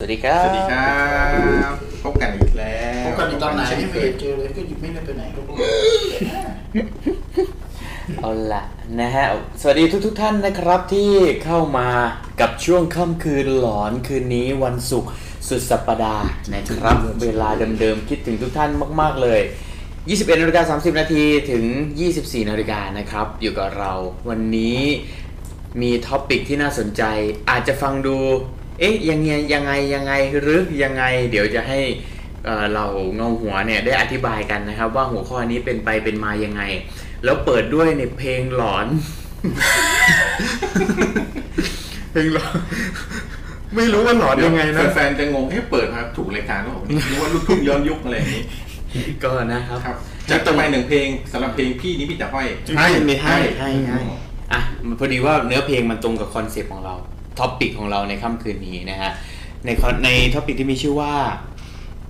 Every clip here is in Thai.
สวัสดีครับ สวัสดีครับ พบกันอีกแล้ว พบกันอีกตอนไหน เช่น ไม่ เคยเห็นเจอเลยก็หยิบไม่ได้ไปไหนก็พบ เอาละนะฮะ สวัสดีทุกทท่านนะครับที่เข้ามากับช่วงค่ำคืนหลอนคืนนี้วันศุกร์สุดสัปปดาห์นะครับ เวลาเดิมๆคิดถึงทุกท่านมาก ๆ เลย 21นาฬิกา30 นาทีถึง 24นาฬิกานะครับ อยู่กับเราวันนี้มีท็อปิกที่น่าสนใจ อาจจะฟังดู เอ๊ะ ยังไงยังไงยังไงหรือยังไง เดี๋ยวจะให้ เอ่อเราเงาหัวเนี่ยได้อธิบายกันนะครับ ว่าหัวข้อนี้เป็นไปเป็นมายังไง แล้วเปิดด้วยในเพลงหลอน เพลงหลอน ไม่รู้ว่าหลอนยังไงนะ แฟนๆจะงงเอ๊ะเปิดมาถูกรายการหรือเปล่านี่นึกว่าลูกทุ่งย้อนยุคอะไรอย่างนี้ ก็นะครับ ครับจากตัวไปหนึ่งเพลงสำหรับเพลงพี่นี้พี่จะห้อย ให้ไม่ให้ให้ให้อ่ะมันพอดีว่าเนื้อเพลงมันตรงกับคอนเซปต์ของเราท็อปิกของเราในค่ำคืนนี้นะฮะในคอนในท็อปิกที่มีชื่อว่า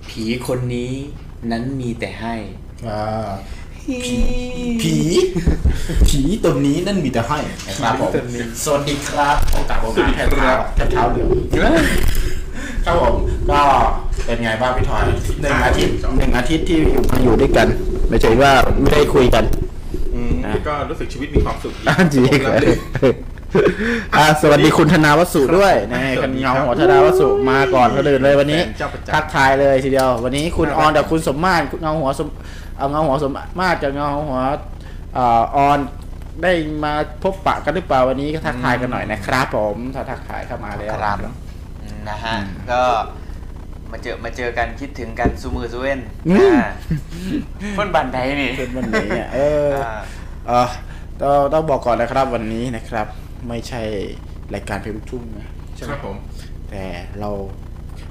ผีคนนี้นั้นมีแต่ให้ อ่า ผี ผีตนนี้นั่นมีแต่ให้นะครับผมสวัสดีครับโอกาสผมนะแค่เท้าแค่เท้าเดียวครับผมก็เป็นไงบ้างพี่ทอยหนึ่งอาทิตย์หนึ่งอาทิตย์ที่อยู่มาอยู่ด้วยกัน ไม่ใช่ว่าไม่ได้คุยกัน อืมก็รู้สึกชีวิตมีความสุขดี อ่ะจริง ผม เหร รั อบ เลย อ่ะสวัสดีคุณธนาวสุด้วยนะ สวั คั ส น ดี เง ครับ งาหัวธนาวสุมาก่อนคนอื่นเลยวันนี้ แฟนเจ้าประจำ ทักทายเลยทีเดียว วันนี้คุณ น่ารั อก อนกับคุณสมมาตรเงาหัวสมเอาเงาหัวสมมาตรกับเงาหัวเอ่อออนได้มาพบปะกันหรือเปล่าวันนี้ก็ทักทายกันหน่อยนะครับผมถ้าทักทายเข้ามาแล้ว ครับ นะฮะ ก็มาเจอมาเจอกันคิดถึงกันซูมือซูเว่นอ่า เพ่นบันไดนี่ เป็นวันนี้อ่ะเออ อ่า เออต้องต้องบอกก่อนนะครับวันนี้นะครับ ไม่ใช่รายการเพลงลูกทุ่งนะ ครับผม แต่เรา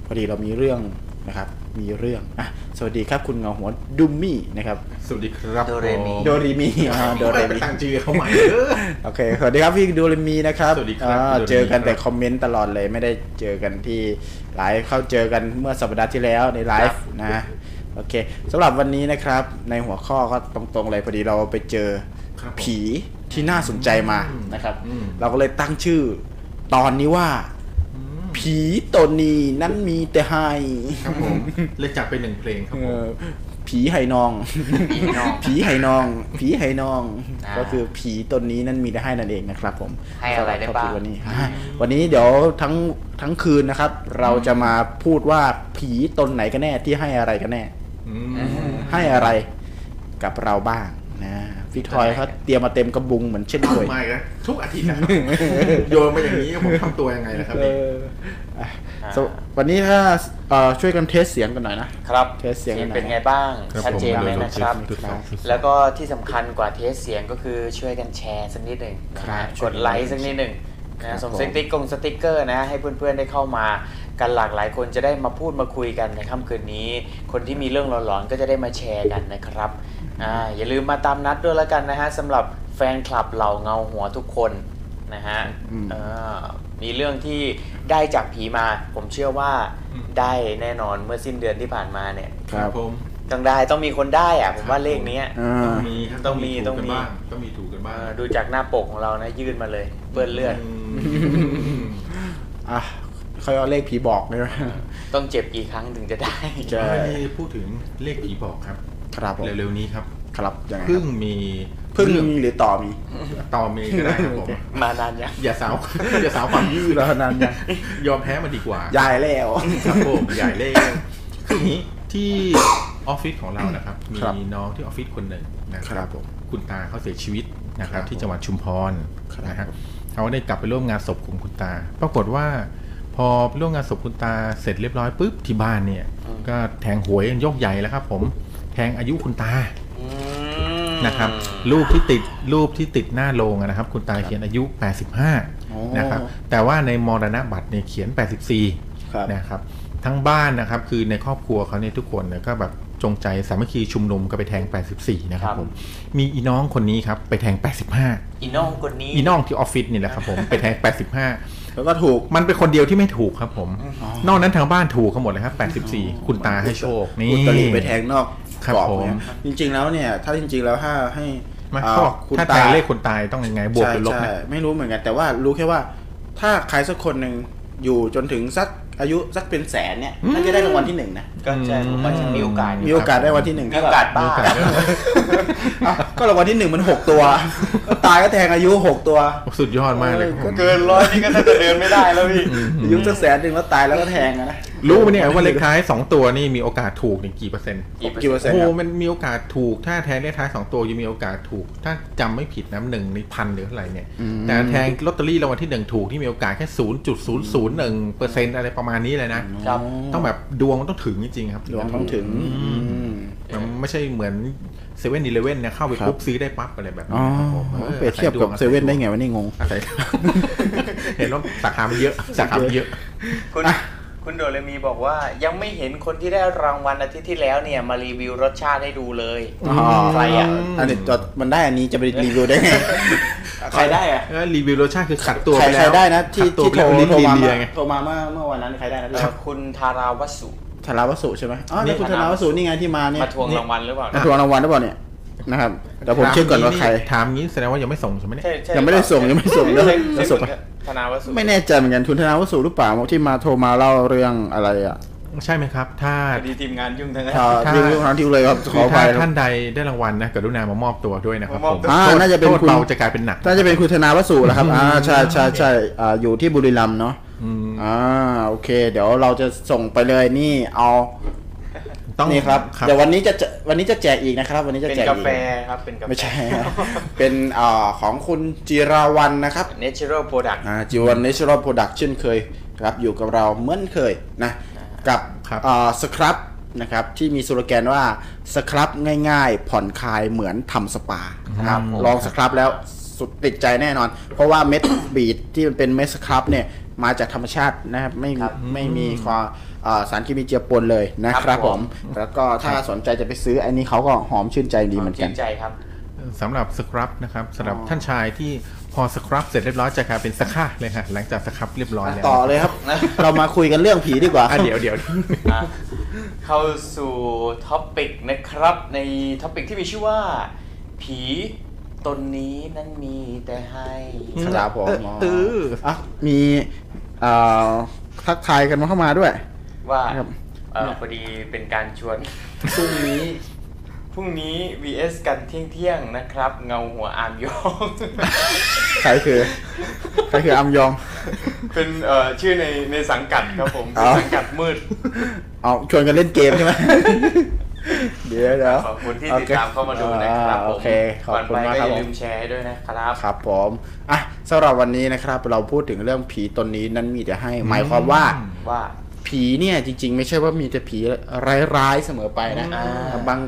พอดีเรามีเรื่องนะครับ มีเรื่องอ่ะสวัสดีครับคุณเงาหัวดุมมี่นะครับ สวัสดีครับ โดเรมิ ผ โดรีมีอ่าโด โดเร รี มิ มี ตั้งชื่อเขาใหม่เด้อ โอเคสวัสดีครับพี่โดรีมีนะครับ สวัสดีครับ อ่า คุณโดเรมิ เจอกันแต่ ครับ คอมเมนต์ตลอดเลยไม่ได้เจอกันที่ไลฟ์เข้าเจอกันเมื่อสัปดาห์ที่แล้วในไลฟ์นะโอเคสำหรับวันนี้นะครับ ในหัวข้อก็ตรงๆเลยพอดีเราไปเจอ ครับผม ผีที่น่าสนใจมานะครับ อืม เราก็เลยตั้งชื่อตอนนี้ว่า ผีตนนี้นั้นมีแต่ให้ ครับผมเลยจับไปหนึ่งเพลงครับผ เอ ม อผีไหนอง ผีนอง ผีไหนอง ผีไหนอง อ่า ก็คือผีตนนี้นั่นมีได้ให้นั่นเองนะครับผม ให้อะไรได้บ้าง สำหวันนี้ฮะวันนี้เดี๋ยวทั้งทั้งคืนนะครับ เราจะมาพูดว่าผีตนไหนกันแน่ที่ให้อะไรกันแน่ อืม ให้อะไรกับเราบ้างนะพี่ทอยเขาเตรียมมาเต็มกระบุงเหมือนเช่นเคย ไม่นะทุกอาทิตย์นะครับโยนมาอย่างนี้ผมทำตัวยังไงนะครับ เอ นี่ ออ่ะสววันนี้ถ้าเอ่อช่วยกันเทสเสียงกันหน่อยนะ ครับ เทสเสียงกันหน่อย เป็นไงบ้าง ชัดเจนไหมนะครับ ครับ แล้วก็ที่สำคัญกว่าเทสเสียงก็คือช่วยกันแชร์สักนิดหนึ่งนะ ครั ฮะ บ กดไลค์สักนิดหนึ่ง ครั นะ บ ส่ง ผม สติ๊กกงสติ๊กเกอร์นะให้เพื่อนๆได้เข้ามากันหลากหลายคนจะได้มาพูดมาคุยกันในค่ำคืนนี้ คนที่มีเรื่องหลอนๆก็จะได้มาแชร์กันนะครับอ่าอย่าลืมมาตามนัดด้วยแล้วกันนะฮะสำหรับแฟนคลับเหล่าเงาหัวทุกคนนะฮะเอ่อมีเรื่องที่ได้จากผีมา ผมเชื่อว่าได้แน่นอนเมื่อสิ้นเดือนที่ผ่านมาเนี่ย ครับ ผม ต้องได้ต้องมีคนได้อะผมว่าเลขเนี้ย อ่า มีครับ ต้องมีต้องมี ถูกกันบ้างต้องมีถูกกันบ้าง เอ่อดูจากหน้าปกของเรานะยื่นมาเลย เปื้อนเลือด อืม อ่ะเขาเอาเลขผีบอกเลยนะ ต้องเจ็บกี่ครั้งถึงจะได้ ใช่ ไม่ได้พูดถึงเลขผีบอกครับ ครับผม เร็วๆนี้ครับ ครับยังไงค เพิ่ รับ งมี พึ่งหรือต่อมี ต่อเมย์ก็ได้ครับผม มานานยัง อย่าสาว อย่าสาวความยืด แล้วนั้นยัง ยอมแพ้มาดีกว่า ยายแล้ว ครับผมใหญ่เลขคืออย่างนี้ที่ออฟฟิศของเรานะครับ มี ครับ น้องที่ออฟฟิศคนหนึ่งนะค ครั รับบ ผม คุณตาเขาเสียชีวิตนะครั ครับ บ ที่จังหวัดชุมพร ครับ นะฮะเขาได้กลับไปร่วมงานศพของคุณตา ปรากฏว่า พอไปร่วมงานศพคุณตาเสร็จเรียบร้อยปุ๊บที่บ้านเนี่ย ก็แทงหวยกันยกใหญ่แล้วครับ ผมแทงอายุคุณตา อืม นะครับรูปที่ติดรูปที่ติดหน้าโลงอะนะครับ คุณตาเขียนอายุ 85 นะครับ แต่ว่าในมรณบัตรเนี่ยเขียน ครับ 84 นะครับ ทั้งบ้านนะครับ คือในครอบครัวเขาเนี่ยทุกคนเนี่ยก็แบบจงใจสามัคคีชุมนุมก็ไปแทง 84 นะครับผม มีอีน้องคนนี้ครับ ไปแทง 85 อีน้องคนนี้ อีน้องที่ออฟฟิศนี่แหละครับผม ไปแทง 85 แล้วก็ถูก มันเป็นคนเดียวที่ไม่ถูกครับผม นอกนั้นทางบ้านถูกกันหมดเลยครับ 84 คุณตาให้โชคนี่ อุตริไปแทงนอก ครับ กรอบ ผม เนี่ยจริง ๆแล้วเนี่ย ถ้าจริง ๆแล้วถ้าให้ มา อ่ ข้อถ้าแทงเลขคนตายต้องยังไงบวกห ใช่ รือลบ ใช่ นะ ไม่รู้เหมือนกัน แต่ว่ารู้แค่ว่า ถ้าใครสักคนหนึ่งอยู่จนถึงสัก อายุสักเป็นแสนเนี่ยน่าจะได้รางวัลที่หนึ่งนะ ก็ใช่ผมว่าจะมีโอกาส มีโอกาสได้รางวันที่หนึ่ง มีโอกาสบ้า มีโอกาส อ่ะก็รางวัลที่หนึ่งมันหกตัวก็ตายก็แทงอายุหกตัว สุดยอดมากเลยครับผม เกินร้อยนี่ก็น่าจะเดินไม่ได้แล้วพี่ อายุสักแสนหนึ่งแล้วตายแล้วก็แทงอะนะ รู้ไหมเนี่ยว่าเลขท้ายสองตัวนี่มีโอกาสถูกเนี่ยกี่เปอร์เซ็นต์ กี่เปอร์เซ็น โอ้ ต์ โห ครับ มันมีโอกาสถูก ถ้าแทงเลขท้ายสองตัวยังมีโอกาสถูก ถ้าจำไม่ผิดนะหนึ่งในพันหรือเท่าไหร่เนี่ย แต่แทงลอตเตอรี่รางวัลที่หนึ่งถูกที่มีโอกาสแค่ศูนย์จุดศูนย์ศูนย์หนึ่งเปอร์เซ็นต์อะไรประมาณนี้เลยนะ ครับ ต้องแบบดวงต้องถึงจริงๆครับ หลวงต้องถึงอืม มันไม่ใช่เหมือนเซเว่นอีเลเว่นเนี่ยเข้าไป ครับ ปุ๊บซื้อได้ปั๊บอะไรแบบ อ๋ นี้คอรับผมออ เปรียบเทียบกับเซเว่นได้ไงวะนี่งง อาศัยดวง เห็นว่าสาขามันเยอะ สาขามันเยอะ คุณคุณโดเรมีบอกว่ายังไม่เห็นคนที่ได้รางวัลอาทิตย์ที่แล้วเนี่ยมารีวิวรสชาติให้ดูเลย อ๋อ ใครอ่ะ อันนี้จดมันได้อันนี้จะไปรีวิวได้ไง ใครได้อ่ะ แล้วรีวิวรสชาติคือขัดตัว ใคร ไป ใคร แล้ว ได้นะที่ ขัดตัว ที่ ไป โทร แล้วลิ้น โทร ดี มา เดียไง โทรมาเมื่อเมื่อวันนั้นใครได้นะพี่ คุณธาราวสุ ธาราวสุใช่ไหมอ๋อนี่คุณ นี่ ธาราวสุนี่ไงที่มาเนี่ย มาทวงรางวัลหรือเปล่า มาทวงรางวัลหรือเปล่าเนี่ยนะครับเดี๋ยวผมเช็คก่อนว่าใคร ถามงี้แสดงว่ายังไม่ส่งใช่ไหมเนี่ย ยังไม่ได้ส่งยังไม่ส่งเลยเล จะ ย ส่ง ธาราวสุ ไม่แน่ใจเหมือนกันทุนธนาวสุหรือเปล่าที่มาโทรมาเล่าเรื่องอะไรอ่ะ ใช่ไหมครับ ถ้า พอดีทีมงานยุ่งทั้งนั้น ถ้า ถ้า เรื่องเรื่องนั้นที่เลยครับข คือ อ ไป ถ้าท่านใดได้รางวัลนะกรุณามามอบตัวด้วยนะครับผม อ่า โทษ น่าจะเป็น โทษ คุณ เบาจะกลายเป็นหนัก น่าจะเป็นคุณธนาวสุแหละครับอ่าใช่ใช่ใช่อ่าอยู่ที่บุรีรัมย์เนาะ อืม อ่าโอเค เดี๋ยวเราจะส่งไปเลยนี่เอา ต้อง นี่ครับเดี๋ยววันนี้จะแจวันนี้จะแจกอีกนะครับ วันนี้จะ เป็น แจก กา อี แฟครับเป็นกาแฟ ไม่ใช่ครับ เป็นเอ่อของคุณจิราวันนะครับ natural product อ่าจิวันเนเชอรัลโปรดักชั่นเคยครับอยู่กับเราเหมือนเคยนะกับเอ่อสครับนะครับที่มีสโลแกนว่าสครับง่ายๆ ผ่อนคลายเหมือนทำสปาครับลองสครับแล้วสุดติดใจแน่นอน เพราะว่าเม็ด บีดที่มันเป็นเม็ดสครับเนี่ยมาจากธรรมชาตินะครับไม่ไม่มีความเอ่อสารเคมีเจือปนเลยนะค ครั รับบผผม ม แล้วก็ถ้าสนใจจะไปซื้ออันนี้เขาก็หอมชื่นใจดีเหมือนกัน ชื่ใจครับ สำหรับสครับนะครับสำหรับท่านชายที่พอสครับเสร็จเรียบร้อยจะกลายเป็นสค่าเลยค่ะหลังจากสครับเรียบร้อยแล้ว ต่อเลยครับ เรามาคุยกันเรื่องผีดีกว่า อ่ะเดี๋ยวเดี๋ยว อ่ะเข้าสู่ท็อปิกนะครับ ในท็อปิกที่มีชื่อว่า ผีตนนี้นั้นมีแต่ให้ ครับผม เออตื้ออ่ ะมีเอ่อทักทายกันมาเข้ามาด้วย ว่า ครับ เออพอดีเป็นการชวน พรุ่งนี้ พรุ่งนี้ vs กันเที่ยงเที่ยงๆนะครับ เงาหัวอามยอง ใครคือ ใครคืออัมยอง เป็นเอ่อชื่อในในสังกัดครับผม อ๋อ สังกัดมืด เอาชวนกันเล่นเกมใช่ไหม เดี๋ยวเดี๋ยว ขอบคุณที่ โอ ติด ค ตามเข้ามาดูนะครับผอ่าโอ ม เคขอบคุณมาก ก่อนไปก็อครับ ย่า ผ ลื ม มแชร์ด้วยนะครับ ครับผมอ่ะสำหรับวันนี้นะครับ เราพูดถึงเรื่องผีตนนี้นั้นมีแต่ให้ หมายความว่า ว่า ผีเนี่ยจริงๆ ไม่ใช่ว่ามีแต่ผีร้ายๆเสมอไปนะ อ่า บาง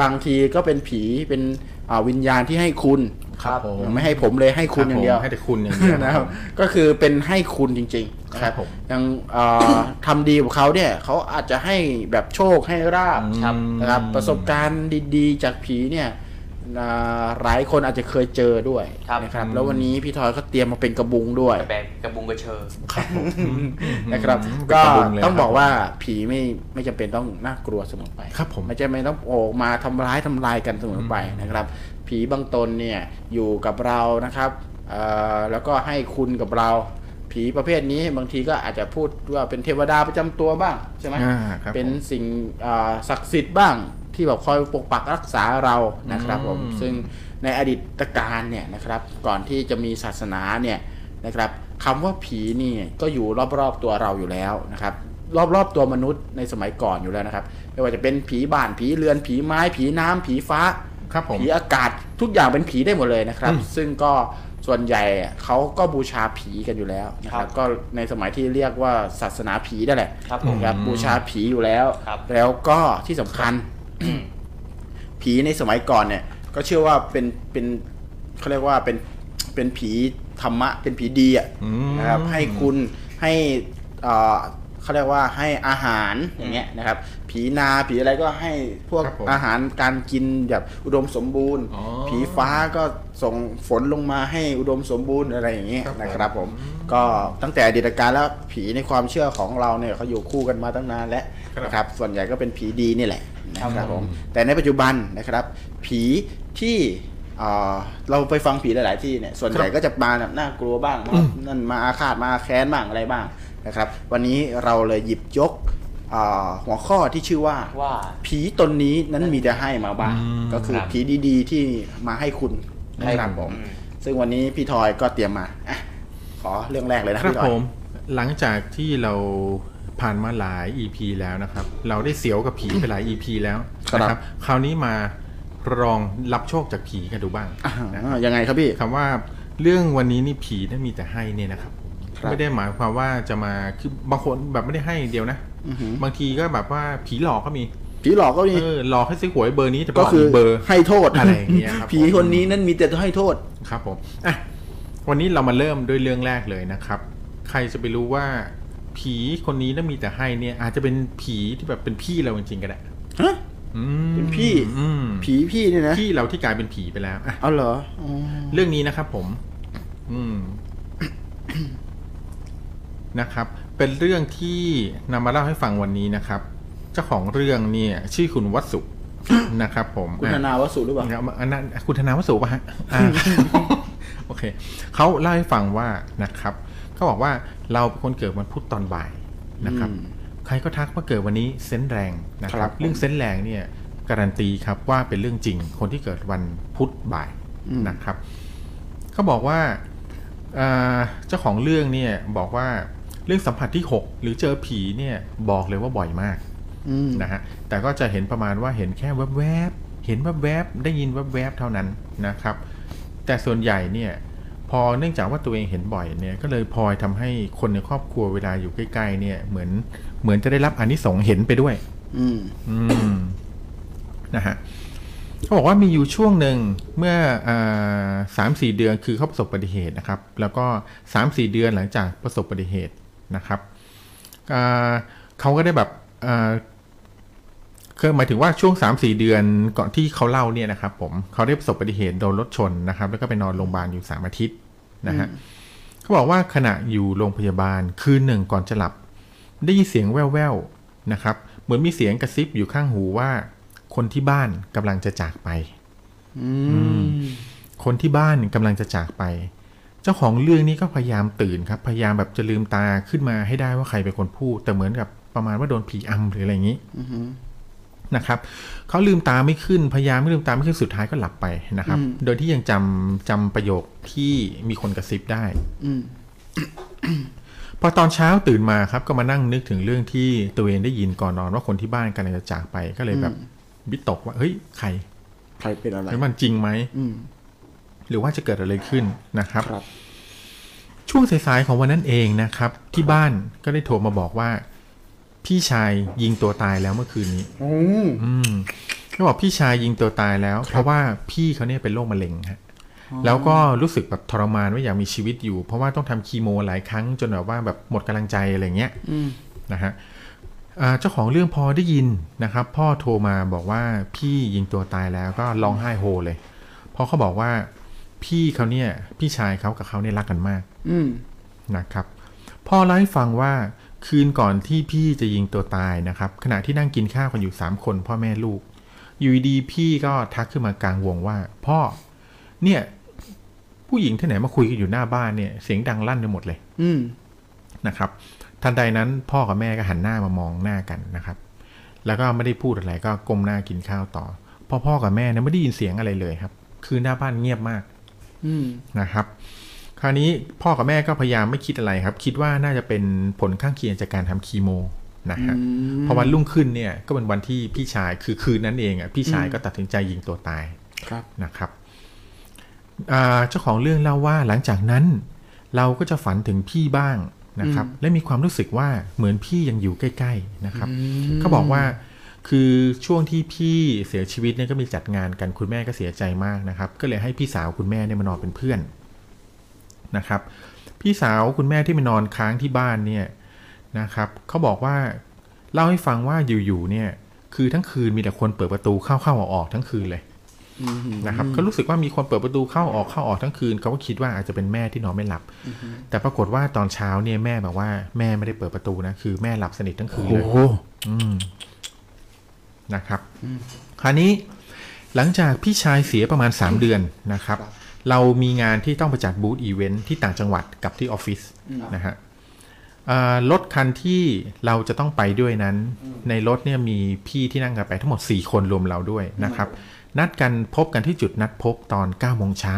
บางทีก็เป็นผีเป็นอ่าวิญญาณที่ให้คุณ ครับผม ไม่ให้ผมเลยให้คุณ รับ อย่างเดียผวมให้แต่คุณอย่างเดียว นะครับ ก็คือเป็นให้คุณจริงๆนะครับ ผม ยังอ่ า ทำดีกับเขาเนี่ยเขาอาจจะให้แบบโชคให้ราบ ครับ นะครับประสบการณ์ดีๆ จากผีเนี่ยอ่าหลายคนอาจจะเคยเจอด้วย ครับ นะครับ แล้ววันนี้พี่ทอยก็เตรียมมาเป็นกระบุงด้วย แบกกระบุงกระเชอ นะครับ อืม ก็ เป็นกระบุงเลย ต้อคงรับ บอกว่าผีไม่ไม่จำเป็นต้องน่ากลัวเสมอไป ครับผม ไม่จำเป็นต้องออกมาทำร้ายทำลายกันเสมอไปนะครับ ผีบางตนเนี่ยอยู่กับเรานะครับเอ่อแล้วก็ให้คุณกับเรา ผีประเภทนี้บางทีก็อาจจะพูดว่าเป็นเทวดาประจำตัวบ้างใช่ไหม อ่าครับ เป็น ผม สิ่งอ่าศักดิ์สิทธิ์บ้างที่แบบคอยปกปักรักษาเรานะครับผม อืม ซึ่งในอดีตการเนี่ยนะครับก่อนที่จะมีศาสนาเนี่ยนะครับคำว่าผีนี่ก็อยู่รอบๆตัวเราอยู่แล้วนะครับรอบๆตัวมนุษย์ในสมัยก่อนอยู่แล้วนะครับไม่ว่าจะเป็นผีบ้านผีเรือนผีไม้ ผีน้ำผีฟ้า ครับผม ผีอากาศทุกอย่างเป็นผีได้หมดเลยนะครับ ซึ่งก็ส่วนใหญ่เขาก็บูชาผีกันอยู่แล้วนะคครั รับบ ก็ในสมัยที่เรียกว่าศาสนาผีนั่นแหละ ครับผม นะครับบูชาผีอยู่แล้ว ครับ แล้วก็ที่สำคัญ ผีในสมัยก่อนเนี่ย ก็เชื่อว่าเป็นเป็นเขาเรียกว่าเป็นเป็นผีธรรมะ เป็นผีดีอ่ะ อืม นะครับให้คุณให้เอ่อเขาเรียกว่าให้อาหารอย่างเงี้ยนะครับ ผีนาผีอะไรก็ให้พวก ครับผม อาหารการกินแบบอุดมสมบูรณ์ อ๋อ ผีฟ้าก็ส่งฝนลงมาให้อุดมสมบูรณ์อะไรอย่างเงี้ย ครับผม นะครับผม ก็ตั้งแต่อดีตการแล้วผีในความเชื่อของเราเนี่ยเขาอยู่คู่กันมาตั้งนานแล้วนะครับ ส่วนใหญ่ก็เป็นผีดีนี่แหละนะครับผม แต่ในปัจจุบันนะครับ ผีที่เอ่อเราไปฟังผีหลาย ๆ ที่เนี่ยส่วนใหญ่ก็จะมาแบบน่ากลัวบ้างมานั่นมาอาฆาตมาอาแค้นบ้างอะไรบ้าง นะครับ วันนี้เราเลยหยิบยกอ่าหัวข้อที่ชื่อว่า ว่า ผีตนนี้นั้นมีแต่ให้มาบ้าง อืม ก็คือ ครับ ผีดีๆ ที่มาให้คุณนะครับผม ซึ่งวันนี้พี่ทอยก็เตรียมมาอ่ะขอเรื่องแรกเลยนะครับ พี่ทอ ผ ย มหลังจากที่เราผ่านมาหลาย EP แล้วนะครับ เราได้เสียวกับผีไปหลาย EP แล้ว ครับ นะคราวนี้มาลองรับโชคจากผีกันดูบ้าง อ่ายังไงครับพี่ คำว่าเรื่องวันนี้นี่ผีนั้นมีแต่ให้เนี่ยนะครับ ครับ ไม่ได้หมายความว่าจะมาคือบางคนแบบไม่ได้ให้อย่างเดียวนะ อือหือ บางทีก็แบบว่าผีหลอกก็มี ผีหลอกก็มี เออหลอกให้ซื้อหวยเบอร์นี้แต่ ก็ บอก คือ อีกเบอร์ ให้โทษ อะไรอย่างเงี้ยครับ ผีคนนี้นั้นมีแต่ให้โทษ ครับผมอ่ะวันนี้เรามาเริ่มด้วยเรื่องแรกเลยนะครับ ใครจะไปรู้ว่า ผีคนนี้นั้นมีแต่ให้เนี่ย อาจจะเป็นผีที่แบบเป็นพี่เราจริงๆก็ได้ ฮะ อืม เป็นพี่ อืม ผีพี่เนี่ยนะ พี่เราที่กลายเป็นผีไปแล้วอ่ะ เอาเหรออ๋อ เรื่องนี้นะครับผม อืม นะครับ เป็นเรื่องที่นำมาเล่าให้ฟังวันนี้นะครับ เจ้าของเรื่องเนี่ย ชื่อคุณวัสสุ นะครับ ผม คุณธนาวสุหรือเปล่า อ่ะอันนั้นคุณธนาวัสสุป่ะฮะอ่า โอเคเขาเล่าให้ฟังว่านะครับเขาบอกว่าเราเป็นคนเกิดวันพุธตอนบ่ายนะครับ อืม ใครก็ทักว่าเกิดวันนี้เซนส์แรงนะค ครั รับ บ เรื่องเซนส์แรงเนี่ย การันตีครับว่าเป็นเรื่องจริง คนที่เกิดวันพุธบ่าย อืม นะครับเขาบอกว่าเอ่อเจ้าของเรื่องเนี่ยบอกว่าเรื่องสัมผัสที่ 6 หรือเจอผีเนี่ยบอกเลยว่าบ่อยมาก อืม นะฮะแต่ก็จะเห็นประมาณว่าเห็นแค่แวบๆเห็นแวบๆได้ยินแวบๆเท่านั้นนะครับ แต่ส่วนใหญ่เนี่ยพอเนื่องจากว่าตัวเองเห็นบ่อยเนี่ยก็เลยพลอยทำให้คนในครอบครัวเวลาอยู่ใกล้ๆเนี่ยเหมือนเหมือนจะได้รับอานิสงส์เห็นไปด้วย อืม อืมนะฮะเขาบอกว่ามีอยู่ช่วงหนึ่งเมื่อสามสี่เดือนคือเขาประสบอุบัติเหตุนะครับ แล้วก็สามสี่เดือนหลังจากประสบอุบัติเหตุนะครับอ่าเขาก็ได้แบบอ่าคือหมายถึงว่าช่วงสามสี่เดือนก่อนที่เขาเล่าเนี่ยนะครับ ผมเขาได้ประสบอุบัติเหตุโดนรถชนนะครับ แล้วก็ไปนอนโรงพยาบาลอยู่สามอาทิตย์นะฮะเขาบอกว่าขณะอยู่โรงพยาบาลคืนหนึ่งก่อนจะหลับ ได้ยินเสียงแว่วๆนะครับ เหมือนมีเสียงกระซิบอยู่ข้างหูว่า คนที่บ้านกำลังจะจากไป อืม คนที่บ้านกำลังจะจากไป เจ้าของเรื่องนี้ก็พยายามตื่นครับ พยายามแบบจะลืมตาขึ้นมาให้ได้ว่าใครเป็นคนพูด แต่เหมือนกับประมาณว่าโดนผีอำหรืออะไรอย่างนี้ อือฮึ นะครับเขาลืมตาไม่ขึ้นพยายามไม่ลืมตาไม่ขึ้นสุดท้ายก็หลับไปนะครับ อืม โดยที่ยังจำจำประโยคที่มีคนกระซิบได้ อืม พอตอนเช้าตื่นมาครับก็มานั่งนึกถึงเรื่องที่ตัวเองได้ยินก่อนนอนว่าคนที่บ้านกำลังจะจากไปก็เลยแบบ อืม วิตกว่าเฮ้ยใคร ใครเป็นอะไร แล้วมันจริงไหม อืม หรือว่าจะเกิดอะไรขึ้นนะครับ ครับ ช่วงสายๆของวันนั้นเองนะครับ ที่บ้านก็ได้โทรมาบอกว่า พี่ชายยิงตัวตายแล้วเมื่อคืนนี้ อืม อืมก็บอกพี่ชายยิงตัวตายแล้ว เพราะว่าพี่เขาเนี่ยเป็นโรคมะเร็งฮะแล้วก็รู้สึกแบบทรมานว่าอยากมีชีวิตอยู่ เพราะว่าต้องทำคีโมหลายครั้งจนแบบว่าแบบหมดกำลังใจอะไรเงี้ย อืม นะฮะอ่าเจ้าของเรื่องพอได้ยินนะครับ พ่อโทรมาบอกว่าพี่ยิงตัวตายแล้วก็ร้องไห้โฮเลย เพราะเขาบอกว่าพี่เขาเนี่ยพี่ชายเขากับเขาเนี่ยรักกันมาก อืม นะครับ พ่อเล่าให้ฟังว่าคืนก่อนที่พี่จะยิงตัวตายนะครับ ขณะที่นั่งกินข้าวกันอยู่สามคนพ่อแม่ลูก อยู่ดีๆพี่ก็ทักขึ้นมากลางวงว่า พ่อเนี่ยผู้หญิงที่ไหนมาคุยกันอยู่หน้าบ้านเนี่ยเสียงดังลั่นไปหมดเลย อืม นะครับทันใดนั้นพ่อกับแม่ก็หันหน้ามามองหน้ากันนะครับ แล้วก็ไม่ได้พูดอะไรก็ก้มหน้ากินข้าวต่อพ่อพ่อกับแม่เนี่ยไม่ได้ยินเสียงอะไรเลยครับ คือหน้าบ้านเงียบมาก อืม นะครับ คราวนี้พ่อกับแม่ก็พยายามไม่คิดอะไรครับ คิดว่าน่าจะเป็นผลข้างเคียงจากการทำคีโมนะฮะ อืม พอวันรุ่งขึ้นเนี่ยก็เป็นวันที่พี่ชายคือคืนนั้นเองอ่ะพี่ชายก็ตัดสินใจยิงตัวตาย ครับ นะครับอ่าเจ้าของเรื่องเล่าว่าหลังจากนั้น เราก็จะฝันถึงพี่บ้างนะครับ และมีความรู้สึกว่าเหมือนพี่ยังอยู่ใกล้ ๆนะครับเขาบอกว่าคือช่วงที่พี่เสียชีวิตเนี่ยก็มีจัดงานกันคุณแม่ก็เสียใจมากนะครับ ก็เลยให้พี่สาวคุณแม่เนี่ยมานอนเป็นเพื่อนนะครับ พี่สาวคุณแม่ที่มานอนค้างที่บ้านเนี่ยนะครับเขาบอกว่าเล่าให้ฟังว่าอยู่ๆเนี่ยคือทั้งคืนมีแต่คนเปิดประตูเข้าๆออกๆทั้งคืนเลย นะครับก็รู้สึกว่ามีคนเปิดประตูเข้าออกเข้าออกทั้งคืนเขาก็คิดว่าอาจจะเป็นแม่ที่นอนไม่หลับ แต่ปรากฏว่าตอนเช้าเนี่ยแม่บอกว่าแม่ไม่ได้เปิดประตูนะคือแม่หลับสนิททั้งคืนเลยอืมนะครับคราวนี้หลังจากพี่ชายเสียประมาณ 3 เดือนนะครับ ครับ เรามีงานที่ต้องไปจัดบูธอีเวนท์ที่ต่างจังหวัดกับที่ออฟฟิศนะฮะ อ่ารถคันที่เราจะต้องไปด้วยนั้น ในรถเนี่ยมีพี่ที่นั่งกันไปทั้งหมด 4 คนรวมเราด้วยนะครับ นัดกันพบกันที่จุดนัดพบตอน9ก้าโมงเช้า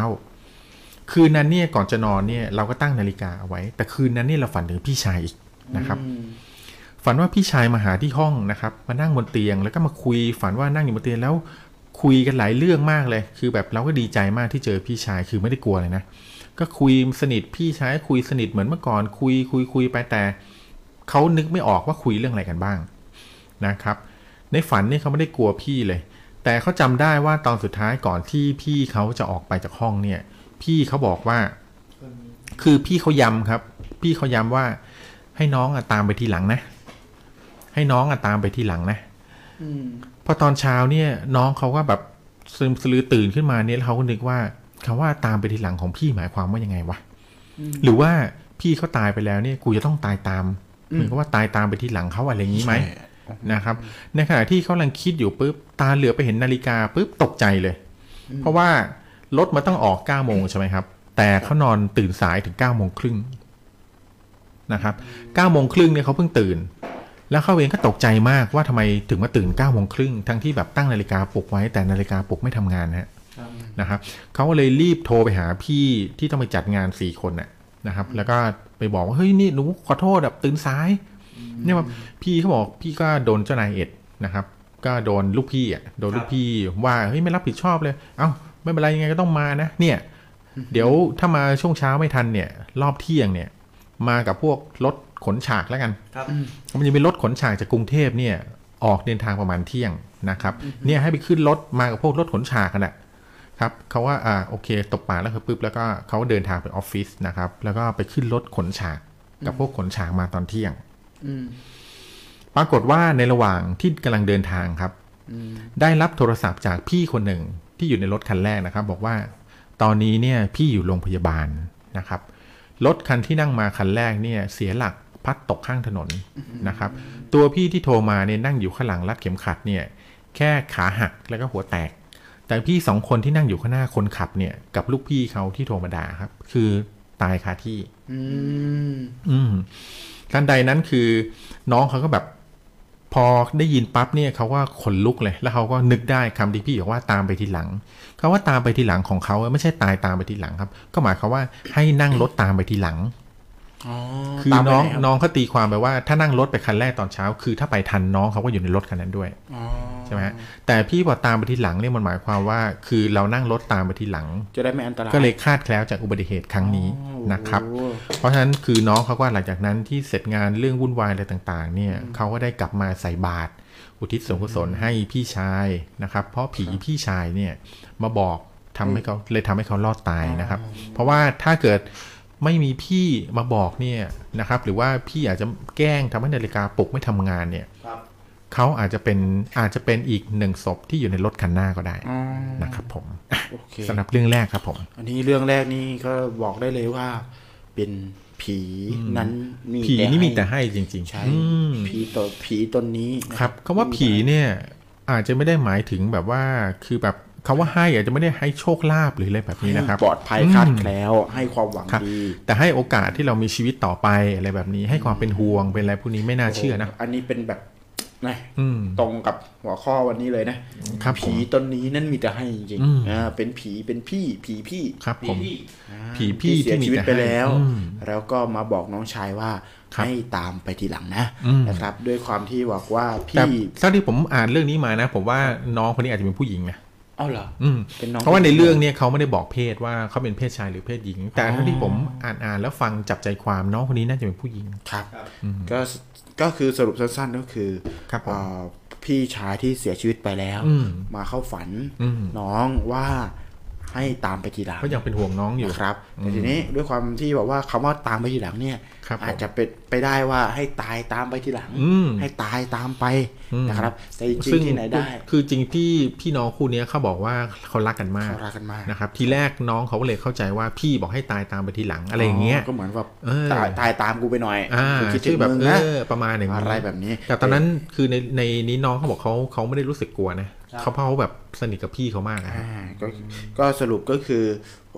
คืนนั้นเนี่ยก่อนจะนอนเนี่ยเราก็ตั้งนาฬิกาเอาไว้ แต่คืนนั้นเนี่ยเราฝันถึงพี่ชายอีกนะครับ ฝันว่าพี่ชายมาหาที่ห้องนะครับมานั่งบนเตียงแล้วก็มาคุย ฝันว่านั่งอยู่บนเตียงแล้วคุยกันหลายเรื่องมากเลย คือแบบเราก็ดีใจมากที่เจอพี่ชายคือไม่ได้กลัวเลยนะ ก็คุยสนิทพี่ชายคุยสนิทเหมือนเมื่อก่อน คุยคุยคุยไปแต่เขานึกไม่ออกว่าคุยเรื่องอะไรกันบ้างนะครับ ในฝันเนี่ยเขาไม่ได้กลัวพี่เลย แต่เขาจำได้ว่าตอนสุดท้ายก่อนที่พี่เขาจะออกไปจากห้องเนี่ย พี่เขาบอกว่า คือพี่เขาย้ำครับ พี่เขาย้ำว่า ให้น้องอะตามไปทีหลังนะ ให้น้องอะตามไปทีหลังนะพอตอนเช้าเนี่ย น้องเขาก็แบบซึมสลือตื่นขึ้นมาเนี่ยแล้วเขาก็นึกว่าคำว่าตามไปทีหลังของพี่หมายความว่ายังไงวะหรือว่าพี่เขาตายไปแล้วเนี่ย กูจะต้องตายตามเหมือนกับว่าตายตามไปทีหลังเขาอะไรอย่างนี้ไหม นะครับในขณะที่เขากำลังคิดอยู่ปุ๊บตาเหลือไปเห็นนาฬิกาปุ๊บตกใจเลย เพราะว่ารถมันต้องออก9ก้าโมงใช่ไหมครับ แต่เขานอนตื่นสายถึง9ก้าโมงครึ่งนะครับ9ก้าโมงครึ่งเนี่ยเขาเพิ่งตื่น แล้วเขาเองก็ตกใจมากว่าทำไมถึงมาตื่น9ก้าโมงครึ่งทั้งที่แบบตั้งนาฬิกาปลุกไว้แต่นาฬิกาปลุกไม่ทำงานนะฮะ นะครับเขาก็เลยรีบโทรไปหาพี่ที่ต้องไปจัดงานสี่คนน่ะนะครับ แล้วก็ไปบอกว่าเฮ้ยนี่หนูขอโทษแบบตื่นสายเนี่ยแบบพี่เขาบอกพี่ก็โดนเจ้านายเอ็ดนะครับ ก็โดนลูกพี่อ่ะโดนลูกพี่ว่าเฮ้ยไม่รับผิดชอบเลย เอ้าไม่เป็นไรยังไงก็ต้องมานะ เนี่ย เดี๋ยวถ้ามาช่วงเช้าไม่ทันเนี่ย รอบเที่ยงเนี่ย มากับพวกรถขนฉากแล้วกัน ครับ มันจะเป็นรถขนฉากจากกรุงเทพเนี่ยออกเดินทางประมาณเที่ยงนะครับเนี่ยให้ไปขึ้นรถมากับพวกรถขนฉากกันแหละครับเขาว่าอ่าโอเคตบปากแล้วคือปุ๊บแล้วก็เขาเดินทางไปออฟฟิศนะครับ แล้วก็ไปขึ้นรถขนฉากกับพวกขนฉากมาตอนเที่ยงปรากฏว่าในระหว่างที่กำลังเดินทางครับได้รับโทรศัพท์จากพี่คนหนึ่งที่อยู่ในรถคันแรกนะครับ บอกว่า ตอนนี้เนี่ยพี่อยู่โรงพยาบาลนะครับ รถคันที่นั่งมาคันแรกเนี่ยเสียหลักพลัดตกข้างถนนนะครับ ตัวพี่ที่โทรมาเนี่ยนั่งอยู่ข้างหลังรัดเข็มขัดเนี่ย แค่ขาหักแล้วก็หัวแตก แต่พี่สองคนที่นั่งอยู่ข้างหน้าคนขับเนี่ยกับลูกพี่เขาที่โทรมาด่าครับ คือตายคาที่ อืม อืมทันใดนั้นคือน้องเขาก็แบบพอได้ยินปั๊บเนี่ยเขาว่าขนลุกเลย แล้วเขาก็นึกได้คำที่พี่บอกว่าตามไปทีหลังเขาว่าตามไปทีหลังของเขาอะไม่ใช่ตายตามไปทีหลังครับ ก็หมายความว่าให้นั่งรถตามไปทีหลัง อ๋อ คือ ตามไป น้อง ไหครับ น้องเขาตีความไปว่าถ้านั่งรถไปคันแรกตอนเช้า คือถ้าไปทันน้องเขาก็อยู่ในรถคันนั้นด้วย อ๋อ ใช่ไหมฮะแต่พี่บอกตามไปทีหลังเนี่ยมันหมายความว่า คือเรานั่งรถตามไปทีหลัง จะได้ไม่อันตราย ก็เลยคลาดแคล้วจากอุบัติเหตุครั้งนี้นะครับ โอ้โห เพราะฉะนั้นคือน้องเขาก็หลังจากนั้นที่เสร็จงานเรื่องวุ่นวายอะไรต่างๆ เนี่ยเขาก็ได้กลับมาใส่บาตรอุทิศส่วนกุศลให้พี่ชายนะครับ เพราะผีพี่ชายเนี่ยมาบอกทำให้เขาเลยทำให้เขารอดตายนะครับ เพราะว่าถ้าเกิดไม่มีพี่มาบอกเนี่ยนะครับ หรือว่าพี่อาจจะแกล้งทำให้นาฬิกาปลุกไม่ทำงานเนี่ย ครับ เขาอาจจะเป็นอาจจะเป็นอีกหนึ่งศพที่อยู่ในรถคันหน้าก็ได้ อ๋อ นะครับ ผม โอเค สำหรับเรื่องแรกครับผม อันนี้เรื่องแรกนี่ก็บอกได้เลยว่า เป็นผีนั้นมี ผีนี่มีแต่ ให้ ให้จริงๆ ใช่ อืม ผีตนผีตนนี้นะครับ คำว่าผีเนี่ยอาจจะไม่ได้หมายถึงแบบว่าคือแบบคำว่าให้อาจจะไม่ได้ให้โชคลาภหรืออะไรแบบนี้นะครับ ปลอดภัย อืม คลาดแคล้วให้ความหวัง ครับ ดี แต่ให้โอกาสที่เรามีชีวิตต่อไปอะไรแบบนี้ ให้ความเป็นห่วงเป็นอะไรพวกนี้ไม่น่าเชื่อนะ อันนี้เป็นแบบนะ อืม ตรงกับหัวข้อวันนี้เลยนะครับ ผีตนนี้นั่นมีแต่ให้จริง อืม ๆอ่าเป็นผีเป็นพี่ผีพี่ ครับผม พี่ ผีพี่ เสีย ที่มี ชีวิต แต่ให้ ไปแล้ว อืม แล้วก็มาบอกน้องชายว่า ครับ ให้ตามไปทีหลังนะ อืม นะครับ ด้วยความที่บอกว่า แต่ พี่ เท่าที่ผมอ่านเรื่องนี้มานะ ผมว่าน้องคนนี้อาจจะเป็นผู้หญิงนะ เอาเหรอ อืม เป็นน้อง เพราะว่าในเรื่องเนี่ยเขาไม่ได้บอกเพศว่าเขาเป็นเพศชายหรือเพศหญิง แต่เท่าที่ผมอ่านอ่านแล้วฟังจับใจความน้องคนนี้น่าจะเป็นผู้หญิง ครับ ครับ ก็ก็คือสรุปสั้นๆก็คือ ครับผม เอ่อพี่ชายที่เสียชีวิตไปแล้ว อืม มาเข้าฝัน อืม น้องว่าให้ตามไปทีหลัง เขายังเป็นห่วงน้องอยู่ นะครับแต่ทีนี้ด้วยความที่แบบว่าคำว่าตามไปทีหลังเนี่ย ครับผม อาจจะเป็นไปได้ว่าให้ตายตามไปทีหลัง อืม ให้ตายตามไป อืม นะครับ แต่จริ ซึ่ ง ง ๆที่ไหนได้ คือจริงพี่พี่น้องคู่เนี้ยเขาบอกว่าเขารักกันมาก เขารักกันมาก นะครับ ทีแรกน้องเขาก็เลยเข้าใจว่าพี่บอกให้ตายตามไปทีหลังอะไรอย่างเงี้ย ก็เหมือนแบบ เออ ตายตายตามกูไปหน่อย อ่า กูคิดถึ ชื่อง แบบ มึง เอ นะ อประมาณหนึ่าง อะไรแบบนี้ แต่ตอนนั้นคือในในนี้น้องเขาบอกเขาเขาไม่ได้รู้สึกกลัวนะ ครับ เขาเพราะเขาแบบสนิทกับพี่เขามากนะ อ่าก็ก็สรุปก็คือ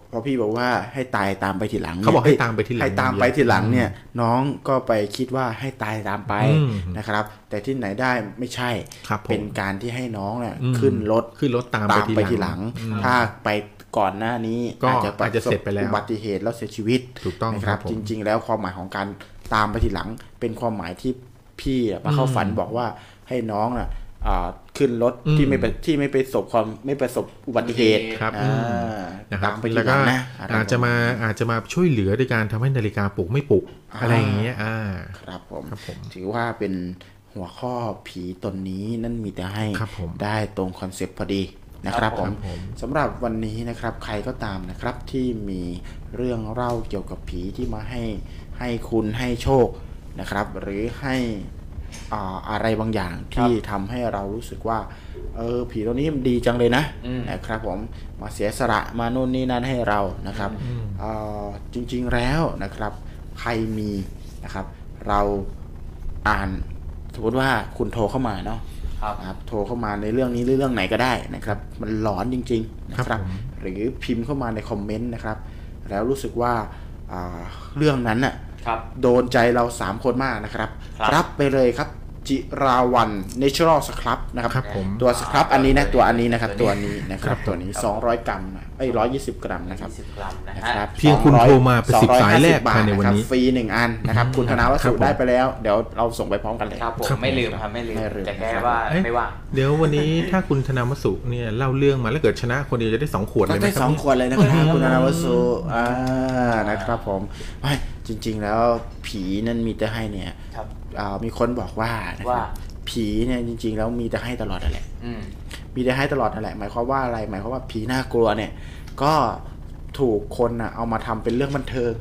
เพราะพี่บอกว่าให้ตายตามไปทีหลังนี่ย เขาบอกให้ตามไปทีหลัง ให้ตามไปทีหลังเนี่ย น้องก็ไปคิดว่าให้ตายตามไป อืม นะครับ แต่ที่ไหนได้ไม่ใช่ ครับผม เป็นการที่ให้น้องน่ะ อืม ขึ้นรถ ขึ้นรถตามไปทีหลังอืม ถ้าไปก่อนหน้านี้ ก็อาจจะเสร็จไปแล้ว อุบัติเหตุแล้วเสียชีวิต ถูกต้องคนะค รั รั บบ ผม จริง ๆ แล้วความหมายของการตามไปทีหลัง เป็นความหมายที่พี่อะมาเข้าฝันบอกว่าให้น้องน่ะอ่าขึ้นรถ อืม ที่ไม่ไปที่ไม่ไปประสบความไม่ประสบอุบัติเหตุ ครับ อ่า อืมนะครับ ตามไปที แล้ว ห ก็ ลังนะ อาจจะมาอาจจะมาช่วยเหลือด้วยการทำให้นาฬิกาปลุกไม่ปลุกอะไรอย่างเงี้ยอ่า ครับผม ครับผม ถือว่าเป็นหัวข้อผีตนนี้นั่นมีแต่ให้ ครับผม ได้ตรงคอนเซปต์พอดีนะครับผม ครับผม สำหรับวันนี้นะครับใครก็ตามนะครับที่มีเรื่องเล่าเกี่ยวกับผีที่มาให้ให้คุณให้โชคนะครับ หรือให้อ่าอะไรบางอย่างที่ทำให้เรารู้สึกว่าเออผีตัวนี้มันดีจังเลยนะ อืม นะครับผมมาเสียสละมานู่นนี่นั่นให้เรานะครับ อืม เอ่อจริงๆแล้วนะครับใครมีนะครับ เราอ่านสมมติว่าคุณโทรเข้ามาเนาะ ครับ นะครับโทรเข้ามาในเรื่องนี้หรือเรื่องไหนก็ได้นะครับ มันหลอนจริงๆนะคครั รั บบ ผม หรือพิมพ์เข้ามาในคอมเมนต์นะครับ แล้วรู้สึกว่าอ่าเรื่องนั้นน่ะ ครับ โดนใจเรา 3 คนมากนะครับ ครับ รับไปเลยครับ จิราวัน Natural Scrub นะครับ ครับผม ตัวสครับอันนี้นะตัวอันนี้นะครับตัวนี้นะครั ครับ บ ตัวนี้ 200 กรัมนะเอ้ย120 กรัมนะครับ ยี่สิบกรัมนะ นะ ฮะ ครับ เพียงคุณ 200 โทรมาเป็นสิบ 250 สายแรก บ ภายในวันนี้ ะครับฟรีหนึ่งอันนะครับ คุณธนาวัส ครั สุ บผม ได้ไปแล้ว เดี๋ยวเราส่งไปพร้อมกันเลย ครับผม ครับผม ไม่ลืมครับไม่ลืม ไม่ลืม แต่แค่ว่า เอ๊ะ ไม่ว่าง เดี๋ยววันนี้ถ้าคุณธนามสุเนี่ยเล่าเรื่องมาแล้วเกิดชนะคนเดียวจะได้สองขวด ก็ เลยไหม ได้ ค ส รั อบ งขวดเลยนะครับคุณธนาวัสสุอ่านะครับผมไม่จริง ๆ แล้วผีนั่นมีแต่ให้เนี่ย ครับ อ่ามีคนบอกว่านะครับ ว่า ผีเนี่ยจริง ๆ แล้วมีแต่ให้ตลอดนั่นแหละ อืม มีได้ให้ตลอดนั่นแหละ หมายความว่าอะไร หมายความว่าผีน่ากลัวเนี่ย ก็ถูกคนอ่ะเอามาทำเป็นเรื่องบันเทิง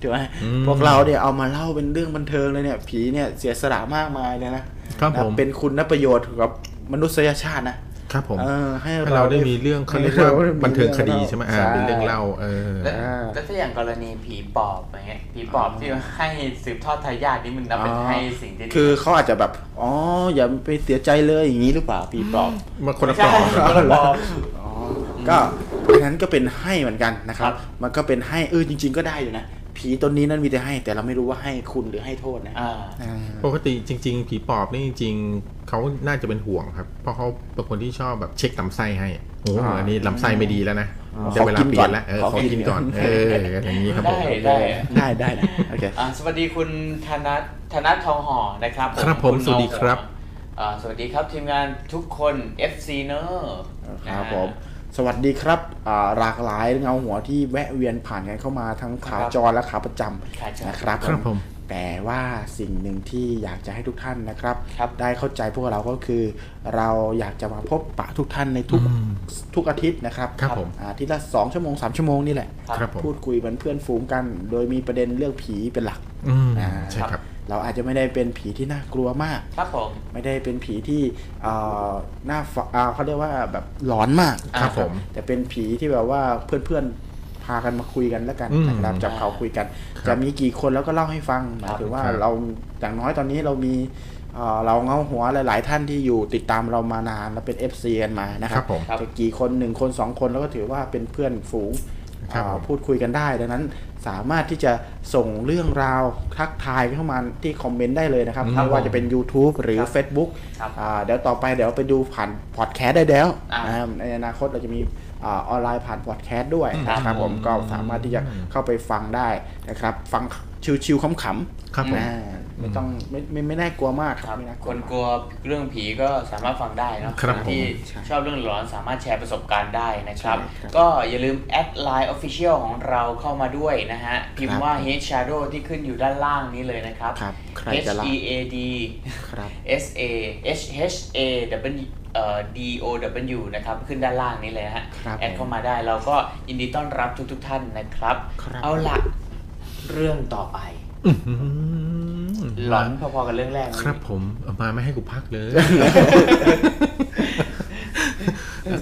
ถูกไหม อืม พวกเราเนี่ยเอามาเล่าเป็นเรื่องบันเทิงเลยเนี่ย ผีเนี่ยเสียสละมากมายเลยนะครับ นะ ผม เป็นคุณประโยชน์กับมนุษยชาตินะครับ ผม เออให้ ให้เราได้มีเรื่องเขาเรียกว่า ให้ได้มี บันเทิงคดีใช่ไหมอ่า ใช่ เป็นเรื่องเล่าเออ แล้ว อ่า แล้วถ้าอย่างกรณีผีปอบอย่างเงี้ยผีปอบที่ให้สืบทอดทายาทนี่มันนับเป็น อ๋อ ให้สิ่งที่ดี คือเขาอาจจะแบบ อ๋อ อย่าไปเสียใจเลยอย่างนี้หรือเปล่าผีปลอบ มาคนละ ใช่ กล่อง คนละกล่อง ก็อันนั้นก็เป็นให้เหมือนกันนะครับ มันก็เป็นให้เออจริง ๆ ก็ได้อยู่นะ ผีตนนี้นั่นมีแต่ให้ แต่เราไม่รู้ว่าให้คุณหรือให้โทษนะ อ่า อ่า ปกติจริง ๆ ผีปอบนี่จริงๆเขาน่าจะเป็นห่วงครับ เพราะเขาเป็นคนที่ชอบแบบเช็คลำไส้ให้โอ้โห อ่า อันนี้ลำไส้ไม่ดีแล้วนะ อ๋อ จะเวลาเปลี่ยนแล้วเออข ข อ อกิ กิน นก่ ก่อ อน น เอออย่างนี้ครับผม ได้ได้อะ ได้ได้นะโอเค อ่าสวัสดีคุณธนัทธนัททองห่อนะครับ ครับผม ณ สวัสดีครับ อ่าสวัสดีครับทีมงานทุกคน FC เนอะ ค นะ รับ ฮะ ผม สวัสดีครับอ่าหลากหลายเงาหัวที่แวะเวียนผ่านกันเข้ามาทั้งขาจรและขาประจ ขาจร ำนะครับ ครับผม แต่ว่าสิ่งหนึ่งที่อยากจะให้ทุกท่านนะครับ ครับ ได้เข้าใจพวกเราก็คือ เราอยากจะมาพบปะทุกท่านในทุก อืม ทุกอาทิตย์นะครับ ครับผม อาอาทิตย์ละ2ชั่วโมง3ชั่วโมงนี่แหละ ครับผม พูดคุยเหมือนเพื่อนฝูงกัน โดยมีประเด็นเรื่องผีเป็นหลัก อืม อ่า ใช่ครับ เราอาจจะไม่ได้เป็นผีที่น่ากลัวมาก ครับผม ไม่ได้เป็นผีที่เอ่อหน้าฝอ่าเขาเรียกว่าแบบหลอนมาก ครับผม แต่เป็นผีที่แบบว่าเพื่อนๆพากันมาคุยกันแล้วกัน อืม นะครับจับเขาคุยกัน ครับ จะมีกี่คนแล้วก็เล่าให้ฟังหมายถึงว่า ครับ เราอย่างน้อยตอนนี้เรามีเอ่อเราเงาหัวหลาย ๆ ท่านที่อยู่ติดตามเรามานานและเป็น FC กันมานะค ค รั รับ บผม ครับ จะกี่คนหนึ่งคนสองคนแล้วก็ถือว่าเป็นเพื่อนฝูง ครับ อ่า ผม พูดคุยกันได้ดังนั้นสามารถที่จะส่งเรื่องราวทักทายเข้ามาที่คอมเมนต์ได้เลยนะครับ ครับ ไม่ว่าจะเป็น YouTube หรือ Facebook ครับ อ่าเดี๋ยวต่อไปเดี๋ยวไปดูผ่านพอดแคสต์ได้แล้ว อ่า อ่าในอนาคตเราจะมีอ่าออนไลน์ผ่านพอดแคสต์ด้วยนะครับผม อืม ก็สามารถที่จะเข้าไปฟังได้นะครับ ฟังชิวๆขำๆ ครับผม อ่าไม่ต้องไม่ไม่ไม่น่ากลัวมากครับไม่น่าก ค ลัวน มาก กลัวเรื่องผีก็สามารถฟังได้เนอะ ครับ นที่ ผมใช่ ชอบเรื่องหลอนสามารถแชร์ประสบการณ์ได้นะครับ ใช่ครับ ก็อย่าลืมแอดไลน์ Official ของเราเข้ามาด้วยนะฮะ พิมพ์ว่า Head Shadow ที่ขึ้นอยู่ด้านล่างนี้เลยนะครับ ครับใคร H จะรับ E A D ครับ S A H H A W เอ่อ D O W นะครับ ขึ้นด้านล่างนี้เลยนะฮะ ครับ แอดเข้ามาได้เราก็ยินดีต้อนรับทุกๆท่านนะครับ ครับ เอาละเรื่องต่อไป อื้อหือ หลอนพอๆกับเรื่องแรกไหม ครับผมเอามาไม่ให้กูพักเลย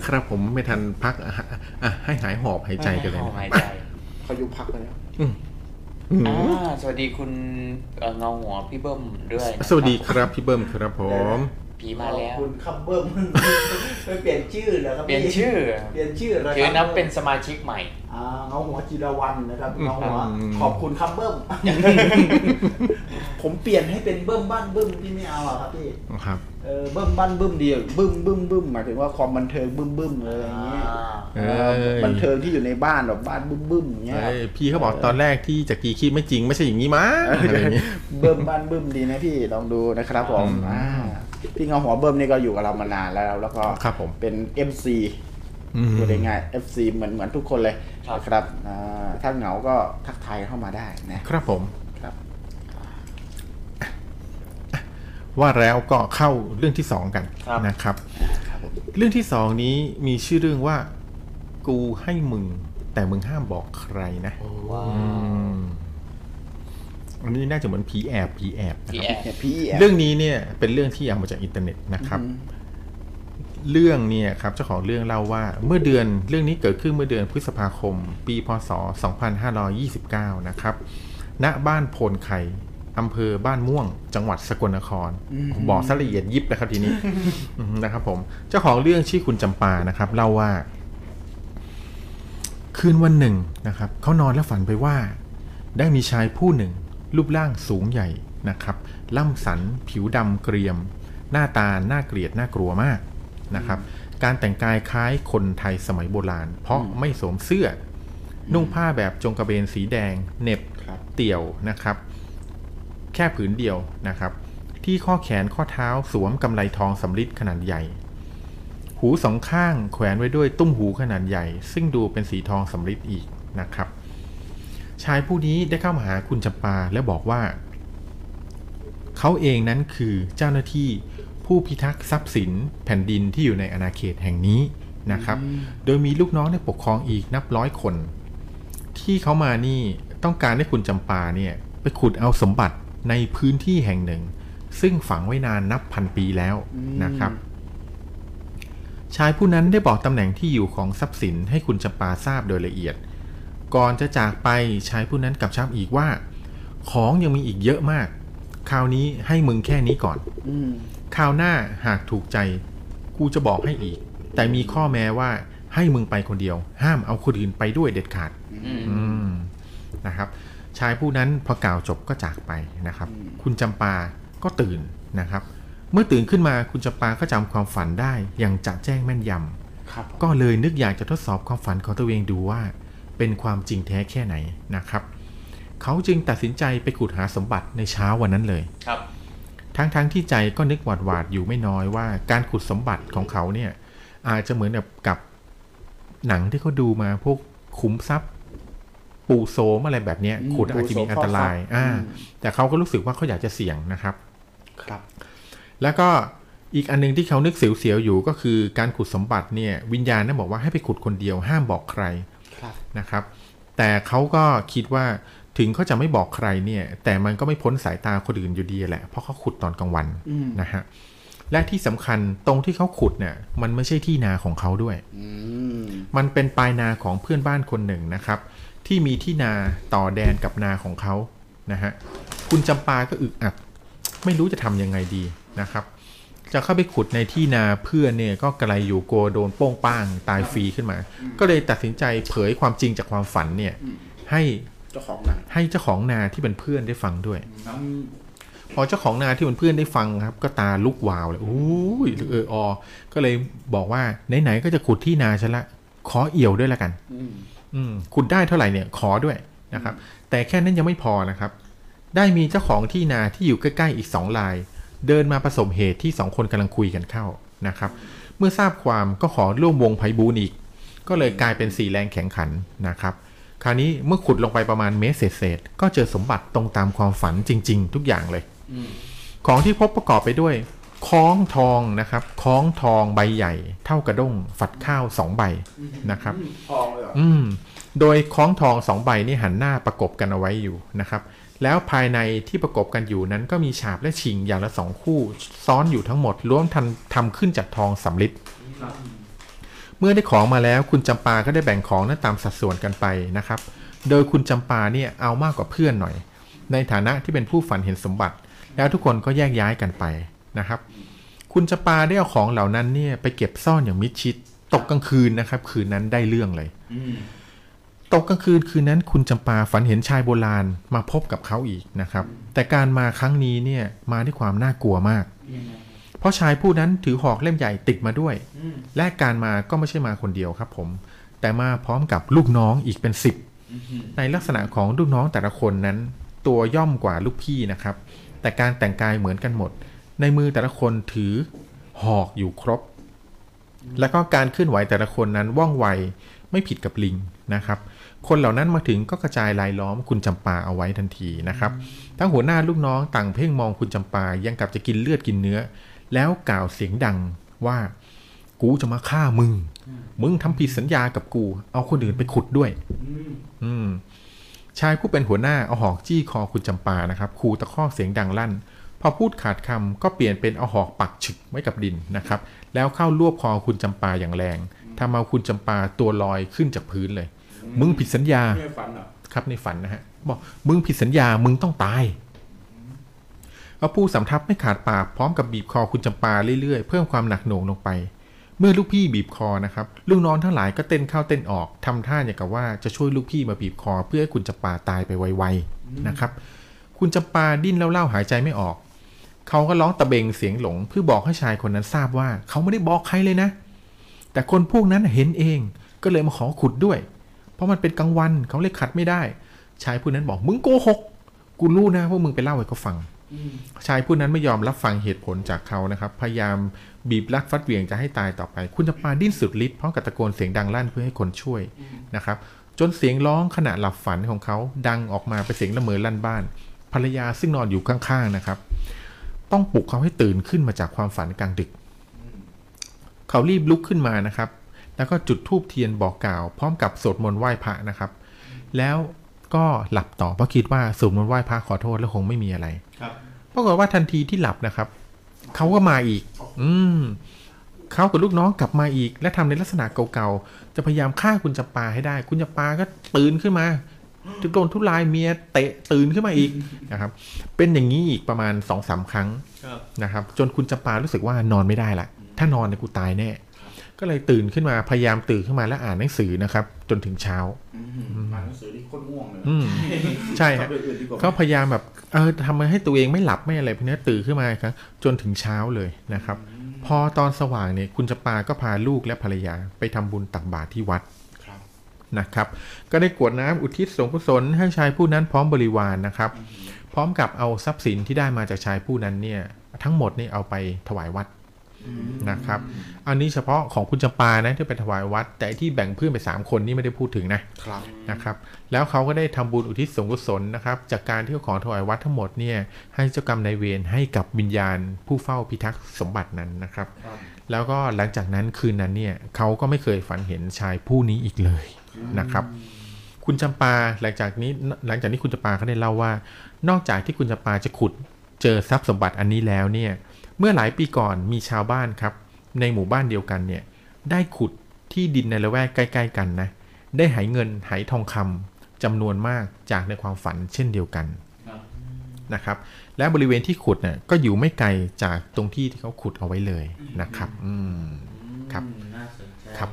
ครับผมไม่ทันพักอ่ะอ่ะให้หายหอบหายใจกันเลยนะค หา รับ ยใจ เขายุบพักไปแล้ว อืมอืม อ่าสวัสดีคุณเอ่อเงาหัวพี่เบิ้มด้วยนะครับ สวัสดีครับพี่เบิ้มครับผม ผีมาแล้ว คุณคำเบิ้ม ไม่เปลี่ยนชื่อเหรอครับ เปลี่ยนชื่อ เปลี่ยนชื่อเหรอ ถื ค อ รับ นับเป็นสมาชิกใหม่ อ่าเงาหัวจิรวันนะครับเงาหัว อืม ขอบคุณคำเบิ้มผมเปลี่ยนให้เป็นเบิ้มบ้านเบิ้มพี่ไม่เอาอะครับพี่ ครับ เออเบิ้มบ้านเบิ้มเดียวบึ้มบึ้มบึ้มหมายถึงว่าความบันเทิงบึ้มบึ้มอะไรอย่างเงี้ย อ่า เอ้ย เออบันเทิงที่อยู่ในบ้านแบบบ้านบึ้มบึ้มอย่างเงี้ยครับ เอ้ยพี่เขาบอกตอนแรกที่จักรีคิดไม่จริงไม่ใช่อย่างนี้มั้งอะไรอย่างเงี้ย เบิ่มบ้านเบิ่มดีนะพี่ลองดูนะครับผม อืม อ่าพี่เงาหัวเบิ่มนี่ก็อยู่กับเรามานานแล้ว แล้วก็ ครับผม เป็น FC อืม พูดง่ายๆ FC เหมือนเหมือนทุกคนเลย ครับ นะครับอ่าถ้าเหงาก็ทักทายเข้ามาได้นะครับ ผม ครับ ว่าแล้วก็เข้าเรื่องที่สองกัน ครับ นะครับ เรื่องที่สองนี้มีชื่อเรื่องว่า กูให้มึง แต่มึงห้ามบอกใครนะ ว้าว อืมอันนี้น่าจะเหมือนผีแอบผีแอบนะ พี่ ครับ แอร์ เนี่ยพี่อ่ะ เรื่องนี้เนี่ยเป็นเรื่องที่เอามาจากอินเทอร์เน็ตนะครับ เรื่องเนี่ยครับเจ้าของเรื่องเล่าว่าเมื่อเดือนเรื่องนี้เกิดขึ้นเมื่อเดือนพฤษภาคม ปีพศ 2529 นะครับ ณบ้านโพนไข่อำเภอบ้านม่วง จังหวัดสกลนคร บอกซะละเอียดยิบนะครับทีนี้ อืมนะครับผมเจ้าของเรื่องชื่อคุณจำปานะครับ เล่าว่า คืนวันหนึ่งนะครับเขานอนและฝันไปว่า ได้มีชายผู้หนึ่ง รูปร่างสูงใหญ่นะครับ ล่ำสัน ผิวดำเกรียม หน้าตาน่าเกลียดน่ากลัวมากนะครับ การแต่งกายคล้ายคนไทยสมัยโบราณ เพราะไม่สวมเสื้ออนุ่งผ้าแบบจงกระเบนสีแดงเหน็บ ครับ เตี่ยวนะครับ แค่ผืนเดียวนะครับ ที่ข้อแขนข้อเท้าสวมกำไลทองสำริดขนาดใหญ่ หูสองข้างแขวนไว้ด้วยตุ้มหูขนาดใหญ่ ซึ่งดูเป็นสีทองสำริดอีกนะครับ ชายผู้นี้ได้เข้ามาหาคุณจำปาและบอกว่า เขาเองนั้นคือเจ้าหน้าที่ผู้พิทักษ์ทรัพย์สินแผ่นดินที่อยู่ในอาณาเขตแห่งนี้นะครับ โดยมีลูกน้องในปกครองอีกนับร้อยคน ที่เขามานี่ต้องการให้คุณจำปาเนี่ยไปขุดเอาสมบัติในพื้นที่แห่งหนึ่ง ซึ่งฝังไว้นานนับพันปีแล้วนะครับ ชายผู้นั้นได้บอกตำแหน่งที่อยู่ของทรัพย์สินให้คุณจำปาทราบโดยละเอียด ก่อนจะจากไปชายผู้นั้นกำชับอีกว่า ของยังมีอีกเยอะมาก คราวนี้ให้มึงแค่นี้ก่อน อืม คราวหน้าหากถูกใจ กูจะบอกให้อีก แต่มีข้อแม้ว่าให้มึงไปคนเดียว ห้ามเอาคนอื่นไปด้วยเด็ดขาด อืม อืมนะครับ ชายผู้นั้นพอกล่าวจบก็จากไปนะครับ คุณจำปาก็ตื่นนะครับ เมื่อตื่นขึ้นมาคุณจำปาก็จำความฝันได้อย่างจะแจ้งแม่นย ครับ ำก็เลยนึกอยากจะทดสอบความฝันของตัวเองดูว่า เป็นความจริงแท้แค่ไหนนะครับ เขาจึงตัดสินใจไปขุดหาสมบัติในเช้าวันนั้นเลย ครับ ทั้งๆทที่ใจก็นึกหวาดหวาดๆอยู่ไม่น้อยว่าการขุดสมบัติของเขาเนี่ย อาจจะเหมือนแบบกับหนังที่เขาดูมาพวกขุมทรัพย์ ปูโซมอะไรแบบเนี้ยขุดอาจจะมีอันตราย อ่า แต่เขาก็รู้สึกว่าเขาอยากจะเสี่ยงนะครับ ครับ แล้วก็อีกอันหนึงที่เขานึกเสียวๆอยู่ก็คือการขุดสมบัติเนี่ย วิญญาณนั้นบอกว่าให้ไปขุดคนเดียวห้ามบอกใคร ครับ นะครับแต่เขาก็คิดว่าถึงเขาจะไม่บอกใครเนี่ย แต่มันก็ไม่พ้นสายตาคนอื่นอยู่ดีแหละ เพราะเขาขุดตอนกลางวัน อืม นะฮะและที่สำคัญตรงที่เขาขุดเนี่ยมันไม่ใช่ที่นาของเขาด้วย อืม มันเป็นปลายนาของเพื่อนบ้านคนหนึ่งนะครับ ที่มีที่นาต่อแดนกับนาของเขานะฮะคุณจำปาก็อึกอัก ไม่รู้จะทำยังไงดีนะครับ จะเข้าไปขุดในที่นาเพื่อนเนี่ยก็กระไรอยู่กลัวโดนโป้งป้างตายฟรีขึ้นมา ก็เลยตัดสินใจเผยความจริงจากความฝันเนี่ยให้ เจ้าของหนัง ให้เจ้าของนาที่เป็นเพื่อนได้ฟังด้วย น้ พอเจ้าของนาที่เป็นเพื่อนได้ฟังครับ ก็ตาลุกวาวเลยโอ้ยเออออ ก็เลยบอกว่าไหนๆก็จะขุดที่นาฉันละ ขอเอี่ยวด้วยละกัน อืม อืมขุดได้เท่าไหร่เนี่ยขอด้วยนะครับ แต่แค่นั้นยังไม่พอนะครับ ได้มีเจ้าของที่นาที่อยู่ใกล้ๆอีกสองราย เดินมาประสบเหตุที่สองคนกำลังคุยกันเข้านะครับ เมื่อทราบความก็ขอร่วมวงไพบูลย์อีก ก็เลยกลายเป็นสี่แรงแข่งขันนะครับ คราวนี้เมื่อขุดลงไปประมาณเมตรเศษๆก็เจอสมบัติตรงตามความฝันจริง ๆ ทุกอย่างเลย ของที่พบประกอบไปด้วยคล้องทองนะครับคล้องทองใบใหญ่ เท่ากระด้งฝัดข้าวสองใบนะครับ ทองเลยเหรอ อืม โดยคล้องทองสองใบนี่หันหน้าประกบกันเอาไว้อยู่นะครับ แล้วภายในที่ประกบกันอยู่นั้นก็มีฉาบและชิงอย่างละสองคู่ ซ้อนอยู่ทั้งหมดรวมทันทำขึ้นจากทองสำลิดเมื่อได้ของมาแล้วคุณจำปาก็ได้แบ่งของนั้นตามสัดส่วนกันไปนะครับ โดยคุณจำปาเนี่ยเอามากกว่าเพื่อนหน่อย ในฐานะที่เป็นผู้ฝันเห็นสมบัติ แล้วทุกคนก็แยกย้ายกันไปนะครับ คุณจะปาได้เอาของเหล่านั้นเนี่ยไปเก็บซ่อนอย่างมิดชิด ตกกลางคืนนะครับ คืนนั้นได้เรื่องเลย อืม ตกกลางคืนคืนนั้นคุณจำปาฝันเห็นชายโบราณมาพบกับเขาอีกนะครับ แต่การมาครั้งนี้เนี่ยมาด้วยความน่ากลัวมาก เพราะชายผู้นั้นถือหอกเล่มใหญ่ติดมาด้วย และการมาก็ไม่ใช่มาคนเดียวครับผม แต่มาพร้อมกับลูกน้องอีกเป็นสิบในลักษณะของลูกน้องแต่ละคนนั้น ตัวย่อมกว่าลูกพี่นะครับ แต่การแต่งกายเหมือนกันหมด ในมือแต่ละคนถือหอกอยู่ครบ แล้วก็การเคลื่อนไหวแต่ละคนนั้นว่องไวไม่ผิดกับลิงนะครับ คนเหล่านั้นมาถึงก็กระจายรายล้อมคุณจำปาเอาไว้ทันทีนะครับ ทั้งหัวหน้าลูกน้องต่างเพ่งมองคุณจำปายังกับจะกินเลือดกินเนื้อ แล้วกล่าวเสียงดังว่า กูจะมาฆ่ามึง มึงทำผิดสัญญากับกู เอาคนอื่นไปขุดด้วย อืม ชายผู้เป็นหัวหน้าเอาหอกจี้คอคุณจำปานะครับคูตะคอกเสียงดังลั่น พอพูดขาดคำก็เปลี่ยนเป็นเอาหอกปักฉึกไว้กับดินนะครับ แล้วเข้ารวบคอคุณจำปาอย่างแรงทำเอาคุณจำปาตัวลอยขึ้นจากพื้นเลย มึงผิดสัญญา ไม่ฝันเหรอ ครับในฝันนะฮะบอกมึงผิดสัญญามึงต้องตายเอาผู้สำทับไม่ขาดปากพร้อมกับบีบคอคุณจำปาเรื่อยๆ เพิ่มความหนักหน่วงลงไป เมื่อลูกพี่บีบคอนะครับลูกน้องทั้งหลายก็เต้นเข้าเต้นออกทำท่าอย่างกับว่าจะช่วยลูกพี่มาบีบคอ เพื่อให้คุณจำปาตายไปไวๆนะครับ คุณจำปาดิ้นเล่าๆหายใจไม่ออก เขาก็ร้องตะเบงเสียงหลงเพื่อบอกให้ชายคนนั้นทราบว่า เขาไม่ได้บอกใครเลยนะ แต่คนพวกนั้นเห็นเองก็เลยมาขอขุดด้วย เพราะมันเป็นกลางวันเขาเลยขัดไม่ได้ ชายผู้นั้นบอกมึงโกหก กูรู้นะว่ามึงไปเล่าให้เขาฟัง ชายผู้นั้นไม่ยอมรับฟังเหตุผลจากเขานะครับ พยายามบีบรักฟัดเหวี่ยงจะให้ตายต่อไป คุณจำปาดิ้นสุดฤทธิ์พร้อมกับตะโกนเสียงดังลั่นเพื่อให้คนช่วยนะครับ จนเสียงร้องขณะหลับฝันของเขาดังออกมาเป็นเสียงละเมอลั่นบ้าน ภรรยาซึ่งนอนอยู่ข้างๆนะครับ ต้องปลุกเขาให้ตื่นขึ้นมาจากความฝันกลางดึก เขารีบลุกขึ้นมานะครับ แล้วก็จุดธูปเทียนบอกกล่าว พร้อมกับสวดมนต์ไหว้พระนะครับ แล้วก็หลับต่อเพราะคิดว่าสวดมนต์ไหว้พระขอโทษแล้วคงไม่มีอะไร ครับ ปรากฏว่าทันทีที่หลับนะครับ เขาก็มาอีก อืมเขากับลูกน้องกลับมาอีก และทำในลักษณะเก่าๆ จะพยายามฆ่าคุณจำปาให้ได้ คุณจำปาก็ตื่นขึ้นมาจะโดนทุลายเมียเตะตื่นขึ้นมาอีกนะครับ เป็นอย่างนี้อีกประมาณสองสามครั้ง ครับ นะครับจนคุณจำปารู้สึกว่านอนไม่ได้ละถ้านอนเนี่ยกูตายแน่ก็เลยตื่นขึ้นมาพยายามตื่นขึ้นมาและอ่านหนังสือนะครับ จนถึงเช้า อ่านหนังสือที่โคตรง่วงเลย อืมใช่ ครั ฮะ บเรื่องอื่นดีกว่า เขาพยายามแบบเออทำให้ตัวเองไม่หลับไม่อะไรพวกเนี้ยตื่นขึ้นมาครับจนถึงเช้าเลยนะครับ พอตอนสว่างเนี่ยคุณจำปาก็พาลูกและภรรยาไปทำบุญตักบาตรที่วัด ครับ นะครับก็ได้กรวดน้ำอุทิศสงกุศลให้ชายผู้นั้นพร้อมบริวารนะครับ พร้อมกับเอาทรัพย์สินที่ได้มาจากชายผู้นั้นเนี่ยทั้งหมดนี่เอาไปถวายวัดนะครับ อันนี้เฉพาะของคุณจำปานะที่ไปถวายวัด แต่ที่แบ่งเพื่อนไป 3 คนนี่ไม่ได้พูดถึงนะครับ นะครับแล้วเขาก็ได้ทำบุญอุทิศสงกุศลนะครับจากการที่เอาของถวายวัดทั้งหมดเนี่ยให้เจ้ากรรมนายเวรให้กับวิญญาณผู้เฝ้าพิทักษ์สมบัตินั้นนะครับ ครับ แล้วก็หลังจากนั้นคืนนั้นเนี่ยเขาก็ไม่เคยฝันเห็นชายผู้นี้อีกเลยนะครับ คุณจำปาหลังจากนี้หลังจากนี้คุณจำปาเขาได้เล่าว่า นอกจากที่คุณจำปาจะขุดเจอทรัพย์สมบัติอันนี้แล้วเนี่ยเมื่อหลายปีก่อนมีชาวบ้านครับ ในหมู่บ้านเดียวกันเนี่ยได้ขุดที่ดินในละแวกใกล้ ๆ กันนะได้หายเงินหายทองคำจำนวนมากจากในความฝันเช่นเดียวกัน ครับ นะครับ และบริเวณที่ขุดเนี่ยก็อยู่ไม่ไกลจากตรงที่ที่เขาขุดเอาไว้เลยนะครับ อืม ครับ อืมน่าสนใจ ครับ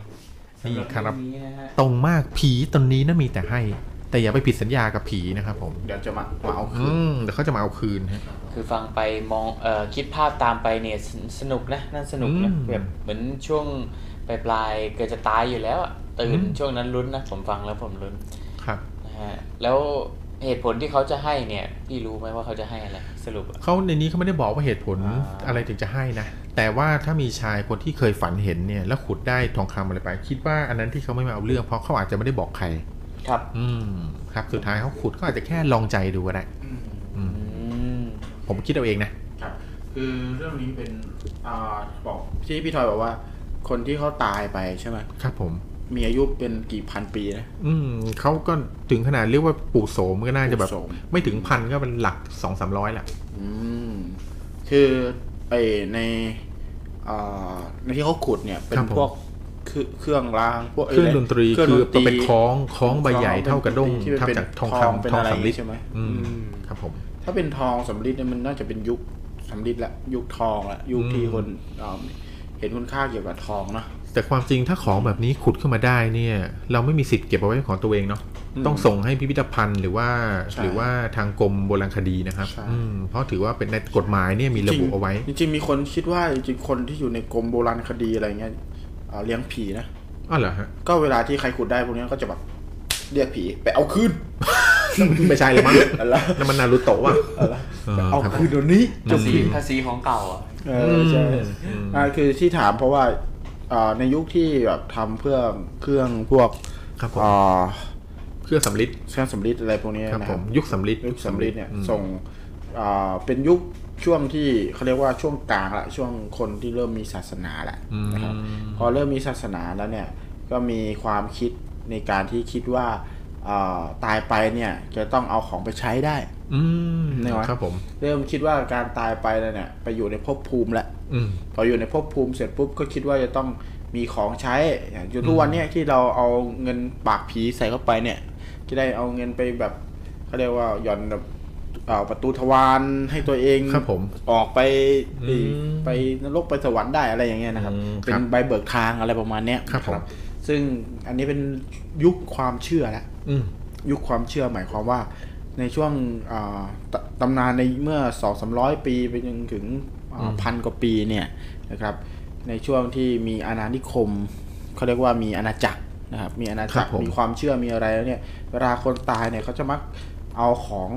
สำห นี่ครับ เองนี้นะฮะ ตรงมากผีตนนี้น่ามีแต่ให้ แต่อย่าไปผิดสัญญากับผีนะครับผม เดี๋ยวจะมามาเอาคื อื น มเดี๋ยวเขาจะมาเอาคืนฮะ คือฟังไปมองเอ่อคิดภาพตามไปเนี่ยสสนุกนะนั่นสนุกนะ อืม แบบเหมือนช่วงปลายปลายๆเกิดจะตายอยู่แล้วอะตื่น อืม ช่วงนั้นลุ้นนะผมฟังแล้วผมลุ้น ครับ นะฮะแล้วเหตุผลที่เขาจะให้เนี่ยพี่รู้ไหมว่าเขาจะให้อะไรสรุปอะ เขาในนี้เขาไม่ได้บอกว่าเหตุผล อ่า อะไรถึงจะให้นะ แต่ว่าถ้ามีชายคนที่เคยฝันเห็นเนี่ย แล้วขุดได้ทองคำอะไรไป คิดว่าอันนั้นที่เขาไม่มาเอาเรื่องเพราะเขาอาจจะไม่ได้บอกใคร ครับ อืม ครับ สุดท้ายเขาขุดก็อาจจะแค่ลองใจดูก็ได้ อืม อืม ผมคิดเอาเองนะ ครับ คือเรื่องนี้เป็นอ่าบอกที่พี่ทอยบอกว่า คนที่เขาตายไปใช่ไหม ครับผม มีอายุเป็นกี่พันปีนะ อืมเขาก็ถึงขนาดเรียกว่าปู่โสมก็น่าจะแบบ ปู่โสม ไม่ถึงพันก็เป็นหลักสองสามร้อยแหละ อืมคือไอในอ่าในที่เขาขุดเนี่ย เป็น ครับผม พวกเครื่องเครื่องรางพวก เครื่องดนตรี เคง คือ ดตรี เป็นคล้องคล้องใบใหญ่ คล้ เท่ากระด้ง ที่มัน ทำ เป็น จากทอง ทอง คำ เป็น ทอง อะไร สำลิด ใช่ไหม อืม อืม ครับผม ถ้าเป็นทองสำริดเนี่ยมันน่าจะเป็นยุค สำลิดละยุคทองละยุคที่คนเอ่อเห็นคุณค่าเกี่ยวกับทองเนาะ แต่ความจริงถ้าของแบบนี้ขุดขึ้นมาได้เนี่ย เราไม่มีสิทธิ์เก็บเอาไว้เป็นของตัวเองเนาะ อืม ต้องส่งให้พิพิธภัณฑ์หรือว่า ใช่ หรือว่าทางกรมโบราณคดีนะครับ ใช่ อืมเพราะถือว่าเป็นในกฎหมายเนี่ยมีระบุเอาไว้ จริงจริงๆมีคนคิดว่าจริงๆคนที่อยู่ในกรมโบราณคดีอะไรเงี้ยเอ่อเลี้ยงผีนะ อ้าวเหรอฮะ ก็เวลาที่ใครขุดได้พวกเนี้ยก็จะแบบเรียกผีไปเอา คืน ไม่ใช่เลยมั้ง อะไร นั่นมันนารุโตะว่ะเออ เอา ครับ คืนเดี๋ยวนี้ ภาษีภาษีของเก่าอ่ะ เออใช่ อืม อ่าคือที่ถามเพราะว่าเอ่อในยุคที่แบบทำเพื่อเครื่องพวก ครับผม เอ่อ เครื่องสำลิด เครื่องสำริดอะไรพวกเนี้ย ครับ นะ ผ ครั ม บ ยุคสำลิด ยุคสำริดเนี่ย อืม ส่งอ่าเป็นยุคช่วงที่เขาเรียกว่าช่วงกลางละช่วงคนที่เริ่มมีศาสนาละ อืม นะครับพอเริ่มมีศาสนาแล้วเนี่ยก็มีความคิดในการที่คิดว่าอ่าตายไปเนี่ยจะต้องเอาของไปใช้ได้ อืม เนี่ยวะ ครับผม เริ่มคิดว่าการตายไปแล้วเนี่ยไปอยู่ในภพภูมิละ อืม พออยู่ในภพภูมิเสร็จปุ๊บก็คิดว่าจะต้องมีของใช้อย่างอยู่ทุกวันเนี่ยที่เราเอาเงินปากผีใส่เข้าไปเนี่ยจะได้เอาเงินไปแบบเขาเรียกว่าหย่อนแบบเอ่อประตูทวารให้ตัวเอง ครับผม ออกไป อืม ไปนรกไปสวรรค์ได้อะไรอย่างเงี้ยนะครับ อืมครับ เป็นใบเบิกทางอะไรประมาณเนี้ย ครับผม ซึ่งอันนี้เป็นยุคความเชื่อแล้ว อืม ยุคความเชื่อหมายความว่าในช่วงอ่าตตำนานในเมื่อสองสามร้อยปีไปจนถึงอ่า อืม พันกว่าปีเนี่ยนะครับ ในช่วงที่มีอาณานิคมเขาเรียกว่ามีอาณาจักรนะครับ มีอาณาจักครรับผม มีความเชื่อมีอะไรแล้วเนี่ยเวลาคนตายเนี่ยเขาจะมักเอาของ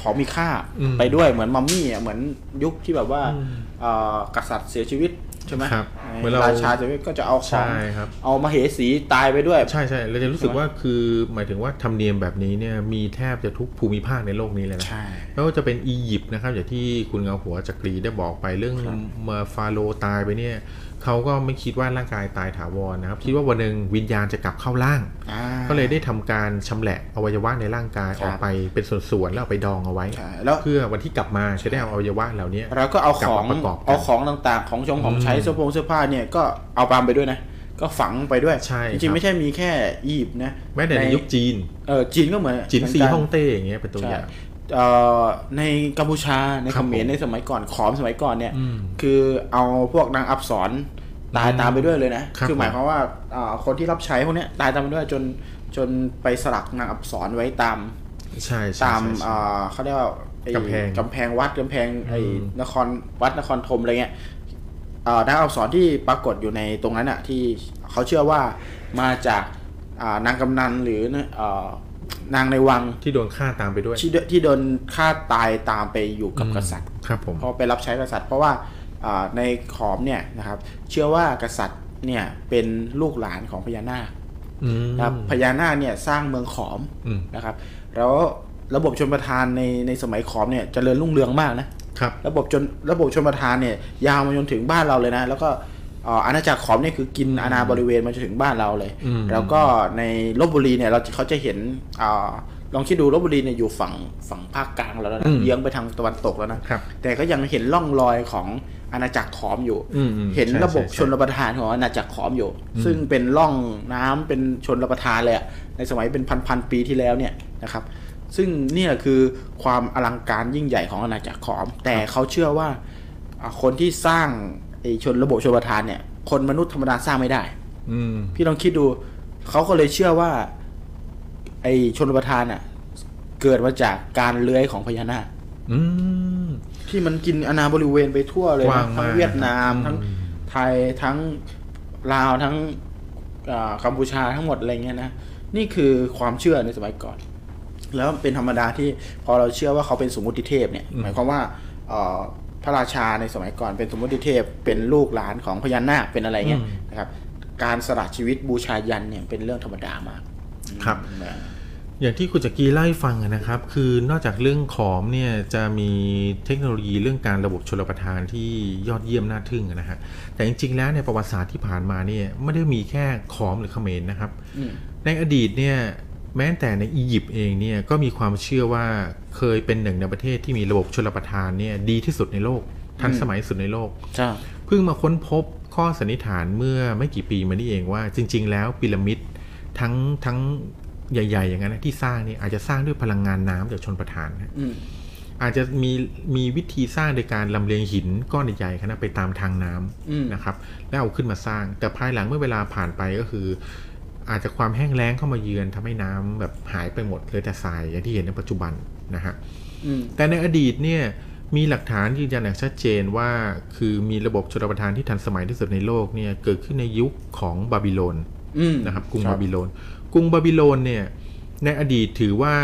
ของมีค่า อืม ไปด้วยเหมือนมัมมี่อ่ะเหมือนยุคที่แบบว่า อืม เอ่อกษัตริย์เสียชีวิตใช่ไหม ครับเหมือน ใน เรา ราชาเสียชีวิตก็จะเอาขอ ใช่ ง ครับ เอามาเหสีตายไปด้วย ใช่ใช่เราจะรู้สึกว่าคือหมายถึงว่าธรรมเนียมแบบนี้เนี่ยมีแทบจะทุกภูมิภาคในโลกนี้เลยนะ ใช่ ไม่ว่าจะเป็นอียิปต์นะครับอย่างที่คุณเงาหัวจักรีได้บอกไปเรื่องเมื่อฟาโรห์ตายไปเนี่ยเขาก็ไม่คิดว่าร่างกายตายถาวรนะครับ คิดว่าวันหนึ่งวิญญาณจะกลับเข้าร่าง อ่า ก็เลยได้ทำการชำแหละอวัยวะในร่างกาย ครับ ออกไปเป็นส่วนๆแล้วเอาไปดองเอาไว้ ใช่แล้ว เพื่อวันที่กลับมาจะได้เอาอวัยวะเหล่านี้ เราก็เอา กลั ข บ อ ม ง ประกอบกั เอา น ของต่างๆ ของชงของใช้ อืม เสื้อผงเสื้อผ้าเนี่ยก็เอาปาล์มไปด้วยนะ ก็ฝังไปด้วย ใช่ จ ครั ริง บ ๆไม่ใช่มีแค่อียิปต์นะ แม้แต่ในยุคจีน เออจีนก็เหมือน จีนซี เหมืกั ฮ่องเต้อย่างเงี้ยเป็นตัวอย่าง ใช่เอ่อในกัมพูชาใน ครั เข บ ม ผ ร ม ในสมัยก่อนขอมสมัยก่อนเนี่ย อืม คือเอาพวกนางอับสรตายตามไปด้วยเลยนะครับ อหมาย ผม ความว่าเอ่อคนที่รับใช้พวกเนี้ยตายตามไปด้วยจนจนไปสลักนางอับสรไว้ตาม ใช่ใช่ ตาม ใช่ใช่ อ่าเขาเรียกว่าไอ้ กำแพง กำแพงวัดกำแพงไอ้ อืม นครวัดนครธมอะไรเงี้ยอ่าดาวอักษรที่ปรากฏอยู่ในตรงนั้นอะที่เขาเชื่อว่ามาจากอ่านางกำนันหรืออ่านางในวัง ที่โดนฆ่าตามไปด้วย ที่โดที่โดนฆ่าตายตามไปอยู่กับกษัตริย์ ครับผม เพราะไปรับใช้กษัตริย์ เพราะว่าอ่าในขอมเนี่ยนะครับเชื่อว่ากษัตริย์เนี่ยเป็นลูกหลานของพญานาค อืม นะครับพญานาคเนี่ยสร้างเมืองขอม อืม นะครับแล้วระบบชนประทานในในสมัยขอมเนี่ยจเจริญรุ่งเรืองมากนะครับ ระบบชนระบบชนประทานเนี่ยยาวมาจนถึงบ้านเราเลยนะ แล้วก็เอ่ออาณาจักรขอมเนี่ยคือกินอาณาบริเวณมาจนถึงบ้านเราเลย อืม แล้วก็ในลบบุรีเนี่ยเราเขาจะเห็นเออลองคิดดูลบบุรีเนี่ยอยู่ฝั่งฝั่งภาคกลางแล้วนะเยื้องไปทางตะวันตกแล้วนะครับ แต่ก็ยังเห็นร่องรอยของอาณาจักรขอมอยู่ อืมอืม เห็น ใช่ ระบบ ใช่ใช่ ชนประทานของอาณาจักรขอมอยู่ ซึ่งเป็นร่องน้ำเป็นชนประทานเลยอะในสมัยเป็นพันพันๆปีที่แล้วเนี่ยนะครับ ซึ่งนี่แหละคือความอลังการยิ่งใหญ่ของอาณาจักรขอม แต่เขาเชื่อว่าอ่าคนที่สร้างไอชนระบบชนประทานเนี่ย คนมนุษย์ธรรมดาสร้างไม่ได้ อืม พี่ลองคิดดูเขาก็เลยเชื่อว่า ไอชนประทานอ่ะเกิดมาจากการเลื้อยของพญานาค อืม ที่มันกินอาณาบริเวณไปทั่วเลย กว้า นะ ง ทั้ง มาก เวียดนาม อืม ทั้งไทยทั้งลาวทั้งอ่ากัมพูชาทั้งหมดอะไรเงี้ยนะนี่คือความเชื่อในสมัยก่อน แล้วเป็นธรรมดาที่พอเราเชื่อว่าเขาเป็นสมมติเทพเนี่ยหมายความว่าเอ่อพระราชาในสมัยก่อนเป็นสมมติเทพ เป็นลูกหลานของพญานาคเป็นอะไรเงี้ยนะครับ การสละชีวิตบูชายันเนี่ยเป็นเรื่องธรรมดามาก ครับ นะ อย่างที่คุณจักรีเล่าให้ฟังอะนะครับ คือนอกจากเรื่องขอมเนี่ยจะมีเทคโนโลยีเรื่องการระบบชลประทานที่ยอดเยี่ยมน่าทึ่งอะนะฮะแต่จริงๆแล้วในยประวัติศาสตร์ที่ผ่านมาเนี่ยไม่ได้มีแค่ขอมหรือเขมรนะครับ อืม ในอดีตเนี่ยแม้แต่ในอียิปต์เองเนี่ยก็มีความเชื่อว่าเคยเป็นหนึ่งในประเทศที่มีระบบชลประทานเนี่ยดีที่สุดในโลก ทันสมัยสุดในโลก ใช่ เพิ่งมาค้นพบข้อสันนิษฐานเมื่อไม่กี่ปีมานี่เองว่า จริง ๆ แล้วพีระมิดทั้งทั้งใหญ่ ๆ อย่างนั้นนะที่สร้างเนี่ยอาจจะสร้างด้วยพลังงานน้ำจากชนประทานนะ อืม อาจจะมีมีวิธีสร้างโดยการลำเลียงหินก้อนใหญ่ๆขนาดไปตามทางอน้ืม ำนะครับ แล้วเอาขึ้นมาสร้าง แต่ภายหลังเมื่อเวลาผ่านไปก็คือ อาจจะความแห้งแล้งเข้ามาเยือนทำให้น้ำแบบหายไปหมดเหลยแต่ทรายอย่างที่เห็นในปัจจุบันนะฮะ อืม แต่ในอดีตเนี่ยมีหลักฐานยืนยันอย่างชัดเจนว่า คือมีระบบชลประทานที่ทันสมัยที่สุดในโลกเนี่ยเกิดขึ้นในยุคของบาบิโลน อืม นะครับกรุง ครับ บาบิโลนกรุงบาบิโลนเนี่ยในอดีตถือว่า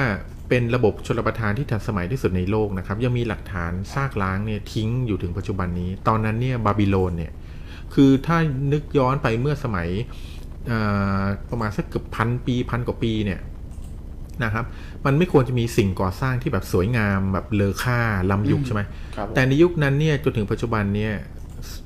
เป็นระบบชลประทานที่ทันสมัยที่สุดในโลกนะครับยังมีหลักฐานซากล้างเนี่ยทิ้งอยู่ถึงปัจจุบันนี้ ตอนนั้นเนี่ยบาบิโลนเนี่ยคือถ้านึกย้อนไปเมื่อสมัยเอ่อประมาณสักเกือบพันปีพันกว่าปีเนี่ย นะครับมันไม่ควรจะมีสิ่งก่อสร้างที่แบบสวยงามแบบเลอค่าล้ำยุคใช่ไหม ครับผม แต่ในยุคนั้นเนี่ยจนถึงปัจจุบันเนี่ย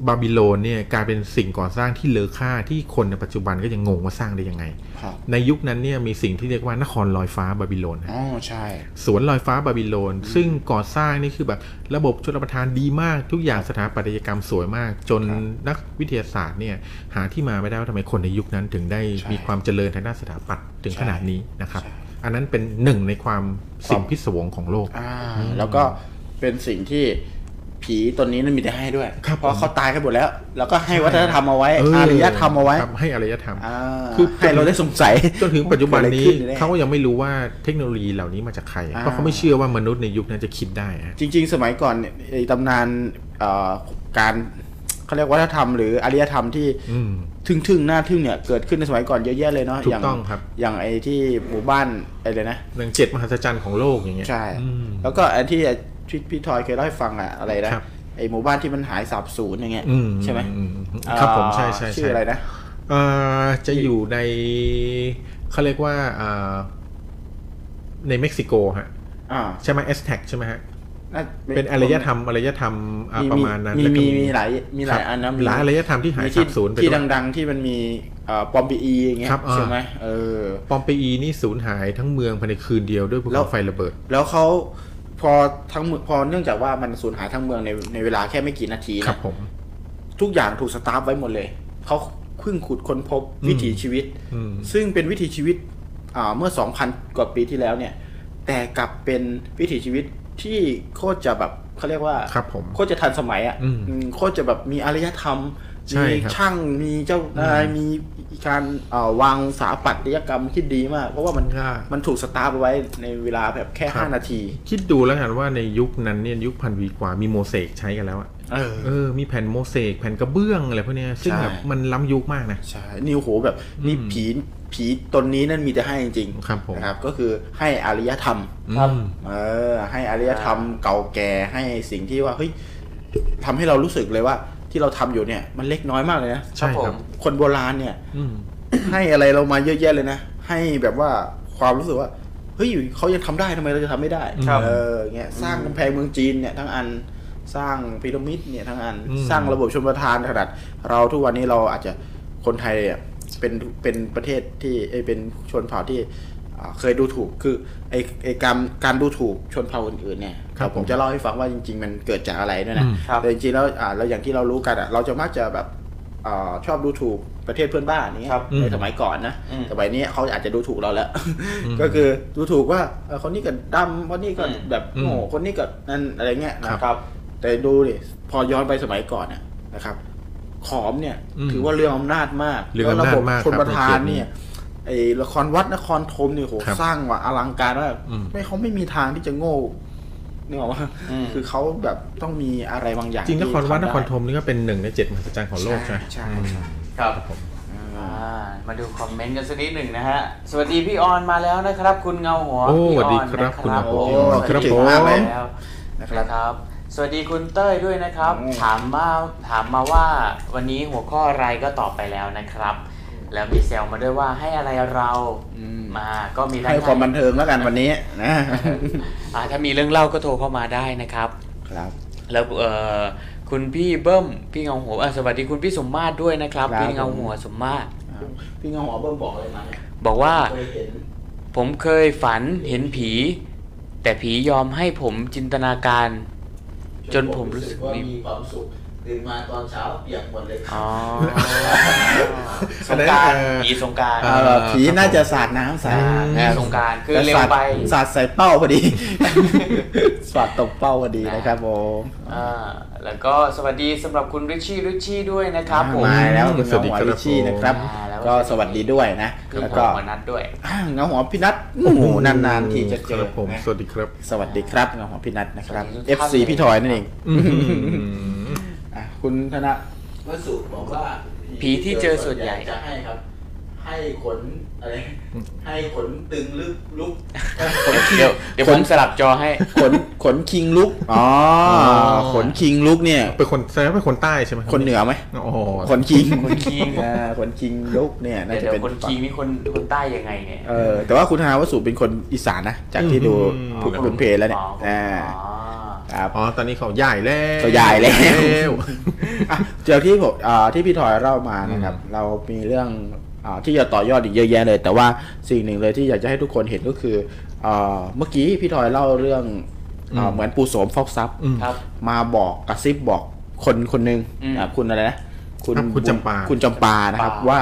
บาบิโลนเนี่ยกลายเป็นสิ่งก่อสร้างที่เลอค่าที่คนในปัจจุบันก็ยังงงว่าสร้างได้ยังไง ครับ ในยุคนั้นเนี่ยมีสิ่งที่เรียกว่านครลอยฟ้าบาบิโลนนะ อ๋อใช่ สวนลอยฟ้าบาบิโลน ซึ่งก่อสร้างนี่คือแบบระบบชลประทานดีมาก ทุกอย่างสถาปัตยกรรมสวยมาก จน ครับ นักวิทยาศาสตร์เนี่ยหาที่มาไม่ได้ว่าทำไมคนในยุคนั้นถึงได้ ใช่ มีความเจริญทางด้านสถาปัตย์ถึง ใช่ ขนาดนี้นะครับ ใช่ อันนั้นเป็นหนึ่งในความสิ่งพิศวงของโลก อ่าแล้วก็เป็นสิ่งที่ผีตนนี้นั้นมีแต่ให้ด้วย ครับ เพราะ ผม เขาตายกันหมดแล้ว แล้วก็ให้วัฒนธรรมเอาไว้ เ อารยธรรมเอาไว้ คบให้อารยธรรม อ่า คือ ให้เราได้สงสัย จนถึงปัจจุบันนี้ เกิดอะไรขึ้แ เขาก็ยังไม่รู้ว่าเทคโนโลยีเหล่านี้มาจากใคร อ่า เพราะเขาไม่เชื่อว่ามนุษย์ในยุคนั้นจะคิดได้ฮะ จริง ๆ สมัยก่อนเนี่ยไอ้ตำนานเอ่อการเขาเรียกวัฒนธรรมหรืออารยธรรมที่ อืม ทึ่งๆหน้าทึ่งเนี่ยเกิดขึ้นในสมัยก่อนเยอะแยะเลยเนาะ ถูก ย่า ต้องครับ อย่างไอ้ที่หมู่บ้านอะไรนะ หนังเจ็ดมหัศจรรย์ของโลกอย่างเงี้ย ใช่ อืม แล้วก็อันที่พี่พี่ทอยเคยเล่าให้ฟังอะอะไรนะครับ ไอหมู่บ้านที่มันหายสาบสูญอย่างเงี้ย อื ใช่ไหม อืครับผมใช่ใช่ อ่า ใช่ ชื่ออะไรนะ เอ่อจะอยู่ในเขาเรียกว่าเอ่อในเม็กซิโกฮะ อ่า ใช่ไหมเอสแท็กใช่ไหมฮะ า เป็นอารยธรรมอารยธรรมอ่ะ มี ประ มี มาณนั้น มี แวก็ มีมีหลายมีหลาย ครับ อันนะมี หลายอารยธรรมที่หาย มี สับสูญไป ที่ ด้วย ดังๆที่มันมีเอ่อปอมปีอีอย่างเงี้ย ครับอ่า ใช่ไหมเออ ปอมเปอีนี่สูญหายทั้งเมืองภายในคืนเดียวด้วยภู แล้ เขา ว ไฟระเบิด แล้วเขาพอทั้งเมืองพอเนื่องจากว่ามันสูญหายทั้งเมืองในในเวลาแค่ไม่กี่นาที ครับ นะ ผม ทุกอย่างถูกสตาร์ฟไว้หมดเลย เขาเพิ่งขุดค้นพบวิถีชีวิต อืม ซึ่งเป็นวิถีชีวิตอ่าเมื่อ 2,000 กว่าปีที่แล้วเนี่ย แต่กลับเป็นวิถีชีวิตที่โคตรจะแบบเขาเรียกว่า ครับผม โคตรจะทันสมัยอะ อืม อืมโคตรจะแบบมีอารยธรรม ใช่ มี ครับ ช่างมีเจ้าอายมีการเอ่อวางสถาปัตยกรรมที่ดีมาก เพราะว่ามันมันถูกสตาร์ฟไว้ในเวลาแบบแค่ 5 นาที คิดดูแล้วกันว่าในยุคนั้นเนี่ยยุคพันปีกว่ามีโมเสกใช้กันแล้วอะ เออ เออมีแผ่นโมเสกแผ่นกระเบื้องอะไรพวกเนี้ยซึ่ง ใช่ แบบมันล้ำยุคมากนะ ใช่นี่โอ้โหแบบนี่ผีผีตนนี้นั่นมีแต่ให้จริงๆ ครับผม นะครับ ก็คือให้อารยธรรม ครับ อืม เออให้อารยธรรมเก่าแก่ให้สิ่งที่ว่าเฮ้ยทำให้เรารู้สึกเลยว่า ที่เราทำอยู่เนี่ยมันเล็กน้อยมากเลยนะ ใช่ครับ คนโบราณเนี่ย อืม ให้อะไรเรามาเยอะแยะเลยนะ ให้แบบว่าความรู้สึกว่าเฮ้ยเขายังทำได้ทำไมเราจะทำไม่ได้ ครับ เออเงี้ยสร้างกำแพงเมืองจีนเนี่ยทั้งอันสร้างพีระมิดเนี่ยทั้งอัน อืม สร้างระบบชมประทานขนาดเราทุกวันนี้เราอาจจะคนไทยอ่ะเป็นเป็นประเทศที่เอ้ยเป็นชนเผ่าที่อ่าเคยดูถูกคือไอไอการการดูถูกชนเผ่าอื่นๆเนี่ย ครับ ผม ผม จะเล่าให้ฟังว่าจริง ๆ มันเกิดจากอะไรด้วยนะ อืม ครับ แต่จริงๆแล้วอ่าเราอย่างที่เรารู้กันอ่ะเราจะมักจะแบบอ่าชอบดูถูกประเทศเพื่อนบ้านอย่างเงี้ย ครับ ในสมัยก่อนนะ อืม สมัยนี้เขาอาจจะดูถูกเราแล้ว ก็คือดูถูกว่าเอ่อคนนี้ก็ดำคนนี้ก็ อืม แบบโง่ อืม คนนี้ก็นั่นอะไรเงี้ยนะครับ แต่ดูดิพอย้อนไปสมัยก่อนน่ะนะครับ ขอมเนี่ย อืม ถือว่าเรื่องอำนาจมาก เรื่องอำนาจ แล้วระบบ มาก ชนประทาคนรับ เนี่ยไอ้ละครวัดนครธมเนี่ยโห ครับ สร้างว่าอลังการมาก อืม ไม่เขาไม่มีทางที่จะโง่นึกออกว่า อืม คือเขาแบบต้องมีอะไรบางอย่าง จริงนครวัดน ที่ ครธมนี่ก็เป็นหนึ่งในเจ็ดมหัศจรรย์ของโลกใช่ไหม ใช่ อืม ใช่ ครับ อ่า อ่ามาดูคอมเมนต์กันสักนิดหนึ่งนะฮะ สวัสดีพี่ออนมาแล้วนะครับ คุณเงาหัว โอ้ พี่ออน สวัสดีครันะบคุณเงาหัว โอ้ พี่ออนคสรับวัสดี ผม มาแล้ว นะครั นะ บ ครับ สวัสดีคุณเต้ยด้วยนะครับ อืม ถามมาถามมาว่าวันนี้หัวข้ออะไรก็ตอบไปแล้วนะครับ แล้วมีเซลมาด้วยว่าให้อะไรเรา อืม มาก็มีทั้ง ให้ความบันเทิงแล้วกันวันนี้นะ อ่าถ้ามีเรื่องเล่าก็โทรเข้ามาได้นะครับ ครับ แล้วเอ่อคุณพี่เบิ้มพี่เงาหัวอ่ะสวัสดีคุณพี่สมมาตรด้วยนะครับ ครับ พี่เงาหัวสมมาตร พี่เงาหอเบิ้มบอกอะไรมาเนี่ย บอกว่า เคยเห็น ผมเคยฝันเห็นผี แต่ผียอมให้ผมจินตนาการ จนผมรู้สึก ว่า มี มีความสุข ตื่นมาตอนเช้าเปียกหมดเลย อ๋อ สงกราร เออ ผีสงกราร เออ ผีน่าจะสาดน้ำสาด อืม สงกรารคือเร็ว แต่สาด ไป สาดใส่เป้าพอดี สาดตกเป้าพอดีนะครับผม อ่าแล้วก็สวัสดีสำหรับคุณริชชี่ริชชี่ด้วยนะครับผม มาแล้วคุณ สวัสเงาดี หัควรับ ลิชชี่นะครับ มาแล้ว ก็สวัสดีด้วยนะ คือ แล้ว ผ ก็ มมานัดด้วย อ่าเงาหัวพี่นัทโอ้โหนานๆทีจะเจ ค อ รับผม นะ สวัสดีครับ สวัสดีครับเงาหัวพี่นัทนะครับ สวัสดีทุกท่าน FC พี่ถอยนั่นเอง อืม อ่ะคุณธนะ วัสดุบอกว่า ผีที่เจอส่วนใหญ่ จะให้ครับ ให้ขนอะไรให้ขนตึงลึกลุก เดี๋ยวเดี๋ยวผมสลับจอให้ ขนขนคิงลุกอ๋ออ อ ขนคิงลุกเนี่ย เป็นคนแสดงว่าเป็นคนใต้ใช่ไหมรับ คนเหนือไหม อ๋อ ขนคิง คนคิง อ่าขนคิงลุกเนี่ยน่า เดี๋ยว จะ เดี๋ย เป็น วคนคีมีคนคนใต้ยังไงเนี่ย เออแต่ว่าคุณธนาวสุเป็นคนอีสานนะจากที่ดูผุดคุณเพลแล้วเนี่ย อ๋ออ อ่า ๋อ ครับ อ๋อตอนนี้เขาใหญ่แล้ว เขาใหญ่แล้ว ใหญ่ว อ่ะเจอที่ผมอ่าที่พี่ถอยเล่ามานะครับ เรามีเรื่องอาที่จะต่อยอดอีกเยอะแยะเลย แต่ว่าสิ่งหนึ่งเลยที่อยากจะให้ทุกคนเห็นก็คืออาเมื่อกี้พี่ถอยเล่าเรื่อง อืม อาเหมือนปูโสมฟอกซับ อืม ครับ มาบอกกระซิบบอกคนคนหนึ่ง อืม อ่ะคุณอะไรนะ ครับคุณจำปา คุณจำปานะครับ จำปา ว่า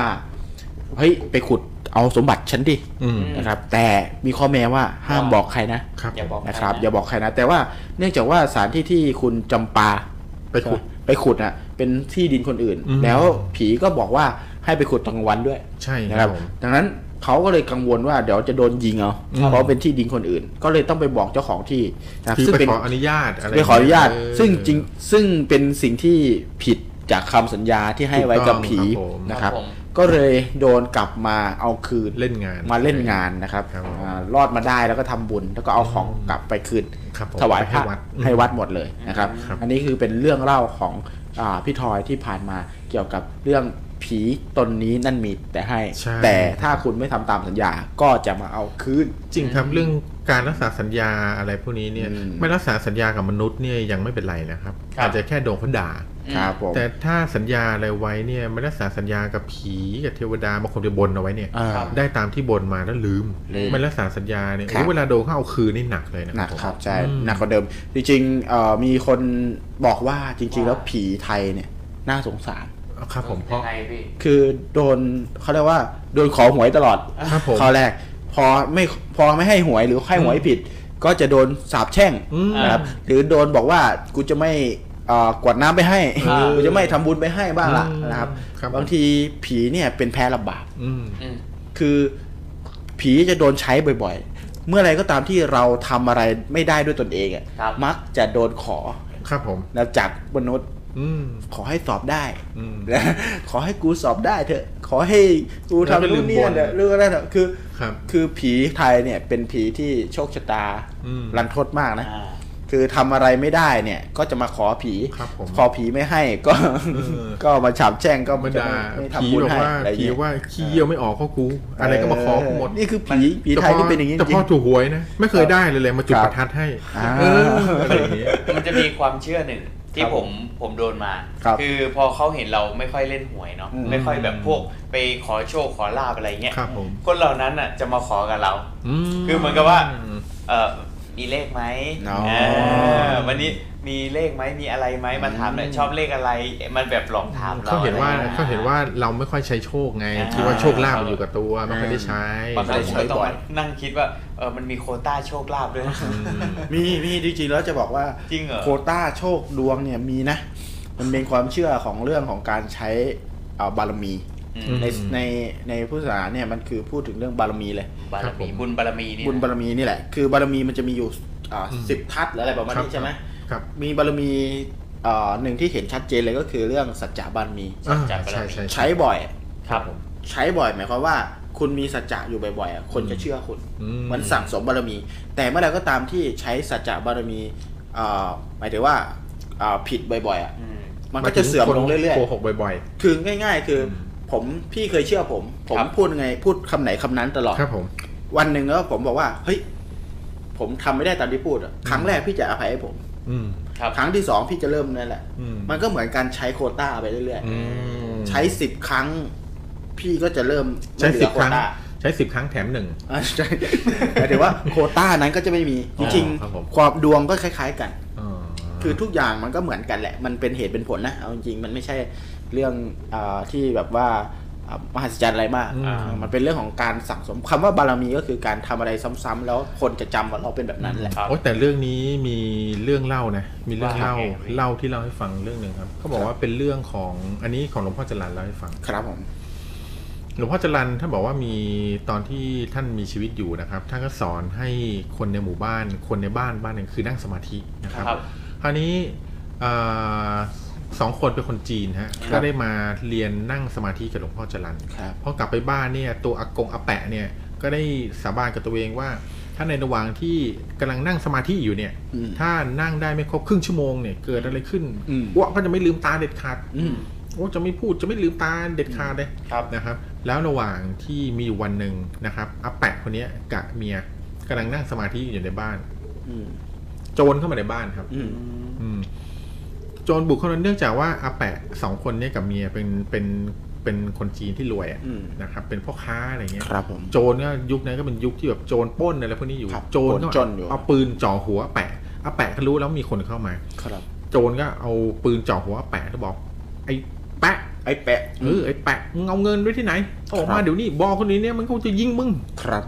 เฮ้ยไปขุดเอาสมบัติฉันดิ อืม นะครับ แต่มีข้อแม้ว่าห้ามบอกใครนะครับ อย่าบอก นะครับ อย่าบอกใครนะ แต่ว่าเนื่องจากว่าสถานที่ที่คุณจำปา ไปขุด ไปขุดอ่ะเป็นที่ดินคนอื่น อืม แล้วผีก็บอกว่าให้ไปขุดตอนกลางวันด้วย ใช่ นะ ค ค รั รั บบ ผม ดังนั้นเขาก็เลยกังวลว่าเดี๋ยวจะโดนยิงเอา ครับ เพราะเป็นที่ดินคนอื่น ก็เลยต้องไปบอกเจ้าของที่นะครับ คือ ซึ่ง ไป เป็น ขออนุญาตอะไร ไปขออนุญาต เ ซึ่งจริงซึ่งเป็นสิ่งที่ผิดจากคำสัญญาที่ให้ไว้กับผี ถูกต้องครับผม นะครับ ก็เลยโดนกลับมาเอาคืน เล่นงาน มาเล่นงานนะครับ ครับผม อ่ารอดมาได้แล้วก็ทำบุญแล้วก็เอาของกลับไปคืน ครับผม ถวายพระ ให้วัดอืม ให้วัดหมดเลยนะครับ ครับ อันนี้คือเป็นเรื่องเล่าของอาพี่ทอยที่ผ่านมาเกี่ยวกับเรื่องผีตนนี้นั่นมีแต่ให้ ใช่ แต่ถ้าคุณไม่ทำตามสัญญาก็จะมาเอาคืน จริงครับเรื่องการรักษาสัญญาอะไรพวกนี้เนี่ย อืม ไม่รักษาสัญญากับมนุษย์เนี่ยยังไม่เป็นไรนะครับ ครับ อาจจะแค่โดนเขาด่า ครับผม แต่ถ้าสัญญาอะไรไว้เนี่ยไม่รักษาสัญญากับผีกับเทวดาบางคนจะบนเอาไว้เนี่ย อ่า ครับ ได้ตามที่บนมาแล้วลืม ลืม ไม่รักษาสัญญาเนี่ย ครับ โอ้เวลาโดนเขาเอาคืนนี่หนักเลยนะ หนักครับใช่ อืม หนักกว่าเดิม จริงๆเอ่อมีคนบอกว่าจริง ๆ แล้วผีไทยเนี่ยน่าสงสาร ครับผมเพ ยั ราะ งไงพี่ คือโดนเขาเรียกว่าโดนขอหวยตลอด ครับผม ข้อแรก พอไม่พอไม่ให้หวยหรือให้หวยผิด ก็จะโดนสาบแช่ง อืม นะครับหรือโดนบอกว่ากูจะไม่เอ่อกวดน้ำไปให้ อ่ากู กูจะไม่ทำบุญไปให้บ้างละ อืม นะครับ ครับ บางทีผีเนี่ยเป็นแพ้รับบาป อืม อืม คือผีจะโดนใช้บ่อยๆ เมื่อไรก็ตามที่เราทำอะไรไม่ได้ด้วยตนเองอะ ครับ มักจะโดนขอ ครับผม นะจากมนุษย์ อืม ขอให้สอบได้ อืม นะขอให้กูสอบได้เถอะ ขอให้กู แล้วก็ ทำ ลื นู่ ม น บ่ นี่ น เนี่ยเรื่องอะไรเถอะคือ ครับ คือผีไทยเนี่ยเป็นผีที่โชคชะตา อืม รันทดมากนะ อ่า คือทำอะไรไม่ได้เนี่ย ก็จะมาขอผี ครับผม ขอผีไม่ให้ ก็ เออ ก็มาฉาบแช่งก็ บรร จะ ดา ไม่ ผี ทำบุญ บอก ให้ ว่า อะไรอย่ง ผี เงี้ย ว่าขี้เยี่ยวไม่ออกก็กู อะไรก็มาขอกูหมด เนี่คือผีผีไทยที่เป็นอย่างนี้จ แต่ ริ พ่อง ถูกหวยนะ ไม่เคยได้เลยเลยมาจุด ครับ ประทัดให้ อ่า เอออะไรอย่างเงี้ย มันจะมีความเชื่อหนึ่งที่ ครับ ผมผมโดนมา ครับ อพอเขาเห็นเราไม่ค่อยเล่นหวยเนาะ อืม ไม่ค่อยแบบพวกไปขอโชคขอลาบอะไรเงี้ย ครับผม คนเหล่านั้นอ่ะจะมาขอกับเรา ม คือเหมือนกับว่า เออมีเลขไหม อ๋อ เออวันนี้มีเลขไหมมีอะไรไหมมาถามหน่อยชอบเลขอะไร มันแบบหลอกถามเรา เขาเห็นว่า อะไรงี้ย เขาเห็นว่าเราไม่ค่อยใช้โชคไง อ่า คิดว่าโชคลาภมันอยู่กับตัวไม่ค่อยได้ใช้ บางครั้งผมก็ต้อง บ่อมายนั่งคิดว่าเออมันมีโควต้าโชคลาภด้วยนะ อืม มีมีจริงๆแล้วจะบอกว่า จริงเหรอ โควต้าโชคดวงเนี่ยมีนะ มันเป็นความเชื่อของเรื่องของการใช้เอ่อบารมี อื อื ม ม ในในในพุทธศาสนาเนี่ยมันคือพูดถึงเรื่องบารมีเลย บาร ครับผ มี ม บุญบารมีนี่นะ บุญบารมีนี่แหละ คือบารมีมันจะมีอยู่อ่า อืม สิบทัศน์หรืออะไรประมาณ ครับ นี้ใช่ไหม ครับ มีบารมีอ่าหนึ่งที่เห็นชัดเจนเลยก็คือเรื่องสัจจะบารมี อ่า จัดไปแล้ว ใช่ใช่ ใช้บ่อย ครับ ใช้บ่อยหมายความว่า คุณมีสัจจะอยู่บ่อยๆอ่ะคนจะเชื่อคุณ อื เหมันสั่งสมบารมี แต่เมื่อไหรก็ตามที่ใช้สัจจะบารมีอ่าหมายถึงว่าอ่าผิดบ่อยๆอ่ะ อืม มันก็จะเสื่อมลงเรื่อย โก ๆ หกบ่อย คือง่าย ๆ คืออ ม ผมพี่เคยเชื่อผม ผม ครับ พูดไงพูดคำไหนคำนั้นตลอด ๆ ครับผม วันหนึ่งแล้วผมบอกว่า เฮ้ย ผมทำไม่ได้ตามที่พูดอะครั้งแรกพี่จะอภัยให้ผม อืม ครับ ครั้งที่สองพี่จะเริ่มนั่นแหละ อืม มันก็เหมือนการใช้โควต้าไปเรื่อย อืม ๆ ใช้สิบครั้ง พี่ก็จะเริ่ม ใช้ ไม่เหลื สิบ อโว ครั้ง ต้า ใช้สิบครั้งแถมหนึ่ง อ่าใช่หมายถึงว่าโควต้านั้นก็จะไม่มี จริง ครับผม ๆความดวงก็คล้าย ๆ กัน อ๋อ คือทุกอย่างมันก็เหมือนกันแหละ มันเป็นเหตุเป็นผลนะ เอาจริงๆมันไม่ใช่เรื่องอาที่แบบว่าอ่ามหัศจรรย์อะไรมาก อ่า เออมันเป็นเรื่องของการสั่งสมคำว่าบารมีก็คือการทำอะไรซ้ำๆแล้วคนจะจำว่าเราเป็นแบบนั้นแหละ โอ้แต่เรื่องนี้มีเรื่องเล่านะ มีเรื่องเล่า ว่าไง เล่าที่เล่าให้ฟังเรื่องหนึ่งครับเขาบอกว่าเป็นเรื่องของอันนี้ของหลวงพ่อจรันเล่าให้ฟัง ครับผม หลวงพ่อจรันท่านบอกว่ามีตอนที่ท่านมีชีวิตอยู่นะครับท่านก็สอนให้คนในหมู่บ้าน คนในบ้านบ้านหนึ่งคือนั่งสมาธินะครับ ครับ คราวนี้เอ่อสองคนเป็นคนจีนฮะก็ได้มาเรียนนั่งสมาธิกับหลวงพ่อจรัน ครับ พอกลับไปบ้านเนี่ยตัวอากงอาแปะเนี่ยก็ได้สาบานกับตัวเองว่า ถ้าในระหว่างที่กำลังนั่งสมาธิอยู่เนี่ย อืม ถ้านั่งได้ไม่ครบครึ่งชั่วโมงเนี่ยเกิดอะไรขึ้น อืม อ้วกก็จะไม่ลืมตาเด็ดขาด อืม อ้วกจะไม่พูดจะไม่ลืมตาเด็ดขาดเลย ครับ นะครับ แล้วระหว่างที่มีอยู่วันหนึ่งนะครับอาแปะคนเนี้ยกับเมียกำลังนั่งสมาธิอยู่ในบ้าน อืม โจรเข้ามาในบ้านครับ อืม อืมโจรบุกเข้ามาเนื่องจากว่าอาแปะสองคนเนี่ยกับเมียเป็นเป็นเป็นคนจีนที่รวยอะ อืม นะครับเป็นพ่อค้าอะไรเงี้ย ครับผม โจรก็ยุคนั้นก็เป็นยุคที่แบบโจรปล้นอะไรพวกนี้อยู่ ครับ โจรก็ ปล้นจนอยู่ เอาปืนจ่อหัวอาแปะอาแปะก็รู้แล้วมีคนเข้ามา ครับ โจรก็เอาปืนจ่อหัวอาแปะแล้วบอก ไอ้แปะ ไอ้แปะ เออไอ้แปะมึงเอาเงินไว้ที่ไหนออก ครั มา บ เดี๋ยวนี้บอกคนนี้เนี่ยมันก็จะยิงมึง ครับ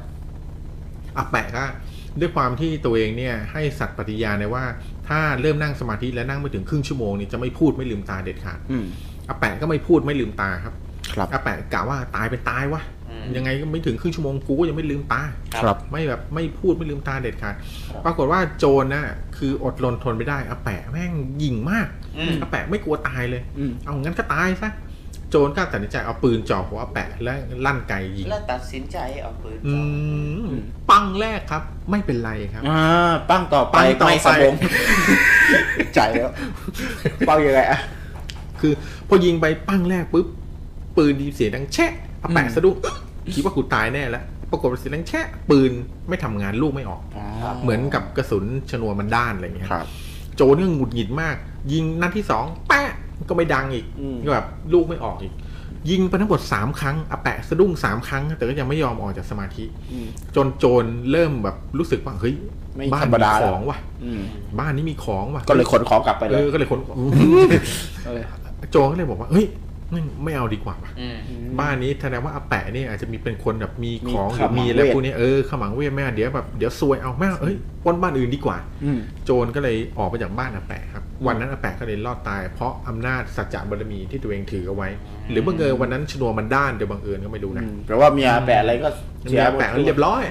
อาแปะก็ด้วยความที่ตัวเองเนี่ยให้สัตย์ปฏิญาณเลยว่า ถ้าเริ่มนั่งสมาธิและนั่งไม่ถึงครึ่งชั่วโมงเนี่ยจะไม่พูดไม่ลืมตาเด็ดขาด อืม อาแปะก็ไม่พูดไม่ลืมตาครับ ครับ อาแปะกะว่าตายเป็นตายวะ อืม ยังไงก็ไม่ถึงครึ่งชั่วโมงกูก็ยังไม่ลืมตา ครับ ไม่แบบไม่พูดไม่ลืมตาเด็ดขาดปรากฏว่าโจรนะคืออดรนทนไม่ได้อาแปะแม่งยิงมาก อืม อาแปะไม่กลัวตายเลย อืม เอางั้นก็ตายซะโจรก็ตัดสินใจเอาปืนจ่อหัวอาแปะและลั่นไกยิง แล้วตัดสินใจเอาปืน อื จ่อ มปังแรกครับ ไม่เป็นไรครับ อ่าปั้งต่อไป ปั้งต่อไป ไม่สะบง ใจแล้วปั้งยังไงอะ คือพอยิงไปปังแรกปุ๊บปืนดีเสียงดังแชะอาแปะ อืม สะดุ้งอึ๊ะคิดว่ากูตายแน่แล้วปรากฏว่าเสียงดังแชะปืนไม่ทำงานลูกไม่ออก เหมือนกับกระสุนชนวนมันด้านอะไรอย่างเงี้ย ครับ โจรก็หงุดหงิดมาก ยิงนัดที่สองแปะก็ไม่ดังอีก อืม ก็แบบลูกไม่ออกอีก ยิงไปทั้งหมดสามครั้งอาแปะสะดุ้งสามครั้ง แต่ก็ยังไม่ยอมออกจากสมาธิ อืม จนโจรเริ่มแบบรู้สึกว่าเฮ้ย ไม่ บ้าน ธรรม มี ดา ของว่ะ อืม บ้านนี้มีของว่ะ ก็เลยขนของกลับไปเล เอย อก็เลยคน เออ โจรก็เลยบอกว่าเฮ้ยนั่นไม่เอาดีกว่าว่ะ อืม บ้านนี้แสดงว่าอาแปะเนี่ยอาจจะมีเป็นคนแบบมีของมีขหรือ มัง มีอะไร เวท พวกนี้เออขมังเวทแม่เดี๋ยวแบบเดี๋ยวซวยเอาแม่เอาเอ้ยปล้นบ้านอื่นดีกว่า อืม โจรก็เลยออกไปจากบ้านอาแปะครับ วันนั้นอาแปะก็เลยรอดตาย เพราะอำนาจสัจจะบารมีที่ตัวเองถือเอาไว้ หรือบังเอิญวันนั้นชนวนมันด้านเดี๋ยวบังเอิญก็ไม่รู้นะ แปลว่าเมียแปะอะไรก็ เมียอาแปะก็เรียบร้อย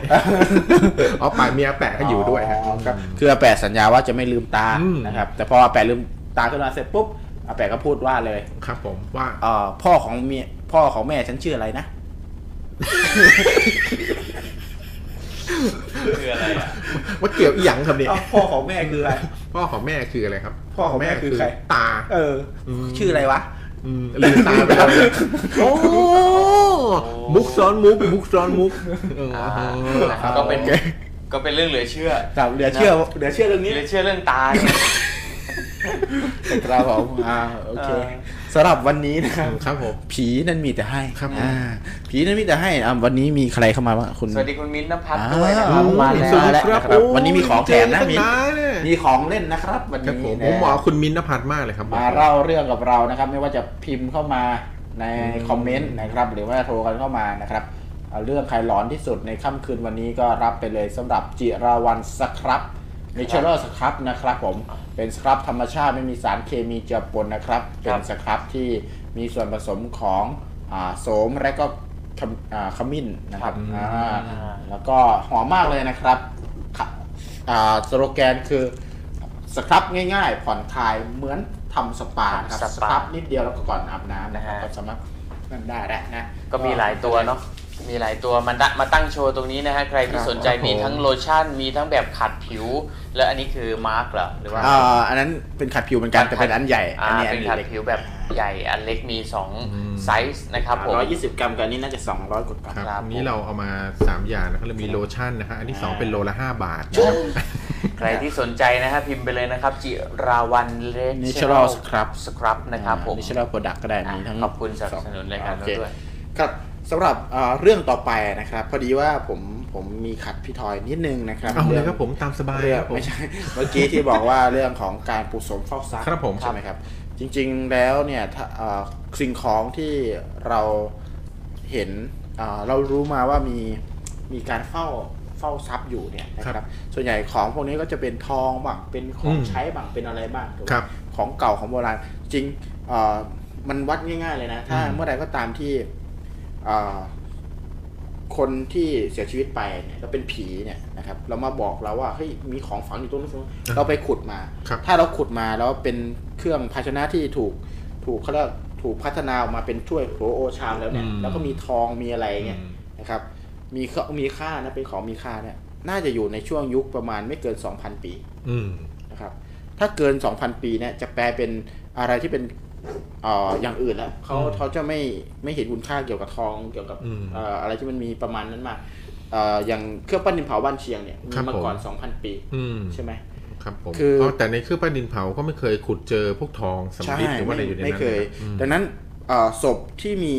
อ๋อป่าเมียอาแปะก็อยู่ด้วยฮะ ครับคืออาแปะสัญญาว่าจะไม่ลืมตา อืม นะครับ แต่พออาแปะลืมตาขึ้นมาเสร็จปุ๊บอาแปะก็พูดว่าเลย ครับผมว่า เอ่อพ่อของเมียพ่อของแม่ฉันชื่ออะไรนะ คืออะไรอ่ะ ว่าเกี่ยวอีหยังครับเนี่ย เอ้าพ่อของแม่คืออะไร พ่อของแม่คืออะไรครับ พ่อของแม่คือใคร ตา เออ ชื่ออะไรวะ อืมลืมตาไปแล้วเนี่ยโอ้มุกซ้อนมุกมุกซ้อนมุกเออ อ่า ครับ ก็เป็นก็เป็นเรื่องเหลือเชื่อ ครับเหลือเชื่อเหลือเชื่อเรื่องนี้ เหลือเชื่อเรื่องตาเนี่ย ครับผมอ่าโอเค เออ สำหรับวันนี้นะครับ ครับผม ผีนั้นมีแต่ให้ ครับผม อ่าผีนั้นมีแต่ให้อ่าวันนี้มีใครเข้ามาบ้างคุณ สวัสดีคุณมิ้นท์นภัทรด้วยนะครับ อ่ มา แล้ แล้วว สสดี นะครับ โ วันนี้มีของแถมนะ เจ มี ตั้งาเนี่ย มีของเล่นนะครับ วัน ครับผ นี้ ม นะ ผมบอกว่าคุณมิ้นท์นภัสมากเลยครับ มา บอกเลย เล่าเรื่องกับเรานะครับ ไม่ว่าจะพิมพ์เข้ามาในคอมเมนต์นะครับ หรือว่าโทรกันเข้ามานะครับเอาเรื่องใครหลอนที่สุดในค่ำคืนวันนี้ก็รับไปเลยสำหรับจิราวันสครับเนเชอรัลสครับนะครับผมเป็นสครับธรรมชาติไม่มีสารเคมีเจือปนนะครับคเป็รั น บ สครับที่มีส่วนผสมของอาโสมและก็ขมอ่าขมิ้นนะครับอ่าแล้วก็หอมมากเลยนะครับค่ะอ่าสโลแกนคือ สครับง่ายๆ ผ่อนคลายเหมือนทำสปานะครับ สปา สครับนิดเดียวแล้วก็ก่อนอาบน้ำนะครับ นะฮะ ก็สามารถนั่นได้แหละนะ ก็มีหลายตัวเนาะ มีหลายตัวมาดะมาตั้งโชว์ตรงนี้นะฮะ ใครที่สนใจมีทั้งโลชั่น มีทั้งแบบขัดผิว แล้วอันนี้คือมาร์กเหรอ หรือว่า เอ่ออันนั้นเป็นขัดผิวเหมือนกันแต่เป็นอันใหญ่ อ่า อันนี้อั เป็น นขัด เล็ก ผิวแบบใหญ่ อันเล็กมี2ไซส์นะครับผม ร้อยยี่สิบกรัมกับอันนี้น่าจะสองร้อยกว่ากรัม ครับ ครับ วันนี้เราเอามา 3 อย่างนะครับเรามีโลชั่นนะฮะอันที่ 2 เป็นโลละ 5 บาทนะครับ ใครที่สนใจนะฮะพิมพ์ไปเลยนะครับ จิราวันเล นิชรัลสครับ สครับนะครับผม นิชรัลโปรดักก็ได้มีทั้ง ขอบคุณสนับสนุนรายการ โอ เรา เค ด้วย ครับสำหรับเอ่อเรื่องต่อไปนะครับ พอดีว่าผม ผมมีขัดพี่ทอยนิดนึงนะครับ เอาเลย ง ครับผมตามสบาย เรื่อ ค ง รับผม ไม่ใช่ เมื่อกี้ที่บอกว่าเรื่องของการปลูกสมฟอกซัก ครับผม ใช่ไหมครับ จริงๆแล้วเนี่ยถ้าเอ่อสิ่งของที่เราเห็นเอ่อเรารู้มาว่ามีมีการเฝ้าเฝ้าทรัพย์อยู่เนี่ยนะค ครั รั บบ ส่วนใหญ่ของพวกนี้ก็จะเป็นทองบ้างเป็นของ อืม ใช้บ้างเป็นอะไรบ้างถูกไหม ครับ ของเก่าของโบราณจริงเอ่อมันวัดง่าย ๆ เลยนะ ถ้า อืม เมื่อใดก็ตามที่เอ่อคนที่เสียชีวิตไปเนี่ยแล้วเป็นผีเนี่ยนะครับ เรามาบอกเราว่าเฮ้ยมีของฝังอยู่ตรงนู้นตรงนี้นเราไปขุดมา ครับ ถ้าเราขุดมาแล้วเป็นเครื่องภาชนะที่ถูกถูกเขาเรียกถูกพัฒนาออกมาเป็นถ้วยโถโอชามแล้วเนี่ย อืม แล้วก็มีทองมีอะไร อื เนี่ย ม นะครับ มีเขามีค่านะเป็นของมีค่าเนี่ย น่าจะอยู่ในช่วงยุคประมาณไม่เกินสองพันปี อืม นะครับถ้าเกิน 2,000 ปีเนี่ยจะแปลเป็นอะไรที่เป็นเอ่ออย่างอื่นแล้วเขา อืม เขาจะไม่ไม่เห็นคุณค่าเกี่ยวกับทองเกี่ยวกับ อืม เอ่ออะไรที่มันมีประมาณนั้นมากเอ่ออย่างเครื่องปั้นดินเผาบ้านเชียงเนี่ยมี ครับ มาก่อน ผม 2,000 ปี อืม ใช่ไหม ครับผม คืออ๋ อแต่ในเครื่องปั้นดินเผาก็ไม่เคยขุดเจอพวกทองสำริดหรือว่าอะไรอยู่ในนั้น ไม่เคย ลนะอืม ดังนั้นเอ่อศพที่มี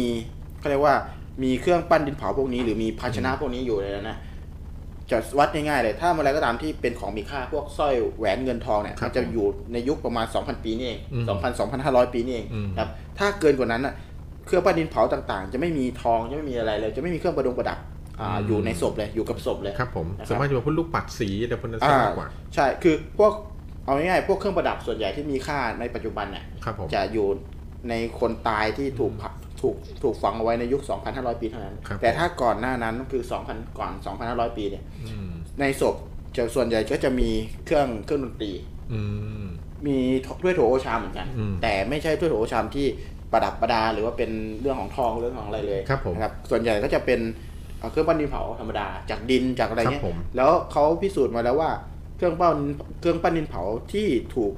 เขาเรียกว่ามีเครื่องปั้นดินเผาพวกนี้ หรือมีภาชนะพวกนี้อยู่เลยนะจะวัดง่ายๆเลย ถ้าอะไรก็ตามที่เป็นของมีค่าพวกสร้อยแหวนเงินทองเนี่ย ครับ มันจะอยู่ในยุคประมาณ 2,000 ปีนี่เอง อืม 2,000 2,500 ปีนี่เอง อืม ครับถ้าเกินกว่านั้นน่ะเครื่องปั้นดินเผาต่างๆ จะไม่มีทองจะไม่มีอะไรเลย จะไม่มีเครื่องประดงประดับอ่าอยู่ในศพเลยอยู่กับศพเลย ครับผม นะครับ สามารถจะมาพูดลูกปัดสีแต่พวกนั้นจะมากกว่า ใช่คือพวกเอาง่ายๆพวกเครื่องประดับส่วนใหญ่ที่มีค่าในปัจจุบันเนี่ย ครับผม จะอยู่ในคนตายที่ถูกเผาถูกถูกฝังเอาไว้ในยุค 2,500 ปีเท่านั้น ครับ แต่ถ้าก่อนหน้านั้นก็คือ 2,000 ก่อน 2,500 ปีเนี่ย อืม ในศพจะส่วนใหญ่ก็จะมีเครื่องเครื่องดนตรี อืม มีถ้วยโถโอชามเหมือนกัน อืม แต่ไม่ใช่ถ้วยโถโอชามที่ประดับประดาหรือว่าเป็นเรื่องของทองเรื่องของอะไรเลย ครับผม นะครับส่วนใหญ่ก็จะเป็นเอ่อเครื่องปั้นดินเผาธรรมดา จากดินจากอะไรเงี้คยรับผม แล้วเขาพิสูจน์มาแล้วว่าเครื่องปั้นเครื่องปั้นดินเผาที่ถูก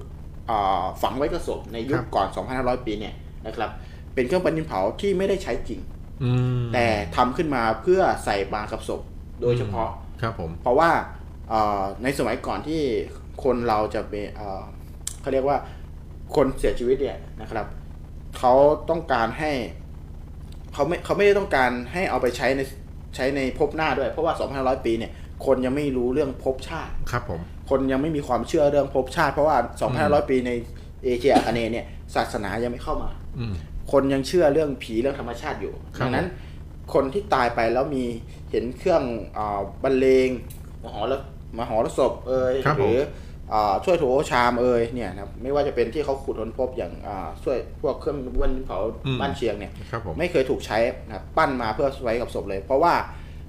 เอ่อฝังไว้กับศพในยุคก่อน 2,500 ปีเนี่ยนะครับเป็นเครื่องปั้นดินเผาที่ไม่ได้ใช้จริง อืม แต่ทำขึ้นมาเพื่อใส่มากับศพโดยเฉพาะ ครับผม เพราะว่าเอ่อในสมัยก่อนที่คนเราจะไปเอ่อเขาเรียกว่าคนเสียชีวิตเนี่ยนะครับเขาต้องการให้เขาไม่เขาไม่ได้ต้องการให้เอาไปใช้ในใช้ในภพหน้าด้วย เพราะว่า 2,500 ปีเนี่ยคนยังไม่รู้เรื่องภพชาติ ครับผม คนยังไม่มีความเชื่อเรื่องภพชาติ เพราะว่า 2,500 ปีในเอเชียอาคเนย์เนี่ยศาสนายังไม่เข้ามา อืม คนยังเชื่อเรื่องผีเรื่องธรรมชาติอยู่ ครับ ดังนั้นคนที่ตายไปแล้วมีเห็นเครื่องอาบรรเลงมหรสมหรสพเอ่ย ครับ ห ผม รืออาช่วยโถชามเอ่ยเนี่ยนะครับไม่ว่าจะเป็นที่เขาขุดค้นพบอย่างอ่าช่วยพวกเครื่องวันเผา อืม บ้านเชียงเนี่ย ครับผม ไม่เคยถูกใช้นะครับปั้นมาเพื่อไว้กับศพเลย เพราะว่า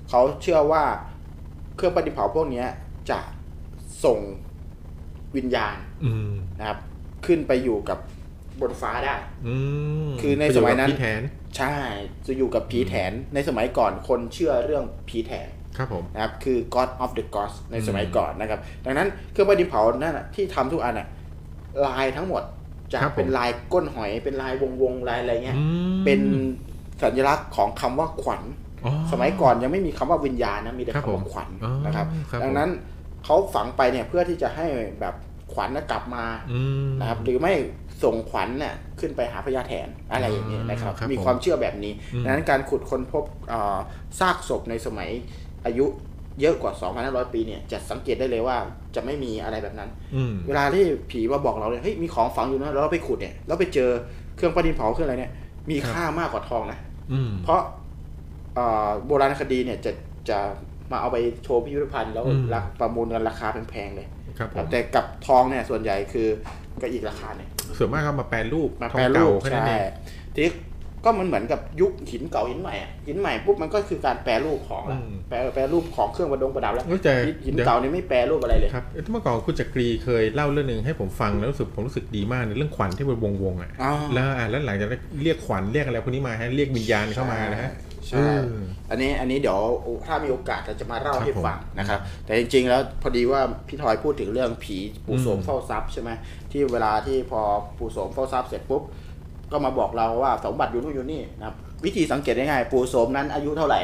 เขาเชื่อว่าเครื่องปั้นดินเผาพวกเนี้ยจะส่งวิญญาณ อืม นะครับขึ้นไปอยู่กับบนฟ้าได้ อืม คือในสมัยนั้น ประโกับพี่แทน ใช่จะอยู่กับผีแถนในสมัยก่อนคนเชื่อเรื่องผีแถน ครับผม นะครับคือ God of the Gods ในสมัยก่อนนะครับ ดังนั้นเครื่องประดิษฐ์เผานั่นนะที่ทำทุกอันน่ะลายทั้งหมดจะ ครับผม เป็นลายก้นหอย เป็นลายวงๆลายอะไรเงี้ย อืม เป็นสัญลักษณ์ของคำว่าขวัญ อ๋อ สมัยก่อนยังไม่มีคำว่าวิญญาณนะมีแต่ ครับ คำ ผม ว่าขวัญ อ๋อ นะครับ ครับผม ดังนั้นเขาฝังไปเนี่ยเพื่อที่จะให้แบบขวัญน่ะกลับมา อืม นะครับหรือไม่ส่งขวัญน่ะขึ้นไปหาพญาแถนอะไรอย่างนี้นะครับ ครับ มี ผม ความเชื่อแบบนี้ อืม ดังนั้นการขุดค้นพบเอ่อซากศพในสมัยอายุเยอะกว่า 2,500 ปีเนี่ยจะสังเกตได้เลยว่าจะไม่มีอะไรแบบนั้น อืม เวลาที่ผีมาบอกเราเนี่ยเฮ้ยมีของฝังอยู่นะแล้วเราไปขุดเนี่ยแล้วไปเจอเครื่องประดินเผาเครื่องอะไรเนี่ยมี ครับ ค่ามากกว่าทองนะ อืม เพราะเอ่อโบราณคดีเนี่ยจะจะมาเอาไปโชว์พิพิธภัณฑ์แล้ว อืม ราคาประมูลกันราคาแพงๆเลย ครับผ ครับ ม แต่กับทองเนี่ยส่วนใหญ่คือก็อีกราคาเนี่ย ส่วนมากก็มาแปลรูป มา ทอ แปรง รู เก่า ป แค่นั้ ใช่ นเอง ทีนี้ก็มันเหมือนกับยุคหินเก่าหินใหม่อะหินใหม่ปุ๊บมันก็คือการแปรรูปของละแปรแปรรูปของเครื่องประดงประดับแล้ว ก็จะ หิน เดี๋ยว เก่านี่ไม่แปรรูปอะไรเลย ครับเอ้ยเมื่อก่อนคุณจักรีเคยเล่าเรื่องหนึ่งให้ผมฟังแล้วรู้สึกผมรู้สึกดีมากในเรื่องขวัญที่เป็นวงวงๆอ่ะ อ๋อ แล้วอ่ะแล้วหลังจากนั้นเรียกขวัญเรียกอะไรพวกนี้มาฮะเรียกวิญญาณเข้ามานะฮะ ใช่ เออ อันนี้อันนี้เดี๋ยวถ้ามีโอกาสเราจะมาเล่า ครับ ให้ฟังนะครับ แต่จริงๆแล้วพอดีว่าพี่ทอยพูดถึงเรื่องผีปู่โสม อืม เฝ้าทรัพย์ใช่ไหมที่เวลาที่พอปู่โสมเฝ้าทรัพย์เสร็จปุ๊บก็มาบอกเราว่าสมบัติอยู่นู่นอยู่นี่นะครับวิธีสังเกตง่ายๆปู่โสมนั้นอายุเท่าไหร่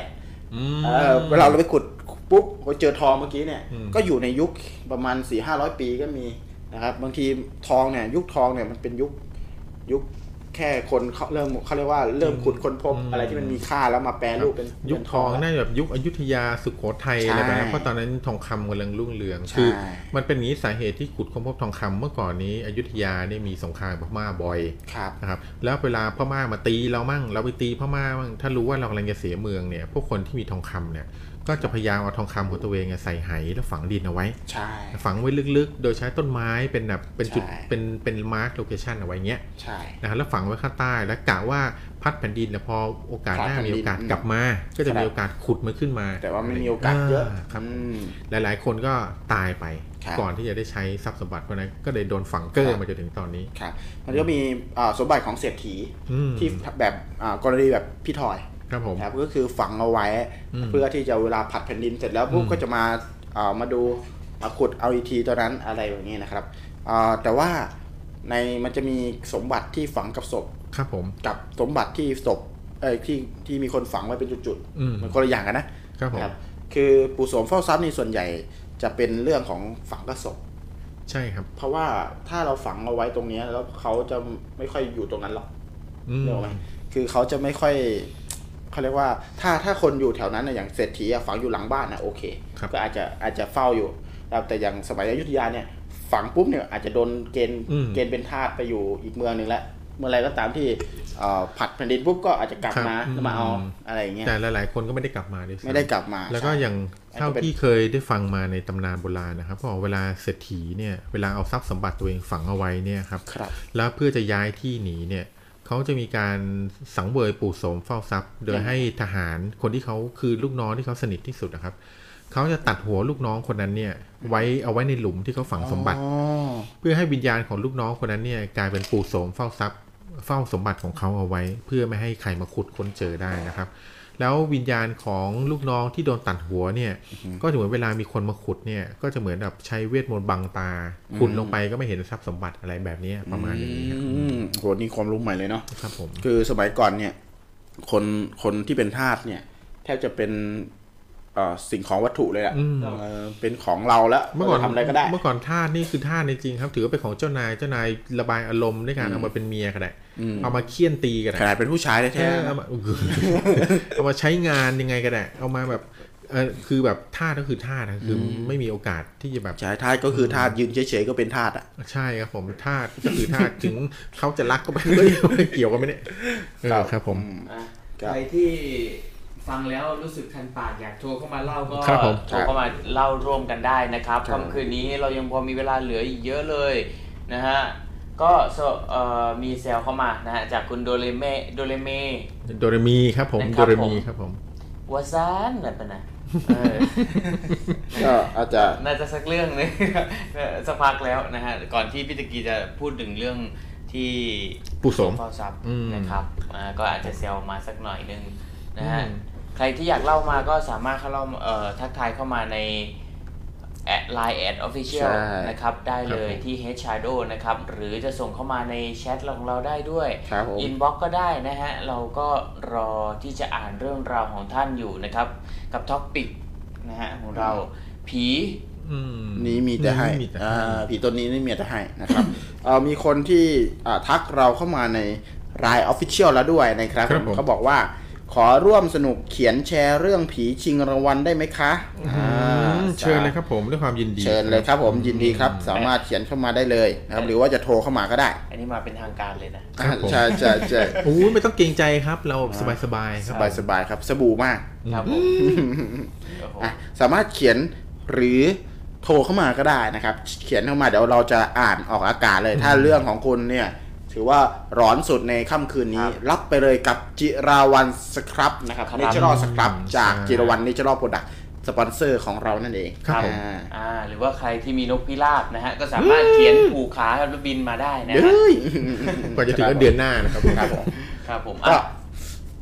เอ่อเวลาเราไปขุดปุ๊บเราเจอทองเมื่อกี้เนี่ย อืม ก็อยู่ในยุคประมาณ4ี่ห้าร้อยปีก็มีนะครับบางทีทองเนี่ยยุคทองเนี่ยมันเป็นยุคยุค แค่คนเขาเริ่มเขาเรียกว่าเริ่มขุดค้นพบอะไรที่มันมีค่าแล้วมาแปรรูปเป็น ยุคทอง เป็ น่าจะแบบยุคอยุธยาสุโขทัย ใช่ อะไรแบบนั้นเพราะตอนนั้นทองคำกำลังรุ่งเรือง ใช่ คือ มันเป็นอย่างนี้สาเหตุที่ขุดค้นพบทองคำเมื่อก่อนนี้ อยุธยาเนี่ยมีสงครามพม่าบ่อย ครับ นะครับแล้วเวลาพม่ามาตีเรามั่ง เราไปตีพม่ามั่งถ้ารู้ว่าเรากำลังจะเสียเมืองเนี่ยพวกคนที่มีทองคำเนี่ยก็จะพยายามเอาทองคำของตัวเองอะใส่ไหแล้วฝังดินเอาไว้ ใช่ ฝังไว้ลึกๆ โดยใช้ต้นไม้เป็นแบบเป็นจุด ใช่ เป็นเป็นมาร์คโลเคชันเอาไว้เงี้ย ใช่ นะครับแล้วฝังไว้ข้างใต้แล้วกะว่าพัดแผ่นดินเนี่ยพอโอกาสหน้า พัดแผ่นดิมีนโอกาส อืม กลับมา ก็จะ ครับ มีโอกาสขุดมันขึ้นมา แต่ว่าไม่มีโอกาสเยอะ าครับ อืม หลายๆ คนก็ตายไป ครับ ก่อนที่จะได้ใช้ทรัพย์สมบัติเพราะฉะนั้นก็เลยโดนฝังเกอ ครั ร์ บ มาจนถึงตอนนี้ ครับมันก็มีอ่าสมบัติของเศรษฐี อืม ที่แบบอ่ากรณีแบบพี่ทอย ครับผม นะครับก็คือฝังเอาไว้ อืม เพื่อที่จะเวลาผัดแผ่นดินเสร็จแล้วพวก อืม ก็จะมาอ่ามาดูมาขุดเอาอีกทีตอนนั้นอะไรอย่างนี้นะครับอ่าแต่ว่าในมันจะมีสมบัติที่ฝังกับศพ ครับผม กับสมบัติที่ศพเอ้ยที่ที่มีคนฝังไว้เป็นจุด อืม ๆมันคนละอย่างกันนะครับ ผม คือปู่โสมเฝ้าทรัพย์นี่ส่วนใหญ่จะเป็นเรื่องของฝังกระศพ ใช่ครับ เพราะว่าถ้าเราฝังเอาไว้ตรงเนี้ยแล้วเขาจะไม่ค่อยอยู่ตรงนั้นหรอก อืม เนกอะไหมคือเขาจะไม่ค่อยเขาเรียกว่า ถ้าถ้าคนอยู่แถวนั้นนะอย่างเศรษฐีอะฝังอยู่หลังบ้านนะโอเค ครับ ก็อาจจะอาจจะเฝ้าอยู่นะครับแต่อย่างสมัยอยุธยาเนี่ย ฝังปุ๊บเนี่ยอาจจะโดนเกณฑ์ อืม เกณฑ์เป็นทาสไปอยู่อีกเมืองหนึ่งแล้วเมื่อไรก็ตามที่เอ่อผัดแผ่นดินปุ๊บก็อาจจะกลับ ครับ มา อืม แล้วมาเอาอะไรอย่างเงี้ย แต่หลายๆ คนก็ไม่ได้กลับมาด้วยซ้ำ ไม่ได้กลับมา แล้วก็ ใช่ อย่าง อันนี้ เท่า เป็น ที่เคยได้ฟังมาในตำนานโบราณนะครับเขาบอกเวลาเศรษฐีเนี่ยเวลาเอาทรัพย์สมบัติตัวเองฝังเอาไว้เนี่ยครับ ครับ แล้วเพื่อจะย้ายที่หนีเนี่ยเขาจะมีการสังเวยปู่โสมเฝ้าทรัพย์ โดย ยังไง ให้ทหารคนที่เขาคือลูกน้องที่เขาสนิทที่สุดนะครับเขาจะตัดหัวลูกน้องคนนั้นเนี่ยไว้เอาไว้ในหลุมที่เขาฝังสมบัติ อ๋อ เพื่อให้วิญญาณของลูกน้องคนนั้นเนี่ยกลายเป็นปู่โสมเฝ้าทรัพย์ เฝ้าสมบัติของเขาเอาไว้ เพื่อไม่ให้ใครมาขุดค้นเจอได้นะครับ แล้ววิญญาณของลูกน้องที่โดนตัดหัวเนี่ย ก็จะเหมือนเวลามีคนมาขุดเนี่ย ก็จะเหมือนแบบใช้เวทมนต์บังตาขุดลงไปก็ไม่เห็นทรัพย์สมบัติอะไรแบบเนี้ยประมาณอย่างนี้ครับ อืมโหนี่ความรู้ใหม่เลยเนาะ ครับผม คือสมัยก่อนเนี่ย คนคนที่เป็นทาสเนี่ย แทบจะเป็นเอ่อสิ่งของวัตถุเลยแหละ อืม เออเป็นของเราแล้ว เมื่อก่อน ราจะทำอะไรก็ได้ เมื่อก่อนท่าสนี่คือท่าสจริงๆครับ ถือว่าเป็นของเจ้านายเจ้านายระบายอารมณ์ด้วยการเอามาเป็นเมียก็ได้ อืม เอามาเคี่ยนตีก็ได้ ขนาดเป็นผู้ชาย เอ แท้ อเอามา เอามาใช้งานยังไงก็ได้เอามาแบบเออคือแบบท่าสก็คือท่าสนะคืออไม่มีโอกาสที่จะแบบ ๆชายทาสก็คือทาสยืนเฉยๆก็เป็นทาสอ่ะ ใช่ครับผมท่าสก็คือท่าสถึงเขาจะรักก็ไม่ได้ ไม่เกี่ยวกันไหมเนี่ยเออครับผม อ่ะ ครับ ใครที่ฟังแล้วรู้สึกคันปากอยากโทรเข้ามาเล่าก็ ครับผม โทรเข้ามาเล่าร่วมกันได้นะครับค่ำคืนนี้เรายังพอมีเวลาเหลืออีกเยอะเลยนะฮะก็สเอ่อมีแซลเข้ามานะฮะจากคุณโดเรเมโดเรเม โดเรมีครับผม นะค โด รับ เรมี ผม ครับผม วาซานอะไรปะนะเออ ก็อาจจะ น่าจะสักเรื่องหนึง สักพักแล้วนะฮะ ก่อนที่พี่ตะกี้จะพูดถึงเรื่องที่ ปู่โสม พ่อทรัพย์ อืม นะครับอ่าก็อาจจะเซลมาสักหน่อยหนึงนะฮะ อืม ใครที่อยากเล่ามาก็สามารถเข้าเล่าเอ่อทักทายเข้ามาในแอดไลน์แอดออฟฟิเชียล ใช่ นะครับได้เลย ครับผม ที่ Head Shadow นะครับ หรือจะส่งเข้ามาในแชทของเราได้ด้วย ครับผม อินบ็อกก็ได้นะฮะ เราก็รอที่จะอ่านเรื่องราวของท่านอยู่นะครับ กับท็อปปิกนะฮะของเราผี อืม นี้มีแต่ให้ มีแต่ อ่ ให้ าผีตัวนี้นี่มีแต่ให้นะครับเอ่อมีคนที่อ่าทักเราเข้ามาในรายออฟฟิเชียลแล้วด้วยนะครับ ครับผม เขาบอกว่า ขอร่วมสนุกเขียนแชร์เรื่องผีชิงรางวัลได้ไหมคะ อื อ่ มา เชิญเลยครับผมด้วยความยินดี เชิญเลยครับผมยินดีครับ สามารถเขียนเข้ามาได้เลยนะครับหรือว่าจะโทรเข้ามาก็ได้ อันนี้มาเป็นทางการเลยนะ ครับผม ใช่ใช่ใช่ โอ้ยไม่ต้องเกรงใจครับ เราสบายสบายๆค ส รับ บายสบายครับสบู่มาก ครับผมโอ้โห อ่ะสามารถเขียนหรือโทรเข้ามาก็ได้นะครับ เขียนเข้ามาเดี๋ยวเราจะอ่านออกอากาศเลย ถ้าเรื่องของคุณเนี่ย ถือว่าร้อนสุดในค่ำคืนนี้ รับไปเลยกับจิราวันสครับนะครับเนเจอรัลสครับจาก ใช่ จิราวันเนเจอรัลโปรดักต์สปอนเซอร์ของเรานั่นเอง ครับผม อ่า อ่าหรือว่าใครที่มีนกพิราบนะฮะ ก็สามารถเขียนผูกขาแล้วบินมาได้นะ เด้ ฮะ ย กว่าจะถึงก็เดือนหน้านะครับ ครับผม ครับผม ก็ อ่ะ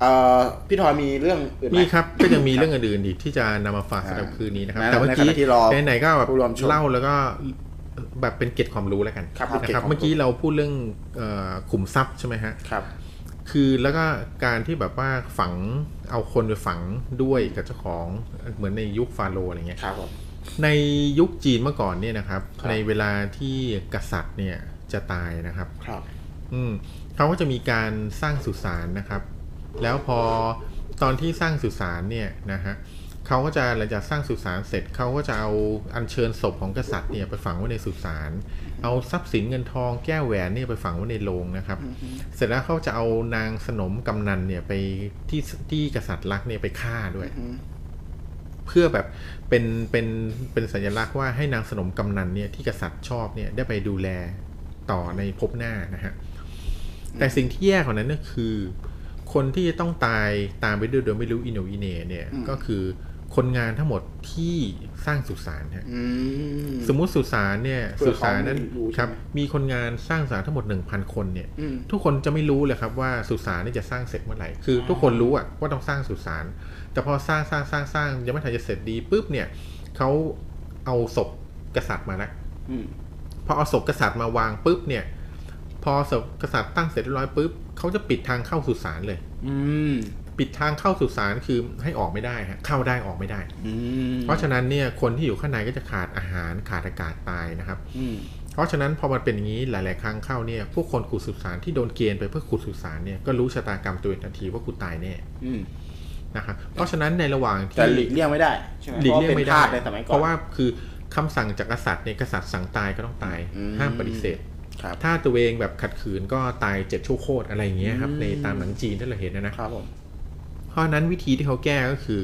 เอ่อพี่ทอยมีเรื่องอื่นไห มีครับ ก็ยังมีเรื่องอื่นๆอีกที่จะนำมาฝากสำหรับคืนนี้นะครับ อ่า แต่เมื่อกี้ ในขณะที่รอ ไหนๆก็แบบ ผู้ร่วมชม เล่าแล้วก็แบบเป็นเกร็ดความรู้แล้วกัน ครับเป็น นะ เกร็ด ค ค รั วา บ มรู้ เมื่อกี้เราพูดเรื่องเอ่อขุมทรัพย์ใช่ไหมฮะ ครับ คือแล้วก็การที่แบบว่าฝังเอาคนไปฝังด้วยกับเจ้าของเหมือนในยุคฟาโรห์อะไรเงี้ย ครับผม ในยุคจีนเมื่อก่อนเนี่ยนะครับ ครับ ในเวลาที่กษัตริย์เนี่ยจะตายนะครับ ครับ อืม เขาก็จะมีการสร้างสุสานนะครับ แล้วพอตอนที่สร้างสุสานเนี่ยนะฮะเขาก็จะหลังจากสร้างสุสานเสร็จเขาก็จะเอาอัญเชิญศพของกษัตริย์เนี่ยไปฝังไว้ในสุสานเอาทรัพย์สินเงินทองแก้วแหวนเนี่ยไปฝังไว้ในโรงนะครับ เสร็จแล้วเขาจะเอานางสนมกำนันเนี่ยไปที่ที่กษัตริย์รักเนี่ยไปฆ่าด้วย อืม เพื่อแบบเป็นเป็นเป็นสัญลักษณ์ว่าให้นางสนมกำนันเนี่ยที่กษัตริย์ชอบเนี่ยได้ไปดูแลต่อในภพหน้านะฮะแต่สิ่งที่แย่กว่านั้นก็คือ คนที่จะต้องตายตามไปด้วยโดยไม่รู้อินโหนอิเหน่เนี่ย อืม ก็คือคนงานทั้งหมดที่สร้างสุสานฮะ อืม สมมุติสุสานเนี่ย เพื่ สุ อเขา สานนั้น ไม่รู้ใช่ไหม ครับมีคนงานสร้างสุสานทั้งหมด 1,000 คนเนี่ย อืม ทุกคนจะไม่รู้เลยครับว่าสุสานนี่จะสร้างเสร็จเมื่อไหร่ คือทุกคนรู้อะว่าต้องสร้างสุสาน แต่พอสร้างสร้างสร้างสร้างยังไม่ทันจะเสร็จดีปุ๊บเนี่ยเขาเอาศพกษัตริย์มาแล้ว อืม พอเอาศพกษัตริย์มาวางปุ๊บเนี่ย พอศพกษัตริย์ตั้งเสร็จเรียบร้อยปุ๊บเขาจะปิดทางเข้าสุสานเลย อืม ปิดทางเข้าสุสานคือให้ออกไม่ได้ฮะเข้าได้ออกไม่ได้ อืม เพราะฉะนั้นเนี่ยคนที่อยู่ข้างในก็จะขาดอาหารขาดอากาศตายนะครับ อืม เพราะฉะนั้นพอมันเป็นอย่างนี้หลาย ๆ ครั้งเข้าเนี่ยพวกคนขุดสุสานที่โดนเกณฑ์ไปเพื่อขุดสุสานเนี่ยก็รู้ชะตากรรมตัวเองทันทีว่ากูตายแน่ อืม นะครับเพราะฉะนั้นในระหว่าง แต่ ที่ หลีกเลี่ยงไม่ได้ใช่ไหม หลีกเลี่ยงไม่ได้ พราะว่าเป็นทาสในสมัยก่อน เพราะว่าคือคำสั่งจากกษัตริย์เนี่ยกษัตริย์สั่งตายก็ต้องตาย อืม ห้ามปฏิเสธ ครับ ถ้าตัวเองแบบขัดขืนก็ตายเจ็ดชั่วโคตรอะไรอย่างเงี้ยครับ อืม ในตามหนังจีนที่เราเห็นนะนะ ครับผม เพราะฉะนั้นวิธีที่เขาแก้ก็คือ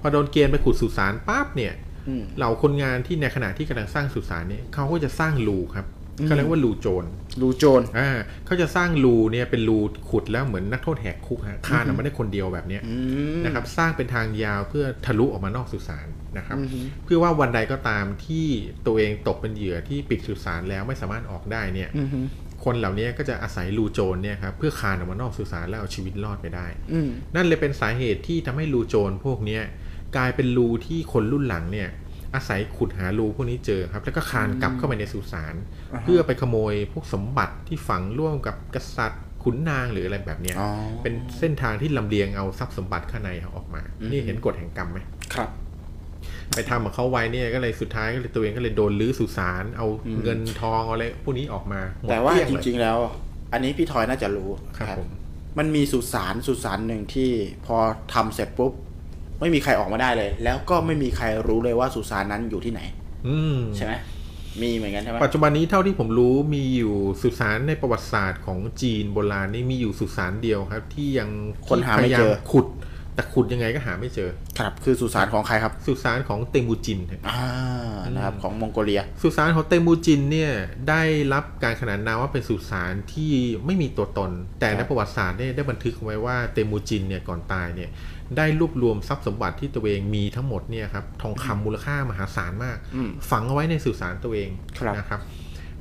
พอโดนเกณฑ์ไปขุดสุสานปั๊บเนี่ย อืม เหล่าคนงานที่ในขณะที่กำลังสร้างสุสานเนี่ยเขาก็จะสร้างรูครับเขาเรียกว่ารูโจร รูโจน อ่าเขาจะสร้างรูเนี่ยเป็นรูขุดแล้วเหมือนนักโทษแหกคุกฮะคานออกมาได้คนเดียวแบบเนี้ย อืม นะครับสร้างเป็นทางยาวเพื่อทะลุออกมานอกสุสานนะครับ อือฮึ เพื่อว่าวันใดก็ตามที่ตัวเองตกเป็นเหยื่อที่ปิดสุสานแล้วไม่สามารถออกได้เนี่ย อืม คนเหล่านี้ก็จะอาศัยรูโจรเนี่ยครับเพื่อคานออกมานอกสุสานแล้วเอาชีวิตรอดไปได้ อืม นั่นเลยเป็นสาเหตุที่ทำให้รูโจรพวกเนี้ยกลายเป็นรูที่คนรุ่นหลังเนี่ยอาศัยขุดหารูพวกนี้เจอครับ แล้วก็คานกลับเข้าไปในสุสาน อ่าฮะ เพื่อไปขโมยพวกสมบัติที่ฝังร่วมกับกษัตริย์ขุนนางหรืออะไรแบบเนี้ย อ๋อ เป็นเส้นทางที่ลำเลียงเอาทรัพย์สมบัติข้างในเอาออกมา อืม นี่เห็นกฎแห่งกรรมไหม ครับ ไปทำกับเขาไว้เนี่ยก็เลยสุดท้ายก็เลยตัวเองก็เลยโดนลื้อสุสานเอา อืม เงินทองเอาอะไรพวกนี้ออกมาหมด แต่ว่า เกลี้ย จ เลย ริงๆแล้ว อันนี้พี่ทอยน่าจะรู้ ครับผม มันมีสุสานสุสานหนึ่งที่พอทำเสร็จปุ๊บ ไม่มีใครออกมาได้เลย แล้วก็ไม่มีใครรู้เลยว่าสุสานนั้นอยู่ที่ไหน อืม ใช่ไหมมีเหมือนกันใช่ไหม ปัจจุบันนี้เท่าที่ผมรู้มีอยู่สุสานในประวัติศาสตร์ของจีนโบราณนี่มีอยู่สุสานเดียวครับ ที่ยัง คนหาไม่เจพอยยขุด แต่ขุดยังไงก็หาไม่เจอ ครับ คือสุสานของใครครับ สุสานของเตมูจินครับ อ่า นะครับ ของมองโกเลีย สุสานของเตมูจินเนี่ยได้รับการขนานนามว่าเป็นสุสานที่ไม่มีตัวตน แต่ใน ครับ ประวัติศาสตร์เนี่ยได้บันทึกไว้ว่าเตมูจินเนี่ยก่อนตายเนี่ยได้รวบรวมทรัพย์สมบัติที่ตัวเองมีทั้งหมดเนี่ยครับทองคำมูลค่ามหาศาลมาก อืม ฝังเอาไว้ในสุสานตัวเอง ครับ นะครับ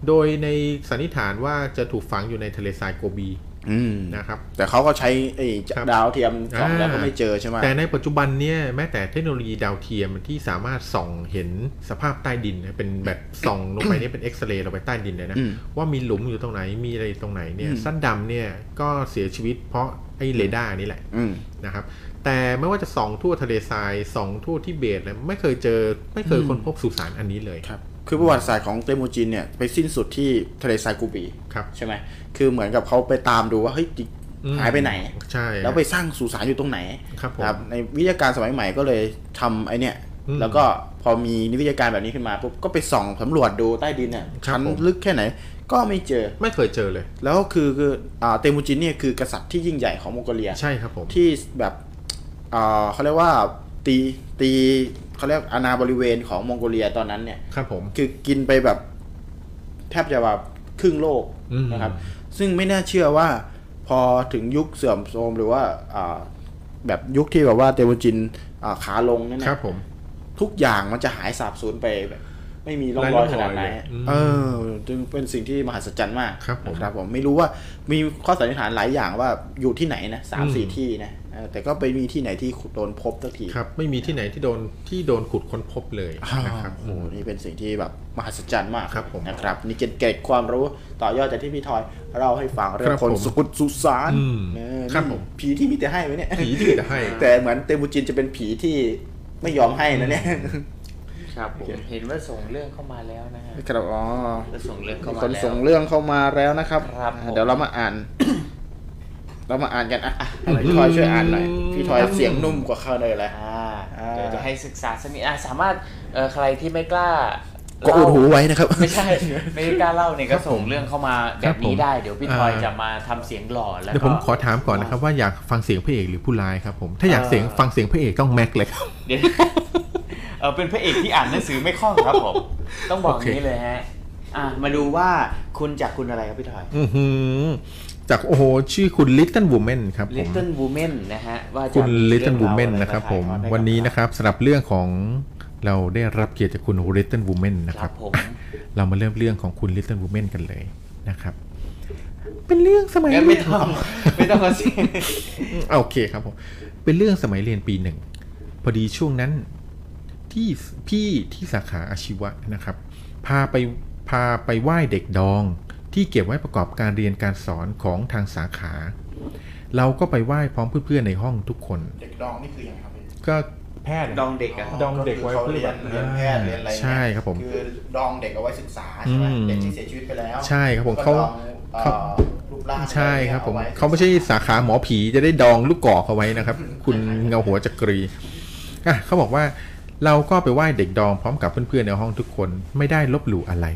โดยในสันนิษฐานว่าจะถูกฝังอยู่ในทะเลทรายโกบี อืม นะครับ แต่เขาก็ใช้ไอ้ ครับ ดาวเทียมส่องแล้วก็ไม่เจอใช่ไหม แต่ในปัจจุบันเนี่ยแม้แต่เทคโนโลยีดาวเทียมที่สามารถส่องเห็นสภาพใต้ดินนะเป็นแบบส่องลงไปเนี่ยเป็นเอ็กซเรย์ลงไปใต้ดินเลยนะ อืม ว่ามีหลุมอยู่ตรงไหนมีอะไรตรงไหนเนี่ย อืม สั้นดำเนี่ยก็เสียชีวิตเพราะไอ้เรดาร์นี่แหละ อืม นะครับแต่ไม่ว่าจะส่องทั่วทะเลทรายส่องทั่วทิเบตเลยไม่เคยเจอไม่เคยค้นพบสุสานอันนี้เลย ครับ คือประวัติศาสตร์ของเตมูจินเนี่ยไปสิ้นสุดที่ทะเลทรายกูบี ครับ ใช่ไหม คือเหมือนกับเขาไปตามดูว่าเฮ้ยจิ อืม หายไปไหน ใช่ แล้วไปสร้างสุสานอยู่ตรงไหน ครับผม ครับในวิทยาการสมัยใหม่ก็เลยทำไอเนี่ย อืม แล้วก็พอมีนิวิทยาการแบบนี้ขึ้นมาปุ๊บก็ไปส่องสำรวจดูใต้ดินเนี่ย ครับ ชั้น ผม ลึกแค่ไหน ก็ไม่เจอ ไม่เคยเจอเลย แล้วก็คือคืออ่าเตมูจินเนี่ยคือกษัตริย์ที่ยิ่งใหญ่ของมองโกเลีย ใช่ครับผม ที่แบบอ่าเขาเรียกว่าตีตีเขาเรียกอาณาบริเวณของมองโกเลียตอนนั้นเนี่ย ครับผม คือกินไปแบบแทบจะแบบครึ่งโลก อืม นะครับ ซึ่งไม่น่าเชื่อว่าพอถึงยุคเสื่อมโทรมหรือว่าอ่าแบบยุคที่แบบว่าเตมูจินอ่าขาลงนั่น ครั นะ บผม ทุกอย่างมันจะหายสาบสูญไปแบบ ไม่มีร่องรอย ไร้ร่ ข องรอย นาดไหน เลยอืม เออจึงเป็นสิ่งที่มหัศจรรย์มาก ครับผม นะครับผมไม่รู้ว่ามีข้อสันนิษฐานหลายอย่างว่าอยู่ที่ไหนนะสาม อืม สี่ที่นะเออแต่ก็ไปมีที่ไหนที่โดนพบสักที ครับไม่มีที่ไหนที่โดนที่โดนขุดค้นพบเลยนะครับ โอ้ โอ้ โห โห นี่เป็นสิ่งที่แบบมหัศจรรย์มาก ครับผม นะครับนี่เกร็ดเกร็ดความรู้ต่อยอดจากที่พี่ทอยเล่าให้ฟังเรื่อ ครั ง บ คน ผม สกุลสุสาน อืม เออ ครับ นี่ ผม ผีที่มีแต่ให้ไหมเนี่ย ผีที่จะให้ แต่เหมือนเตมูจินจะเป็นผีที่ไม่ยอมให้นะเนี่ย ครับผมเห็นว่าส่งเรื่องเข้ามาแล้วนะฮะ ครับอ๋อ ก็ส่งเรื่องเข้า มี มา คน แล้ว ส่งเรื่องเข้ามาแล้วนะครับ ครับผม อ่าเดี๋ยวเรามาอ่าน เรามาอ่านกันอ่ะอะไรพี่ทอยช่วยอ่านหน่อย พี่ทอยเสียงนุ่มกว่าเข้าเลยแหละ อ่า อ่า เดี๋ยวจะให้ศึกษาสักนิดอ่ะสามารถเอ่อใครที่ไม่กล้า ก็อุดหู เล่า ไว้นะครับ ไม่ใช่ ไม่กล้าเล่าเนี่ยก็ส่งเรื่องเข้ามาแบบนี้ ผม ได้เดี๋ยวพี่ทอย อ่า จะมาทำเสียงหล่อแล้ว เดี๋ยว ก็ ผมขอถามก่อนนะครับว่าอยากฟังเสียงพระเอกหรือผู้ร้ายครับผมถ้าอยากเสียงฟังเสียงพระเอกต้องแม็กเลยครับ เดี๋ยว เออเป็นพระเอกที่อ่านหนังสือไม่คล่องครับผม ต้องบอก โอเค นี้เลยฮะ อ่ะมาดูว่าคุณจากคุณอะไรครับพี่ทอย อื้อหือจากโอ้โหชื่อคุณลิตเติ้ลวูแมนครับผม Little Women นะฮะว่าจะ คุณ มี Little เรื่อง Woman าวอไ นะครับ า ผ ถ่าย ม ทอดให้กั วันนี้นะครับสำหรับเรื่องของเราได้รับเกียรติจากคุณ Little Woman นะ ค ค รั รั บบ ผม เรามาเริ่มเรื่องของคุณ Little Woman กันเลยนะครับ เป็นเรื่องสมัย งั้น เรี ไม่ ยน ต้องไม่ต้องมาสิ โอเคครับผมเป็นเรื่องสมัยเรียนปีหนึ่งพอดีช่วงนั้นที่พี่ที่สาขาอาชีวะนะครับ พาไปพาไปไหว้เด็กดอง ที่เก็บไว้ประกอบการเรียนการสอนของทางสาขา เราก็ไปไหว้พร้อมเพื่อนๆในห้องทุกคน เด็กดองนี่คือยังไงครับพี่ ก็ แพทย์ ดองเด็กอะ ดองเด็กไว้เพื่อเรียนเรียนแพทย์เรียนอะไรเนี่ย ใช่ครับผม คือดองเด็กเอาไว้ศึกษาใช่ไหม อืม เด็กที่เสียชีวิตไปแล้ว ใช่ครับผม ก็ดเขาองเอ่อ เขา รูปร่าง ใช่ครับผม อว้ เขาไม่ใช่สาขาหมอผีจะได้ดองลูกกอกเอาไว้นะครับ คุณเงาหัวจักรีอ่ะเขาบอกว่าเราก็ไปไหว้เด็กดองพร้อมกับเพื่อนๆในห้องทุกคนไม่ได้ลบหลู่อะไร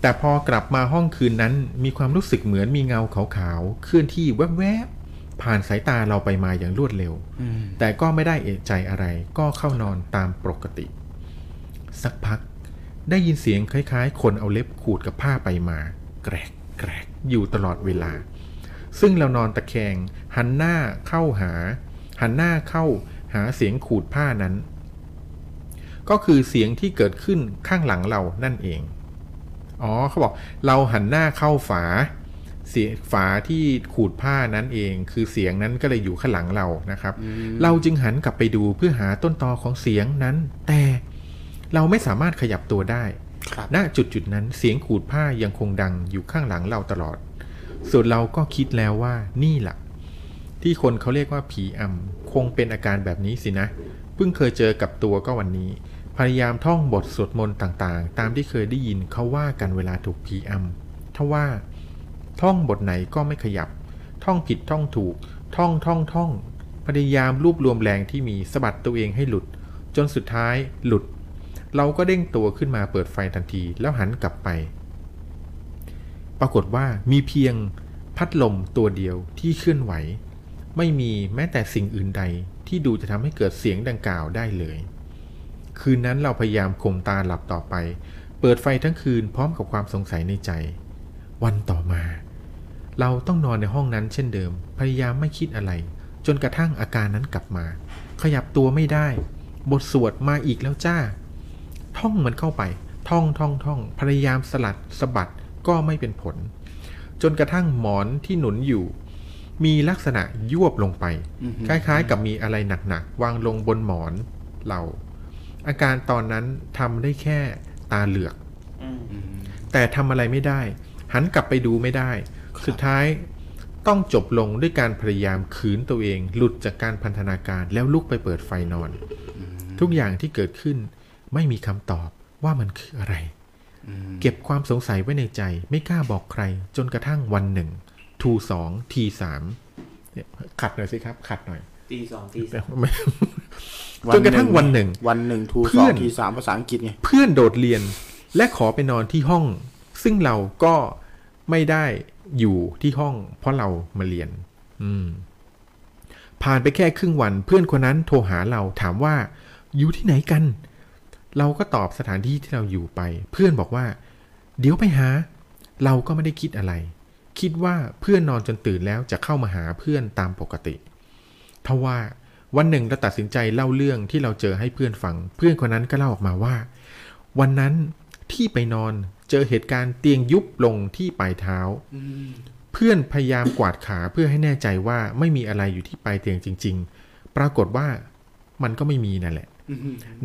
แต่พอกลับมาห้องคืนนั้นมีความรู้สึกเหมือนมีเงาขาวๆเคลื่อนที่แวบๆผ่านสายตาเราไปมาอย่างรวดเร็ว แต่ก็ไม่ได้เอะใจอะไร ก็เข้านอนตามปกติ สักพัก ได้ยินเสียงคล้ายๆ คนเอาเล็บขูดกับผ้าไปมา แกรกแกรกอยู่ตลอดเวลา ซึ่งเรานอนตะแคง หันหน้าเข้าหา หันหน้าเข้าหาเสียงขูดผ้านั้น ก็คือเสียงที่เกิดขึ้นข้างหลังเรานั่นเอง อ๋อเขาบอกเราหันหน้าเข้าฝา เสียงฝาที่ขูดผ้านั้นเอง คือเสียงนั้นก็เลยอยู่ข้างหลังเรานะครับ เราจึงหันกลับไปดูเพื่อหาต้นตอของเสียงนั้น แต่เราไม่สามารถขยับตัวได้ ครับ ณจุดจุดๆนั้นเสียงขูดผ้ายังคงดังอยู่ข้างหลังเราตลอด ส่วนเราก็คิดแล้วว่านี่แหละที่คนเขาเรียกว่าผีอำคงเป็นอาการแบบนี้สินะ เพิ่งเคยเจอกับตัวก็วันนี้ พยายามท่องบทสวดมนต์ต่างๆ ตามที่เคยได้ยินเขาว่ากันเวลาถูกผีอำถ้าว่า ท่องบทไหนก็ไม่ขยับ ท่องผิดท่องถูก ท่องท่องท่อง พยายามรวบรวมแรงที่มีสะบัดตัวเองให้หลุด จนสุดท้ายหลุด เราก็เด้งตัวขึ้นมาเปิดไฟทันทีแล้วหันกลับไป ปรากฏว่ามีเพียงพัดลมตัวเดียวที่เคลื่อนไหว ไม่มีแม้แต่สิ่งอื่นใดที่ดูจะทำให้เกิดเสียงดังกล่าวได้เลย คืนนั้นเราพยายามข่มตาหลับต่อไป เปิดไฟทั้งคืนพร้อมกับความสงสัยในใจ วันต่อมา เราต้องนอนในห้องนั้นเช่นเดิม พยายามไม่คิดอะไร จนกระทั่งอาการนั้นกลับมา ขยับตัวไม่ได้ บทสวดมาอีกแล้วจ้า ท่องมันเข้าไป ท่องท่องท่องพยายามสลัดสะบัดก็ไม่เป็นผล จนกระทั่งหมอนที่หนุนอยู่ มีลักษณะยวบลงไป คล้ายๆ กับมีอะไรหนักๆวางลงบนหมอนเรา อาการตอนนั้นทำได้แค่ตาเหลือก แต่ทำอะไรไม่ได้ หันกลับไปดูไม่ได้ สุดท้ายต้องจบลงด้วยการพยายามขืนตัวเอง หลุดจากการพันธนาการแล้วลุกไปเปิดไฟนอน ทุกอย่างที่เกิดขึ้น ไม่มีคำตอบว่ามันคืออะไร เก็บความสงสัยไว้ในใจ ไม่กล้าบอกใคร จนกระทั่งวันหนึ่งทูสองทีสามเนี่ยขัดหน่อยสิครับ ขัดหน่อย ตีสองตีสาม แต่ไม่จนกระทั่งวันหนึ่ง วันหนึ่งทู เพื่ สอง อน ทีสามภาษาอังกฤษไง เพื่อนโดดเรียนและขอไปนอนที่ห้อง ซึ่งเราก็ไม่ได้อยู่ที่ห้อง เพราะเรามาเรียน อืม ผ่านไปแค่ครึ่งวัน เพื่อนคนนั้นโทรหาเราถามว่า อยู่ที่ไหนกัน เราก็ตอบสถานที่ที่เราอยู่ไป เพื่อนบอกว่า เดี๋ยวไปหา เราก็ไม่ได้คิดอะไร คิดว่าเพื่อนนอนจนตื่นแล้วจะเข้ามาหาเพื่อนตามปกติ ทว่าวันหนึ่งเราตัดสินใจเล่าเรื่องที่เราเจอให้เพื่อนฟัง เพื่อนคนนั้นก็เล่าออกมาว่า วันนั้นที่ไปนอนเจอเหตุการณ์เตียงยุบลงที่ปลายเท้า เพื่อนพยายามกวาดขาเพื่อให้แน่ใจว่าไม่มีอะไรอยู่ที่ปลายเตียงจริง ๆ ปรากฏว่ามันก็ไม่มีนั่นแหละ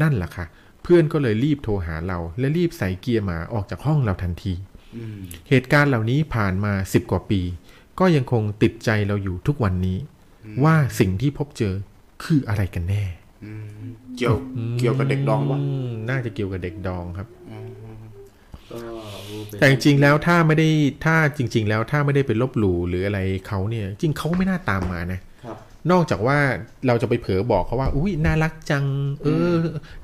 นั่นแหละค่ะ เพื่อนก็เลยรีบโทรหาเรา และรีบใส่เกียร์หมาออกจากห้องเราทันที เหตุการณ์เหล่านี้ผ่านมาสิบกว่าปี ก็ยังคงติดใจเราอยู่ทุกวันนี้ ว่าสิ่งที่พบเจอคืออะไรกันแน่ เกี่ยวเกี่ยวกับเด็กดองวะ มน่าจะเกี่ยวกับเด็กดองครับ ก็ แต่จริงๆแล้วถ้าไม่ได้ถ้าจริง ๆ แล้วถ้าไม่ได้ไปลบหลู่หรืออะไรเขาเนี่ย จริงเขาไม่น่าตามมานะ ครับ นอกจากว่าเราจะไปเผลอบอกเขาว่า อุ้ยน่ารักจัง เออ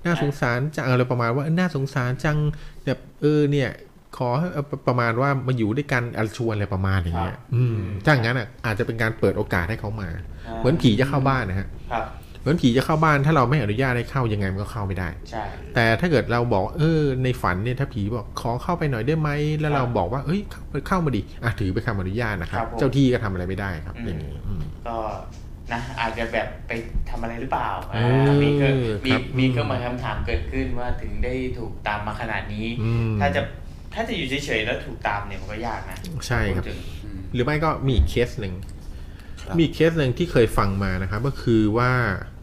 น่าสงสารจังอะไรประมาณว่าน่าสงสารจังแบบเออเนี่ย ขอให้ประมาณว่ามาอยู่ด้วยกันอะไรชวนอะไรประมาณอย่างเงี้ย อืมถ้าอย่างนั้นอ่ะอาจจะเป็นการเปิดโอกาสให้เขามา อ่า เหมือนผีจะเข้าบ้านนะฮะ ครับ เหมือนผีจะเข้าบ้านถ้าเราไม่อนุญาตให้เข้ายังไงมันก็เข้าไม่ได้ ใช่ แต่ถ้าเกิดเราบอกเออในฝันเนี่ยถ้าผีบอกขอเข้าไปหน่อยได้ไหมแล้วเราบอกว่าเอ้ยเข้าเข้ามาดิอ่ะถือไปนคำอนุญาตนะครับ ครับผม เจ้าที่ก็ทำอะไรไม่ได้ครับ อืม อย่างนี้อืม ก็นะอาจจะแบบไปทำอะไรหรือเปล่า เอ อ่า อ มีก็มี ครับ มีก็มาคำถามเกิดขึ้นว่าถึงได้ถูกตามมาขนาดนี้ อืม ถ้าจะถ้าจะอยู่เฉยๆแล้วถูกตามเนี่ยมันก็ยากนะ ใช่ครับ พูดถึง หรือไม่ก็มีอีกเคสหนึ่ง มีอีกเคสหนึ่งที่เคยฟังมานะครับ ก็คือว่า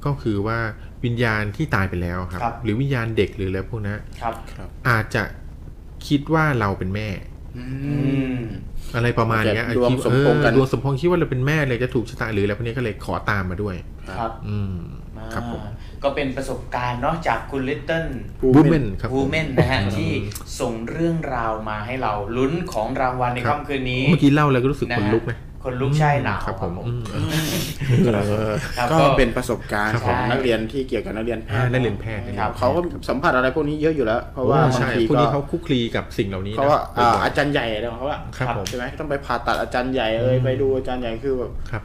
ก็คือว่าวิญญาณที่ตายไปแล้วครับ ครับ หรือวิญญาณเด็กหรืออะไรพวกนั้น ครับ อาจจะคิดว่าเราเป็นแม่ อืม อะไรประมาณเนี้ย เกิดดวง คิด สมพงษ์กัน เออดวงสมพงษ์คิดว่าเราเป็นแม่เลยจะถูกชะตาหรืออะไรพวกนี้ก็เลยขอตามมาด้วย ครับ อืม อ่า ครับผม ก็เป็นประสบการณ์เนาะจากคุณลิตเติ้ล บูมเมนครับผ วู ม แมนนะฮะ ที่ส่งเรื่องราวมาให้เราลุ้นของรางวัลใน ครับ ค่ำคืนนี้ เมื่อกี้เล่าแล้วก็รู้สึก ะ ขน ฮะ ลุกนะ คนลุกใช่หนาว ครับผมอืม ครับ ก็ ก็ เป็ เป็น น ประสบการณ์ ครับ ข ผ อง ม นักเรียนที่เกี่ยวกับนักเรียนแพ อ่า ทย์ ได้เหรียญแพทย์ได้หรียญ ครับ แพทย์ เขาก็สัมผัสอะไรพวกนี้เยอะอยู่แล้ว เพราะว่า อ่ บาง ใช่ ที พวก ก็ นี้เขาคุกคลีกับสิ่งเหล่านี้นะ เพราะว่าอ่า บ่ยๆ อาจารย์ใหญ่อะไรของเขาอะ ครับผม ใช่ไหมต้องไปผ่าตัดอาจารย์ใหญ่เอ้ยไปดูอาจารย์ใหญ่คือแบบ ครับ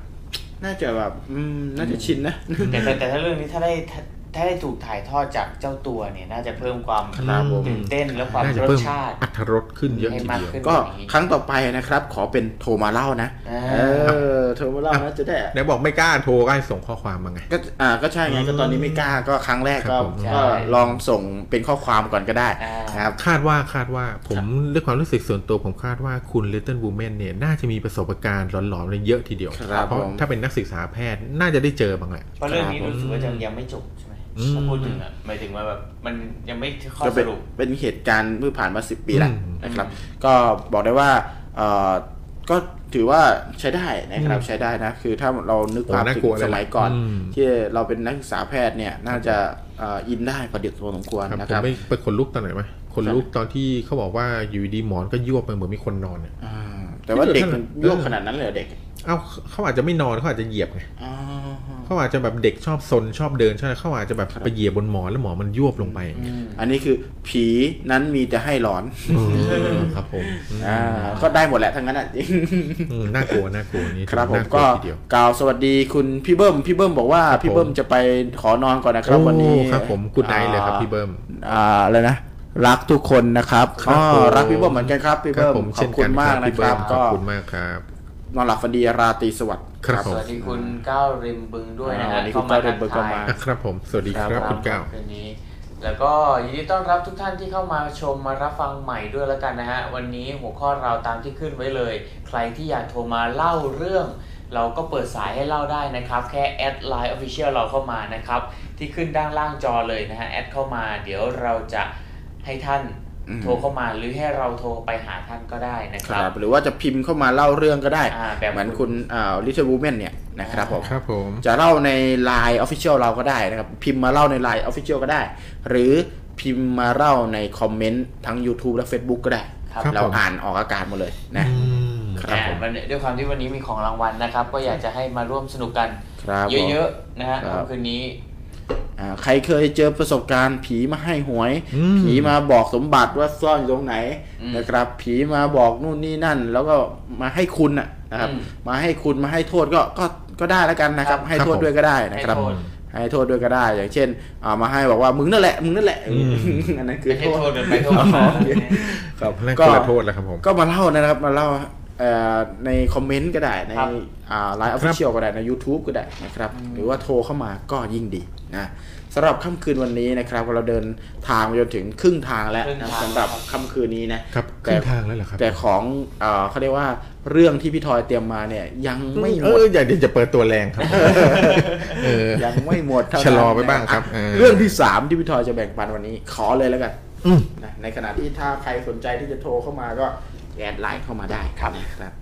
น่าจะแบบอืมน่าจะชินนะ แต่แต่แต่ถ้าเรื่องนี้ถ้าได้ถ้าถ้าได้ถูกถ่ายทอดจากเจ้าตัวเนี่ย น่าจะเพิ่มความ ครับผม ตื่นเต้นและความ น่าจะ รส เพิ่ม ชาติ อรรถรสขึ้นเยอะ ให้ ที มาก เดียว ขึ้น ก็ครั้งต่อไปนะครับ ขอเป็นโทรมาเล่านะ อ่า เออโทรมาเล่านะจะได้ ไหนบอกไม่กล้าโทรก็ให้ส่งข้อความมาไง ก็อ่าก็ใช่ไงก็ตอนนี้ไม่กล้าก็ครั้งแรกก็ ครับผม ก็ ใช่ ลองส่งเป็นข้อความก่อนก็ได้ อ่าน นะครับ คาดว่าคาดว่าผมด้วยความรู้สึกส่วนตัวผมคาดว่าคุณ Little Woman เนี่ยน่าจะมีประสบการณ์หลอนๆเลยเยอะทีเดียว ครับ เพราะ ผม ถ้าเป็นนักศึกษาแพทย์น่าจะได้เจอบ้างแหละ เพราะเรื่องนี้ ครับผม รู้สึกว่าจะยังไม่จบใช่ไหม อืม ถ้าพูดถึงอะหมายถึงว่าแบบมันยังไม่ข้อ ก็ ส เป็น รุป เป็นเหตุการณ์เมื่อผ่านมาสิบปีแล้ว อืม นะครับ ก็บอกได้ว่าเอ่อก็ถือว่าใช้ได้นะครับใช้ได้นะคือถ้าเรานึกภาพ โอ้น่า ถึ กลัว ง เลย สมัยก่อน อืม ที่เราเป็นนักศึกษาแพทย์เนี่ยน่าจะเอ่ออินได้พอเด็กพอสมควร ครับ นะ ผ ค ม รับ ไม่ไปขนลุกตอนไหนไหมขนลุกตอนที่เขาบอกว่าอยู่ดีๆหมอนก็ยวบไปเหมือนมีคนนอนเนี่ย อ่าแต่ว่า ที่สุด เด็ก เท่านั้นมันโยกขนาดนั้นเลยเหรอเด็ก เอ้าเขาอาจจะไม่นอนเขาอาจจะเหยียบไง อ๋อ เขาอาจจะแบบเด็กชอบซนชอบเดินใช่ไหมเขาอาจจะแบบไปเหยียบบนหมอนแล้วหมอนมันยวบลงไปอย่างเงี้ย อันนี้คือผีนั้นมีแต่ให้หลอน เออครับผม อ่าก็ได้หมดแหละทั้งนั้นอ่ะ จริง อืมน่ากลัวน่ากลัวนี่ ครับผม น่ากลั ก็ วทีเดียว กล่าวสวัสดีคุณพี่เบิ้มพี่เบิ้มบอกว่า ครับ พี่เบิ้ม ผม จะไปขอนอนก่อนนะครับ โอ้ วันนี้ ครับผมกูดไนท์เลยครับพี่เบิ้ม อ่าอะไรนะรักทุกคนนะครับ ครับ อ๋อ ผม รักพี่เบิ้มเหมือนกันครับพี่ ครับ เบิ้ผมม ขอ เช่ บ น คุ กั ณ น มากนะ พี่ ค เบิ้ รับ ข ก็ อบคุณมากครับ นอนหลับฝันดีราตรีสวัสดิ์ ครับผ ส ม วัสดีคุณก้าวริมบึงด้วยนะ อ่าวั ฮะ นนี้คุณก้าวริมบึงก็ ทัท มา ย อ่ะครับผมสวัสดีครับคุณก้าว คืนนี้ แล้วก็ยินดีต้อนรับทุกท่านที่เข้ามาชมมารับฟังใหม่ด้วยแล้วกันนะฮะ วันนี้หัวข้อเราตามที่ขึ้นไว้เลย ใครที่อยากโทรมาเล่าเรื่อง เราก็เปิดสายให้เล่าได้นะครับ แค่แอดไลน์ออฟฟิเชียลเราเข้ามานะครับ ที่ขึ้นด้านล่างจอเลยนะฮะ แอดเข้ามาเดี๋ยวเราจะให้ท่านโทรเข้ามาหรือให้เราโทรไปหาท่านก็ได้นะค ค รั รับ บหรือว่าจะพิมพ์เข้ามาเล่าเรื่องก็ได้ อ่าแบบ เหมือนคุณลิเทอร์บูแมนเนี่ยนะครับผม ครับผม จะเล่าใน Line Official เราก็ได้นะครับ พิมพ์มาเล่าใน Line Official ก็ได้ หรือพิมพ์มาเล่าในคอมเมนต์ทั้ง YouTube และ Facebook ก็ได้ ครับ เราอ่านออกอากาศหมดเลยนะ อืม ครับผม อ่าวันนี้ด้วยความที่วันนี้มีของรางวัลนะครับ ก็อยากจะให้มาร่วมสนุกกัน ครับผม เยอะๆนะฮะ ครับ คืนนี้ อ่าใครเคยเจอประสบการณ์ผีมาให้หวย อืม ผีมาบอกสมบัติว่าซ่อนอยู่ตรงไหนนะครับ ผีมาบอกนู่นนี่นั่น แล้วก็มาให้คุณน่ะนะครับ อืม มาให้คุณมาให้โทษก็ก็ก็ได้แล้วกันนะครับ ให้โทษด้วยก็ได้นะครับ ให้โทษ ให้โทษด้วยก็ได้ อย่างเช่นเอามาให้บอกว่ามึงนั่นแหละมึงนั่นแหละ อันนั้นคือ ไม่ โท ใช่โทษษเดินไปโทษมา ครับ นั่น ก็ คนละโทษแล้วครับผม ก็มาเล่านะครับมาเล่าเอ่อในคอมเมนต์ก็ได้ใน ครับ ไลน์ออฟฟิเชียลก็ได้ใน YouTube ก็ได้นะครับ หรือว่าโทรเข้ามาก็ยิ่งดีนะสำหรับค่ำคืนวันนี้นะครับเราเดินทางมาจนถึงครึ่งทางแล้วนะสำหรับค่ำคืนนี้นะ ครับ แต่ ขึ้นทางแล้วเหรอครับ แต่ของเอ่อเขาเรียกว่าเรื่องที่พี่ทอยเตรียมมาเนี่ยยังไม่หม เอ ด ออย่าเดี๋ยวจะเปิดตัวแรงครับ เออ ยังไม่หมดเท่านั้น ชะลอไว้บ้างครับเออ่ะอ เรื่องที่ 3 ที่พี่ทอยจะแบ่งปันวันนี้ ขอเลยแล้วกัน อืม นะในขณะที่ถ้าใครสนใจที่จะโทรเข้ามาก็แอดไลน์เข้ามาได้ครับนะครับ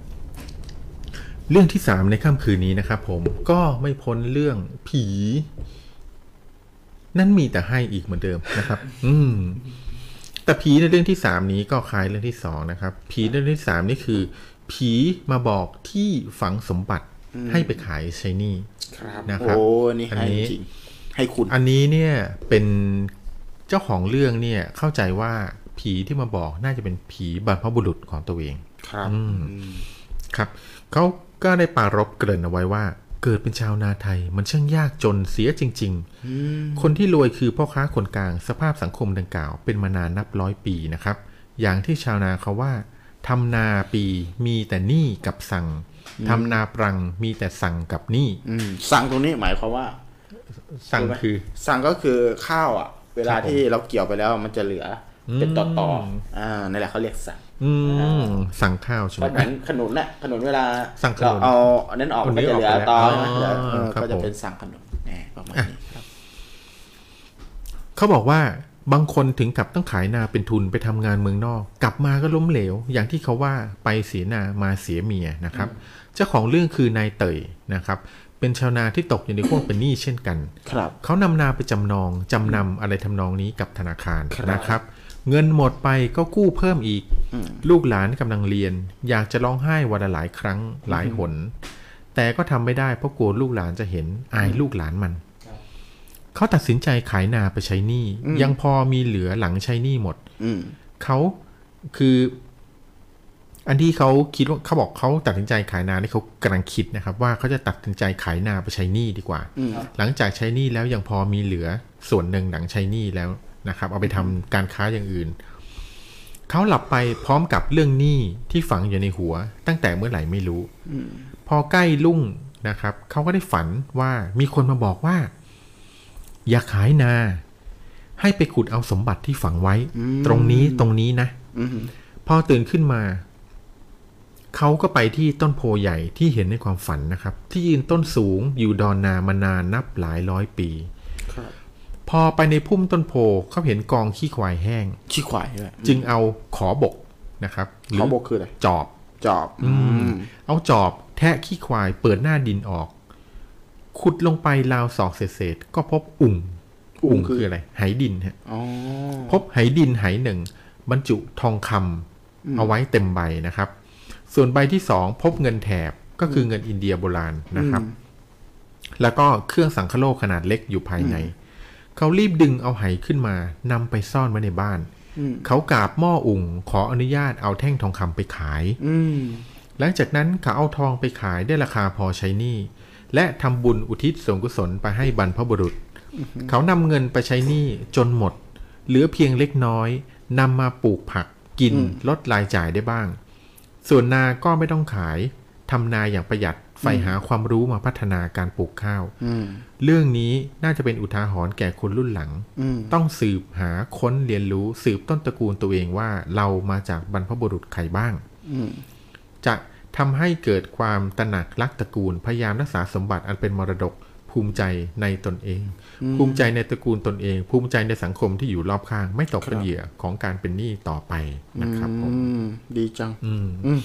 เรื่องที่สามในค่ำคืนนี้นะครับผมก็ไม่พ้นเรื่องผี นั่นมีแต่ให้อีกเหมือนเดิมนะครับ อืม แต่ผีในเรื่องที่สามนี้ก็คล้ายเรื่องที่สองนะครับ ผีในเรื่องที่สามนี่คือ ผีมาบอกที่ฝังสมบัติให้ไปขายใช้หนี่ ครับ นะครับ โอ้นี่ อัน ให้ นี้ จริงให้คุณ อันนี้เนี่ยเป็นเจ้าของเรื่องเนี่ยเข้าใจว่าผีที่มาบอกน่าจะเป็นผีบรรพบุรุษของตัวเอง ครับ อืม ครับเขาก็ได้ปรารบเกริ่นเอาไว้ว่า เกิดเป็นชาวนาไทยมันช่างยากจนเสียจริง ๆ คนที่รวยคือพ่อค้าคนกลางสภาพสังคมดังกล่าว เป็นมานานนับร้อยปีนะครับ อย่างที่ชาวนาเขาว่าทำนาปีมีแต่หนี้กับสั่งทำนาปรังมีแต่สั่งกับหนี้ อืมสั่งตรงนี้หมายความว่า สั่งคือ สั่งก็คือข้าวอ่ะ เวลา ครับผม ที่เราเกี่ยวไปแล้วมันจะเหลืออ ม เป็นต่อต่อๆอ่านั่นแหละเขาเรียกสั่ง อืมสั่งข้าวใช่ไหม ก็เหมือนขนุนน่ะขนุนเวลา สั่งขนุน เราเอาอันนั้นออก เอา มันก็จะเหลือตอใช่ไหม อ๋อ เหลือเออ ครับ ก็จะ ผม เป็นสั่งขนุนแหน่ประมาณนี้ครับ เขาบอกว่าบางคนถึงกับต้องขายนาเป็นทุนไปทำงานเมืองนอก กลับมาก็ล้มเหลว อย่างที่เขาว่าไปเสียนามาเสียเมียนะครับเจ้าของเรื่องคือนายเตยนะครับ เป็นชาวนาที่ตกอยู่ในข่วงเป็นหนี้เช่นกัน ครับ เขานำนาไปจำนอง จำนำอะไรทำนองนี้กับธนาคารนะครับ เงินหมดไปก็กู้เพิ่มอีก ลูกหลานกำลังเรียน อยากจะร้องไห้วันละหลายครั้งหลายหน แต่ก็ทำไม่ได้เพราะกลัวลูกหลานจะเห็นอายลูกหลานมัน เขาตัดสินใจขายนาไปใช้หนี้ยังพอมีเหลือหลังใช้หนี้หมด อืม เขาคือ อันที่เขาคิดว่าเขาบอกเขาตัดสินใจขายนาที่เขากำลังคิดนะครับ ว่าเขาจะตัดสินใจขายนาไปใช้หนี้ดีกว่า อืม หลังจากใช้หนี้แล้วยังพอมีเหลือส่วนหนึ่งหลังใช้หนี้แล้วนะครับ เอาไปทำการค้าอย่างอื่น เขาหลับไปพร้อมกับเรื่องหนี้ที่ฝังอยู่ในหัว ตั้งแต่เมื่อไหร่ไม่รู้พอใกล้ลุ่งนะครับเขาก็ได้ฝันว่ามีคนมาบอกว่า อย่าขายนา ให้ไปขุดเอาสมบัติที่ฝังไว้ ตรงนี้ตรงนี้นะ อืม พอตื่นขึ้นมา เขาก็ไปที่ต้นโพใหญ่ที่เห็นในความฝันนะครับ ที่ยืนต้นสูงอยู่ดอนนามานานนับหลายร้อยปี ครับ พอไปในพุ่มต้นโพเขาเห็นกองขี้ควายแห้ง ชี้ขวายด้วย จึงเอาขอบกนะครับหรื เขาบอกคืออะไร จอบ จอบ อืม เอาจอบแทะขี้ควายเปิดหน้าดินออก ขุดลงไปราวศอกเศษๆก็พบอุ่งอุ่งคืออะไรไหดินฮะ อ๋อ พบไหดินไหหนึ่ง บรรจุทองคำเอาไว้เต็มใบนะครับ ส่วนใบที่สองพบเงินแถบก็คือเงินอินเดียโบราณนะครับ อืม แล้วก็เครื่องสังคโลกขนาดเล็กอยู่ภายใน เขารีบดึงเอาไหขึ้นมานำไปซ่อนไว้ในบ้าน อืม เขากราบหม้ออุ่งขออนุญาตเอาแท่งทองคำไปขาย อืม หลังจากนั้นเขาเอาทองไปขายได้ราคาพอใช้หนี้และทำบุญอุทิศส่วนกุศลไปให้บรรพบุรุษ เขานำเงินไปใช้หนี้จนหมด เหลือเพียงเล็กน้อยนำมาปลูกผักกินลดรายจ่ายได้บ้าง ส่วนนาก็ไม่ต้องขายทำนาอย่างประหยัดใฝ่หาความรู้มาพัฒนาการปลูกข้าว อืม เรื่องนี้น่าจะเป็นอุทาหรณ์แก่คนรุ่นหลัง อืม ต้องสืบหาค้นเรียนรู้สืบต้นตระกูลตัวเองว่าเรามาจากบรรพบุรุษใครบ้าง อืม จะทำให้เกิดความตระหนักรักตระกูล พยายามรักษาสมบัติอันเป็นมรดกภูมิใจในตนเอง ภูมิใจในตระกูลตนเอง ภูมิใจในสังคมที่อยู่รอบข้าง ไม่ตกเป็นเหยื่อของการเป็นหนี้ต่อไปนะครับผม อืมดีจัง อืม อืม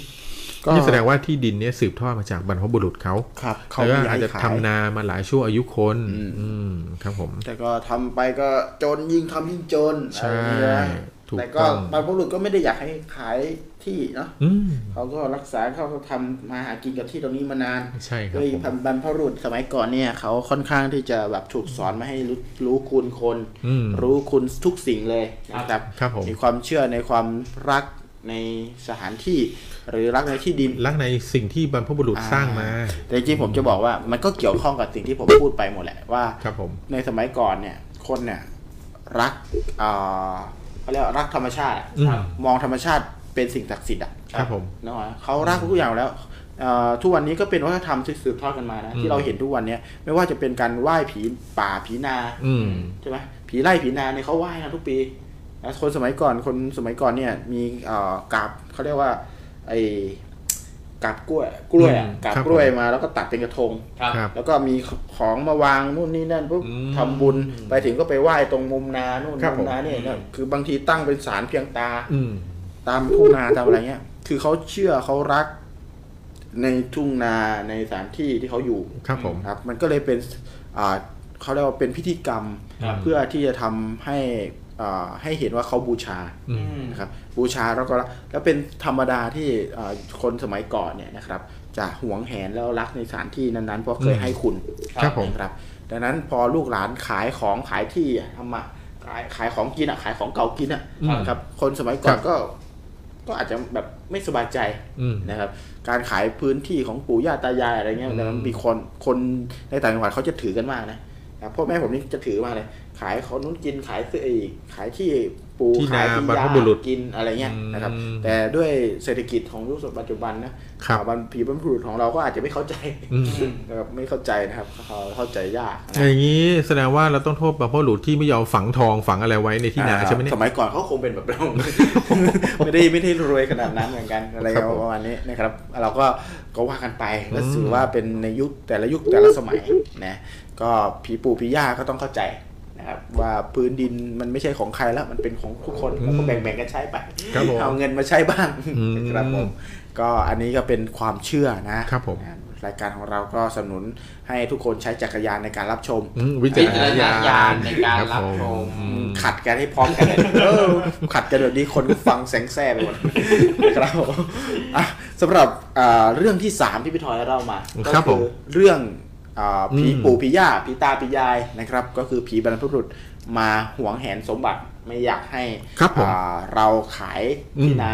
ก็ นี่แสดงว่าที่ดินเนี้ยสืบทอดมาจากบรรพบุรุษเขา ครับเขา แล้วก็ ไม่ย้ อาจ ย จะ ขย ทำนามาหลายชั่วอายุคน อืมครับผม แต่ก็ทำไปก็จนยิ่งทำยิ่งจน ใช่ อะไรอย่างเงี้ย ถูก แต่ก็ ต้อง บรรพบุรุษก็ไม่ได้อยากให้ขายที่เนาะ อืม เขาก็รักษาเขาก็ทำมาหากินกับที่ตรงนี้มานาน ใช่ครับ ด้วย ผม บรรพบุรุษสมัยก่อนเนี่ยเขาค่อนข้างที่จะแบบถูกสอนมาให้รู้รู้คุณคน อืม รู้คุณทุกสิ่งเลยนะครับ ครับผม มีความเชื่อในความรักในสถานที่ หรือรักในที่ดิน รักในสิ่งที่บรรพบุรุษสร้างมา แต่จริงๆผมจะบอกว่ามันก็เกี่ยวข้องกับสิ่งที่ผมพูดไปหมดแหละว่า ครับผม ในสมัยก่อนเนี่ยคนเนี่ยรักเอ่อเขาเรียกว่ารักธรรมชาติอะ อืม มองธรรมชาติเป็นสิ่งศักดิ์สิทธิ์อ่ะ ครับผม เนอะเขารักทุกอย่างแล้วเอ่อทุกวันนี้ก็เป็นวัฒนธรรมที่สืบทอดกันมานะ อืม ที่เราเห็นทุกวันเนี่ยไม่ว่าจะเป็นการไหว้ผีป่าผีนา อืม ใช่ไหมผีไล่ผีนาเนี่ยเขาไหว้นะทุกปีแล้วคนสมัยก่อนคนสมัยก่อนเนี่ยมีเอ่อกาบเขาเรียกว่าไอ้กาบกล้วยกล้วยอะ อืม กาบ ครับ กล้วย ผม มาแล้วก็ตัดเป็นกระทง ครับ ครับ แล้วก็มีของมาวางนู่นนี่นั่นปุ๊บ อืม ทำบุญไปถึงก็ไปไหว้ตรงมุมนานู่น ครับ มุมนา ผม เนี่ยเนี่ยคือบางทีตั้งเป็นศาลเพียงตา อืม ตามทุ่งนาตามอะไรเงี้ย คือเขาเชื่อเขารักในทุ่งนาในสถานที่ที่เขาอยู่ ครับผม ครับ มันก็เลยเป็นอ่าเขาเรียกว่าเป็นพิธีกรรม ครับ เพื่อที่จะทำให้ เอ่อให้เห็นว่าเขาบูชา อืม นะครับบูชาแล้วก็รักแล้วเป็นธรรมดาที่เอ่อคนสมัยก่อนเนี่ยนะครับจะหวงแหนแล้วรักในสถานที่นั้นๆเพราะเคย อืม ให้คุณ ครับผม นะครับดังนั้นพอลูกหลานขายของขายที่ทำมาขายขายของกินอ่ะขายของเก่ากินอ่ะ อืม ครับคนสมัยก่อ คน รับ ก็ก็อาจจะแบบไม่สบายใจ อืม นะครับการขายพื้นที่ของปู่ย่าตายายอะไรเงี้ย อืม ดังนั้นมีคนคนในต่างจังหวัดเขาจะถือกันมากนะนะพ่อแม่ผมนี่จะถือมากเลย ขายของนู้นกินขายเสื้ออีกขายที่ปู ที่ ขาย นา ที่ บรรพ ยา บุรุษ กินอะไรเงี้ยนะครับ อืม แต่ด้วยเศรษฐกิจของยุคปัจจุบันนะครับ อ่าบรรพีบรรพบุรุษของเราก็อาจจะไม่เข้าใจ อืม นะครับไม่เข้าใจนะครับเขาเข้าใจยากนะ อย่างนี้แสดงว่าเราต้องโทษบรรพบุรุษที่ไม่ยอมฝังทองฝังอะไรไว้ในที่นา อ่า ใช่ไหมเนี่ย สมัยก่อนเขาคงเป็นแบบเรา ไม่ได้ไม่ได้รวยขนาดนั้นเหมือนกันอะไร ครับผม ประมาณนี้นะครับ เราก็ก็ว่ากันไปก็ อืม ถือว่าเป็นในยุคแต่ละยุคแต่ละสมัยนะก็ผีปู่ผีย่าก็ต้องเข้าใจนะครับว่าพื้นดินมันไม่ใช่ของใครแล้วมันเป็นของทุกคนแล้วก็แบ่งๆกันใช้ไป ครับผม เอาเงินมาใช้บ้าง อืม นะครับผม ก็อันนี้ก็เป็นความเชื่อนะครับ ผม นะรายการของเราก็สนับสนุนให้ทุกคนใช้จักรยานในการรับชม อืมวิจารณวิญาจารณญา ณ ณในการ ค รับ ผ ชม อืม ขัดกันให้พร้อมกันเลยเออขัดกันแบบนี้คนก็ฟังแสงแซ่ไปหมดนะครับผมอ่ะสำหรับอ่าเรื่องที่สามที่พี่ทอยเล่ามาก็ ครับผม เรื่องอ่าผี อืม ปู่ผีย่าผีตาผียายนะครับ ก็คือผีบรรพบุรุษมาหวงแหนสมบัติไม่อยากให้ ครับผม อ่าเราขายที่นา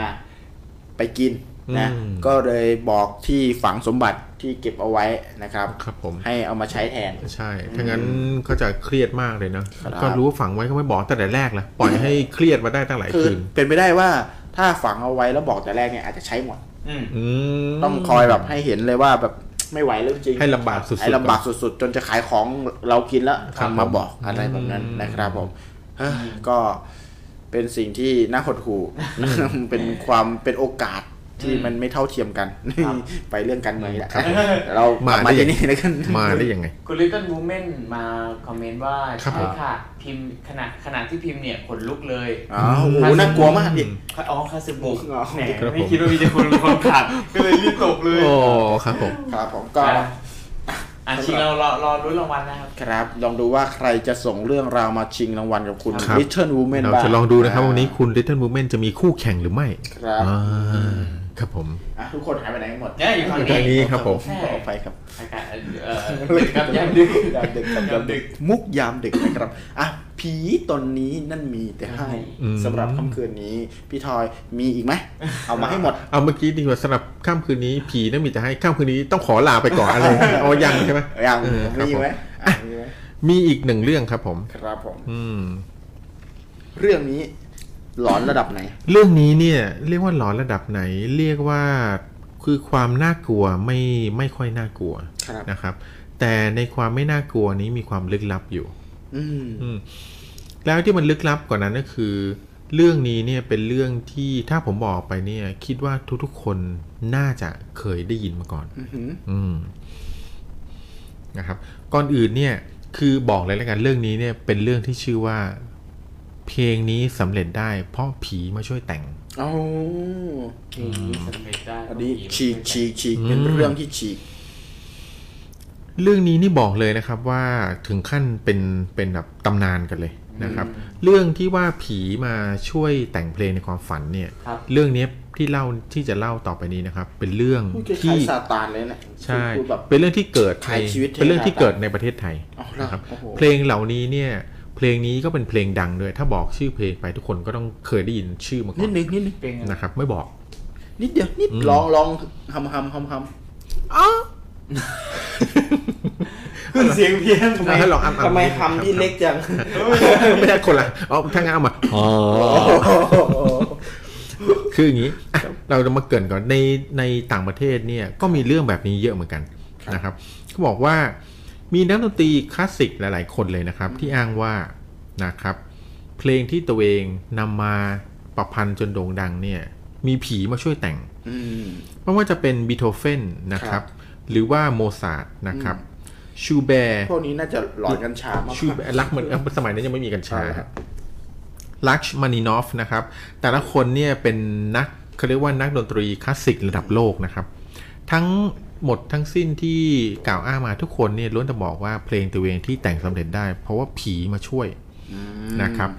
ไปกินนะ อืม ก็เลยบอกที่ฝังสมบัติที่เก็บเอาไว้นะครับ ครับผม ให้เอามาใช้แทน ใช่ ถ้างั้นก็จะเครียดมากเลยเนอะ ครับ ก็รู้ว่าฝังไว้ก็ไม่บอกตั้งแต่แรกละปล่อยให้เครียดมาได้ตั้งหลาย คือ คืน เป็นไปได้ว่าถ้าฝังเอาไว้แล้วบอกแต่แรกเนี่ยอาจจะใช้หมด อืม ต้องคอยแบบให้เห็นเลยว่าแบบไม่ไหวแล้วจริง ให้ลำบากสุดๆ ให้ลำบากสุดๆ จนจะขายของเรากินแล้ว ครับ ทำมาบอกอะไร ผม แบบนั้น อืม นะครับผมเอ้อก็เป็นสิ่งที่น่าหดหู่ เป็นความเป็นโอกาสที่มันไม่เท่าเทียมกัน ไปเรื่องการเมืองอีกแหละเรา มา มา ได้ยังไงที่ นี่นะกัน มาได้ยังไง คุณ Little Woman มาคอมเมนต์ว่า ครับ ใช่ค่ะ พิมพ์ขณะขณะที่พิมพ์เนี่ยขนลุกเลย อ๋อโอ้โหน่ากลัวมากดิ อ๋อคาสึบุก อ๋อ แหม ครับผม ไม่คิดว่ามีจะคนคนขัดก็เลยรีบตกเลย โอ้ครับผม ครับผมก็ อ่ะอ่ะชิงเรารอรอรุ้นรางวัลนะครับ ครับลองดูว่าใครจะส่งเรื่องราวมาชิงรางวัลกับคุณ ครับ Little Woman เรา บ้าง จะลองดูนะครับวันนี้คุณ Little Movement จะมีคู่แข่งหรือไม่ ครับ อ่าครับผม อ่ะทุกคนหายไปไหนกันหมด เนี่ยอยู่ข้าง ทางนี้ นี้ ครับผม ใช่ ขออภัยครับ อากาศเอ่อดึกครับยามดึก ยามดึกครับยามดึก มุกยามดึกนะครับ อ่ะ ผีตนนี้นั่นมีแต่ให้ อืม สำหรับค่ำคืนนี้ พี่ทอยมีอีกไหม เอามาให้หมด เอาเมื่อกี้ดีกว่าสำหรับข้ามคืนนี้ผีน่ามีแต่ให้ข้ามคืนนี้ต้องขอลาไปก่อนอะไร เอายังใช่ไหม ยัง เออค มี รับ อี ผ ก ม ไหมอ่ะมีไหม มีอีกหนึ่งเรื่องครับผม ครับผม อืม เรื่องนี้หลอนระดับไหน เรื่องนี้เนี่ยเรียกว่าหลอนระดับไหน เรียกว่าคือความน่ากลัวไม่ไม่ค่อยน่ากลัว ครับ นะครับ แต่ในความไม่น่ากลัวนี้มีความลึกลับอยู่ อืม อืมแล้วที่มันลึกลับกว่านั้นก็คือ เรื่องนี้เนี่ยเป็นเรื่องที่ถ้าผมบอกไปเนี่ย คิดว่าทุกๆคนน่าจะเคยได้ยินมาก่อน อื้อหือ อืมนะครับก่อนอื่นเนี่ยคือบอกเลยแล้วกันเรื่องนี้เนี่ยเป็นเรื่องที่ชื่อว่า เพลงนี้สำเร็จได้ เพราะผีมาช่วยแต่ง เอา อืมสำเร็จได้ อันนี้ ก็มี ฉีกฉีกฉีกเป็น อืม เรื่องที่ฉีก เรื่องนี้นี่บอกเลยนะครับว่าถึงขั้นเป็นเป็นแบบตำนานกันเลยนะครับ เรื่องที่ว่าผีมาช่วยแต่งเพลงในความฝันเนี่ย ครับ เรื่องเนี้ยที่เล่าที่จะเล่าต่อไปนี้นะครับ เป็นเรื่อง พูดคล้า ที่ ยๆซาตานเลยนะ ใช่ พูดแบบ เป็นเรื่องที่เกิดใน ขายชีวิตให้ เป็นเรื่องที่ ซาตาน เกิดในประเทศไทย เอาละ นะครับ โอ้โห เพลงเหล่านี้เนี่ย เพลงนี้ก็เป็นเพลงดังด้วย ถ้าบอกชื่อเพลงไปทุกคนก็ต้องเคยได้ยินชื่อมาก่อ นิด น นึงนิดนึง นะครับ ไม่บอก นิดเดียวนิด อืม ลองลองฮัมฮัมฮัมฮัมอ๋อเสียงเพี้ยนทำไม ให้ลองอ้ำๆ ทำไม นิดนึง ทำที่เล็กจัง ไม่ได้คนละอ๋อทางงานเอามาอ๋อคืออย่างนี้อ่ะเราจะมาเกรินก่อนในในต่างประเทศเนี่ยก็มีเรื่องแบบนี้เยอะเหมือนกันนะครับเขาบอกว่ามีนักดนตรีคลาสสิกหลาย ๆ คนเลยนะครับ ที่อ้างว่านะครับ เพลงที่ตัวเองนำมาประพันธ์จนโด่งดังเนี่ย มีผีมาช่วยแต่ง อืม ไม่ว่าจะเป็นบีโธเฟนนะค ครั รับ บ หรือว่าโมซาร์ทนะครับชูแบร์ พวกนี้น่าจะหลอนกัญชามาก ชูแบร์ลักมันเอ้ยสมัยนั้นยังไม่มีกัญชา ใช่ครับ ลักชมานินอฟนะครับ แต่ละคนเนี่ยเป็นนักเขาเรียกว่านักดนตรีคลาสสิกระดับโลกนะครับ ทั้งหมดทั้งสิ้นที่กล่าวอ้างมาทุกคนเนี่ยล้วนแต่บอกว่าเพลงตัวเองที่แต่งสำเร็จได้ เพราะว่าผีมาช่วยนะครับ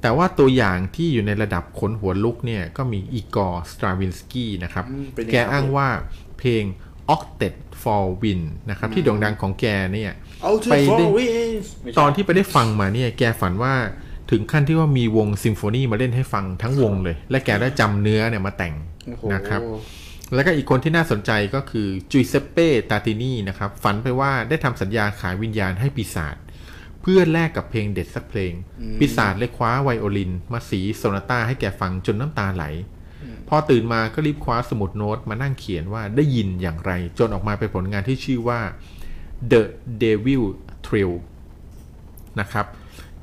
แต่ว่าตัวอย่างที่อยู่ในระดับขนหัวลุกเนี่ย ก็มีอีกอร์สตราวินสกี้นะครับ อืมเป็นยังไง แก ครับ อ้างว่าเพลง Octet for Win นะครับ ที่โด่งดังของแกเนี่ย เอาเธอ ไป for ได้ wins ตอนที่ไปได้ฟังมาเนี่ย แกฝันว่าถึงขั้นที่ว่ามีวงซิมโฟนีมาเล่นให้ฟังทั้งวงเลย และแกได้จำเนื้อเนี่ยมาแต่ง โอ้โห นะครับ แล้วก็อีกคนที่น่าสนใจก็คือจูเซปเป้ตาตินีนะครับ ฝันไปว่าได้ทำสัญญาขายวิญญาณให้ปีศาจเพื่อแลกกับเพลงเด็ดสักเพลง ปีศาจเลยคว้าไวโอลิน มาสีโซนาต้าให้แกฟังจนน้ำตาไหล พอตื่นมาก็รีบคว้าสมุดโน้ตมานั่งเขียนว่าได้ยินอย่างไร จนออกมาเป็นผลงานที่ชื่อว่า The Devil Trill นะครับ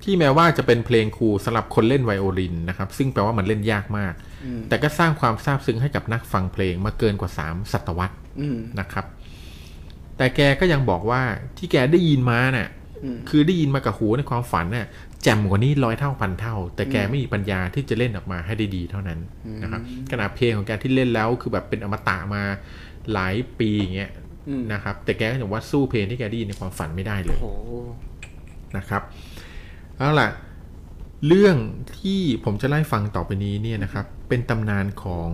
ที่แม้ว่าจะเป็นเพลงครูสำหรับคนเล่นไวโอลินนะครับซึ่งแปลว่ามันเล่นยากมาก แต่ก็สร้างความซาบซึ้งให้กับนักฟังเพลงมาเกินกว่า 3 ศตวรรษ อืม นะครับ แต่แกก็ยังบอกว่าที่แกได้ยินมาน่ะ อืม คือได้ยินมากับหูในความฝันน่ะแจ่มกว่านี้ร้อยเท่าพันเท่า แต่แกไม่มีปัญญาที่จะเล่นออกมาให้ได้ดีเท่านั้นนะครับขนาดเพลงของแกที่เล่นแล้วคือแบบเป็นอมตะมาหลายปีอย่างเงี้ยนะครับ แต่แกก็ยังว่าสู้เพลงที่แกได้ยินในความฝันไม่ได้เลย โอ้โห นะครับเอาล่ะ เรื่องที่ผมจะไล่าให้ฟังต่อไปนี้เนี่ยนะครับ เป็นตำนานของ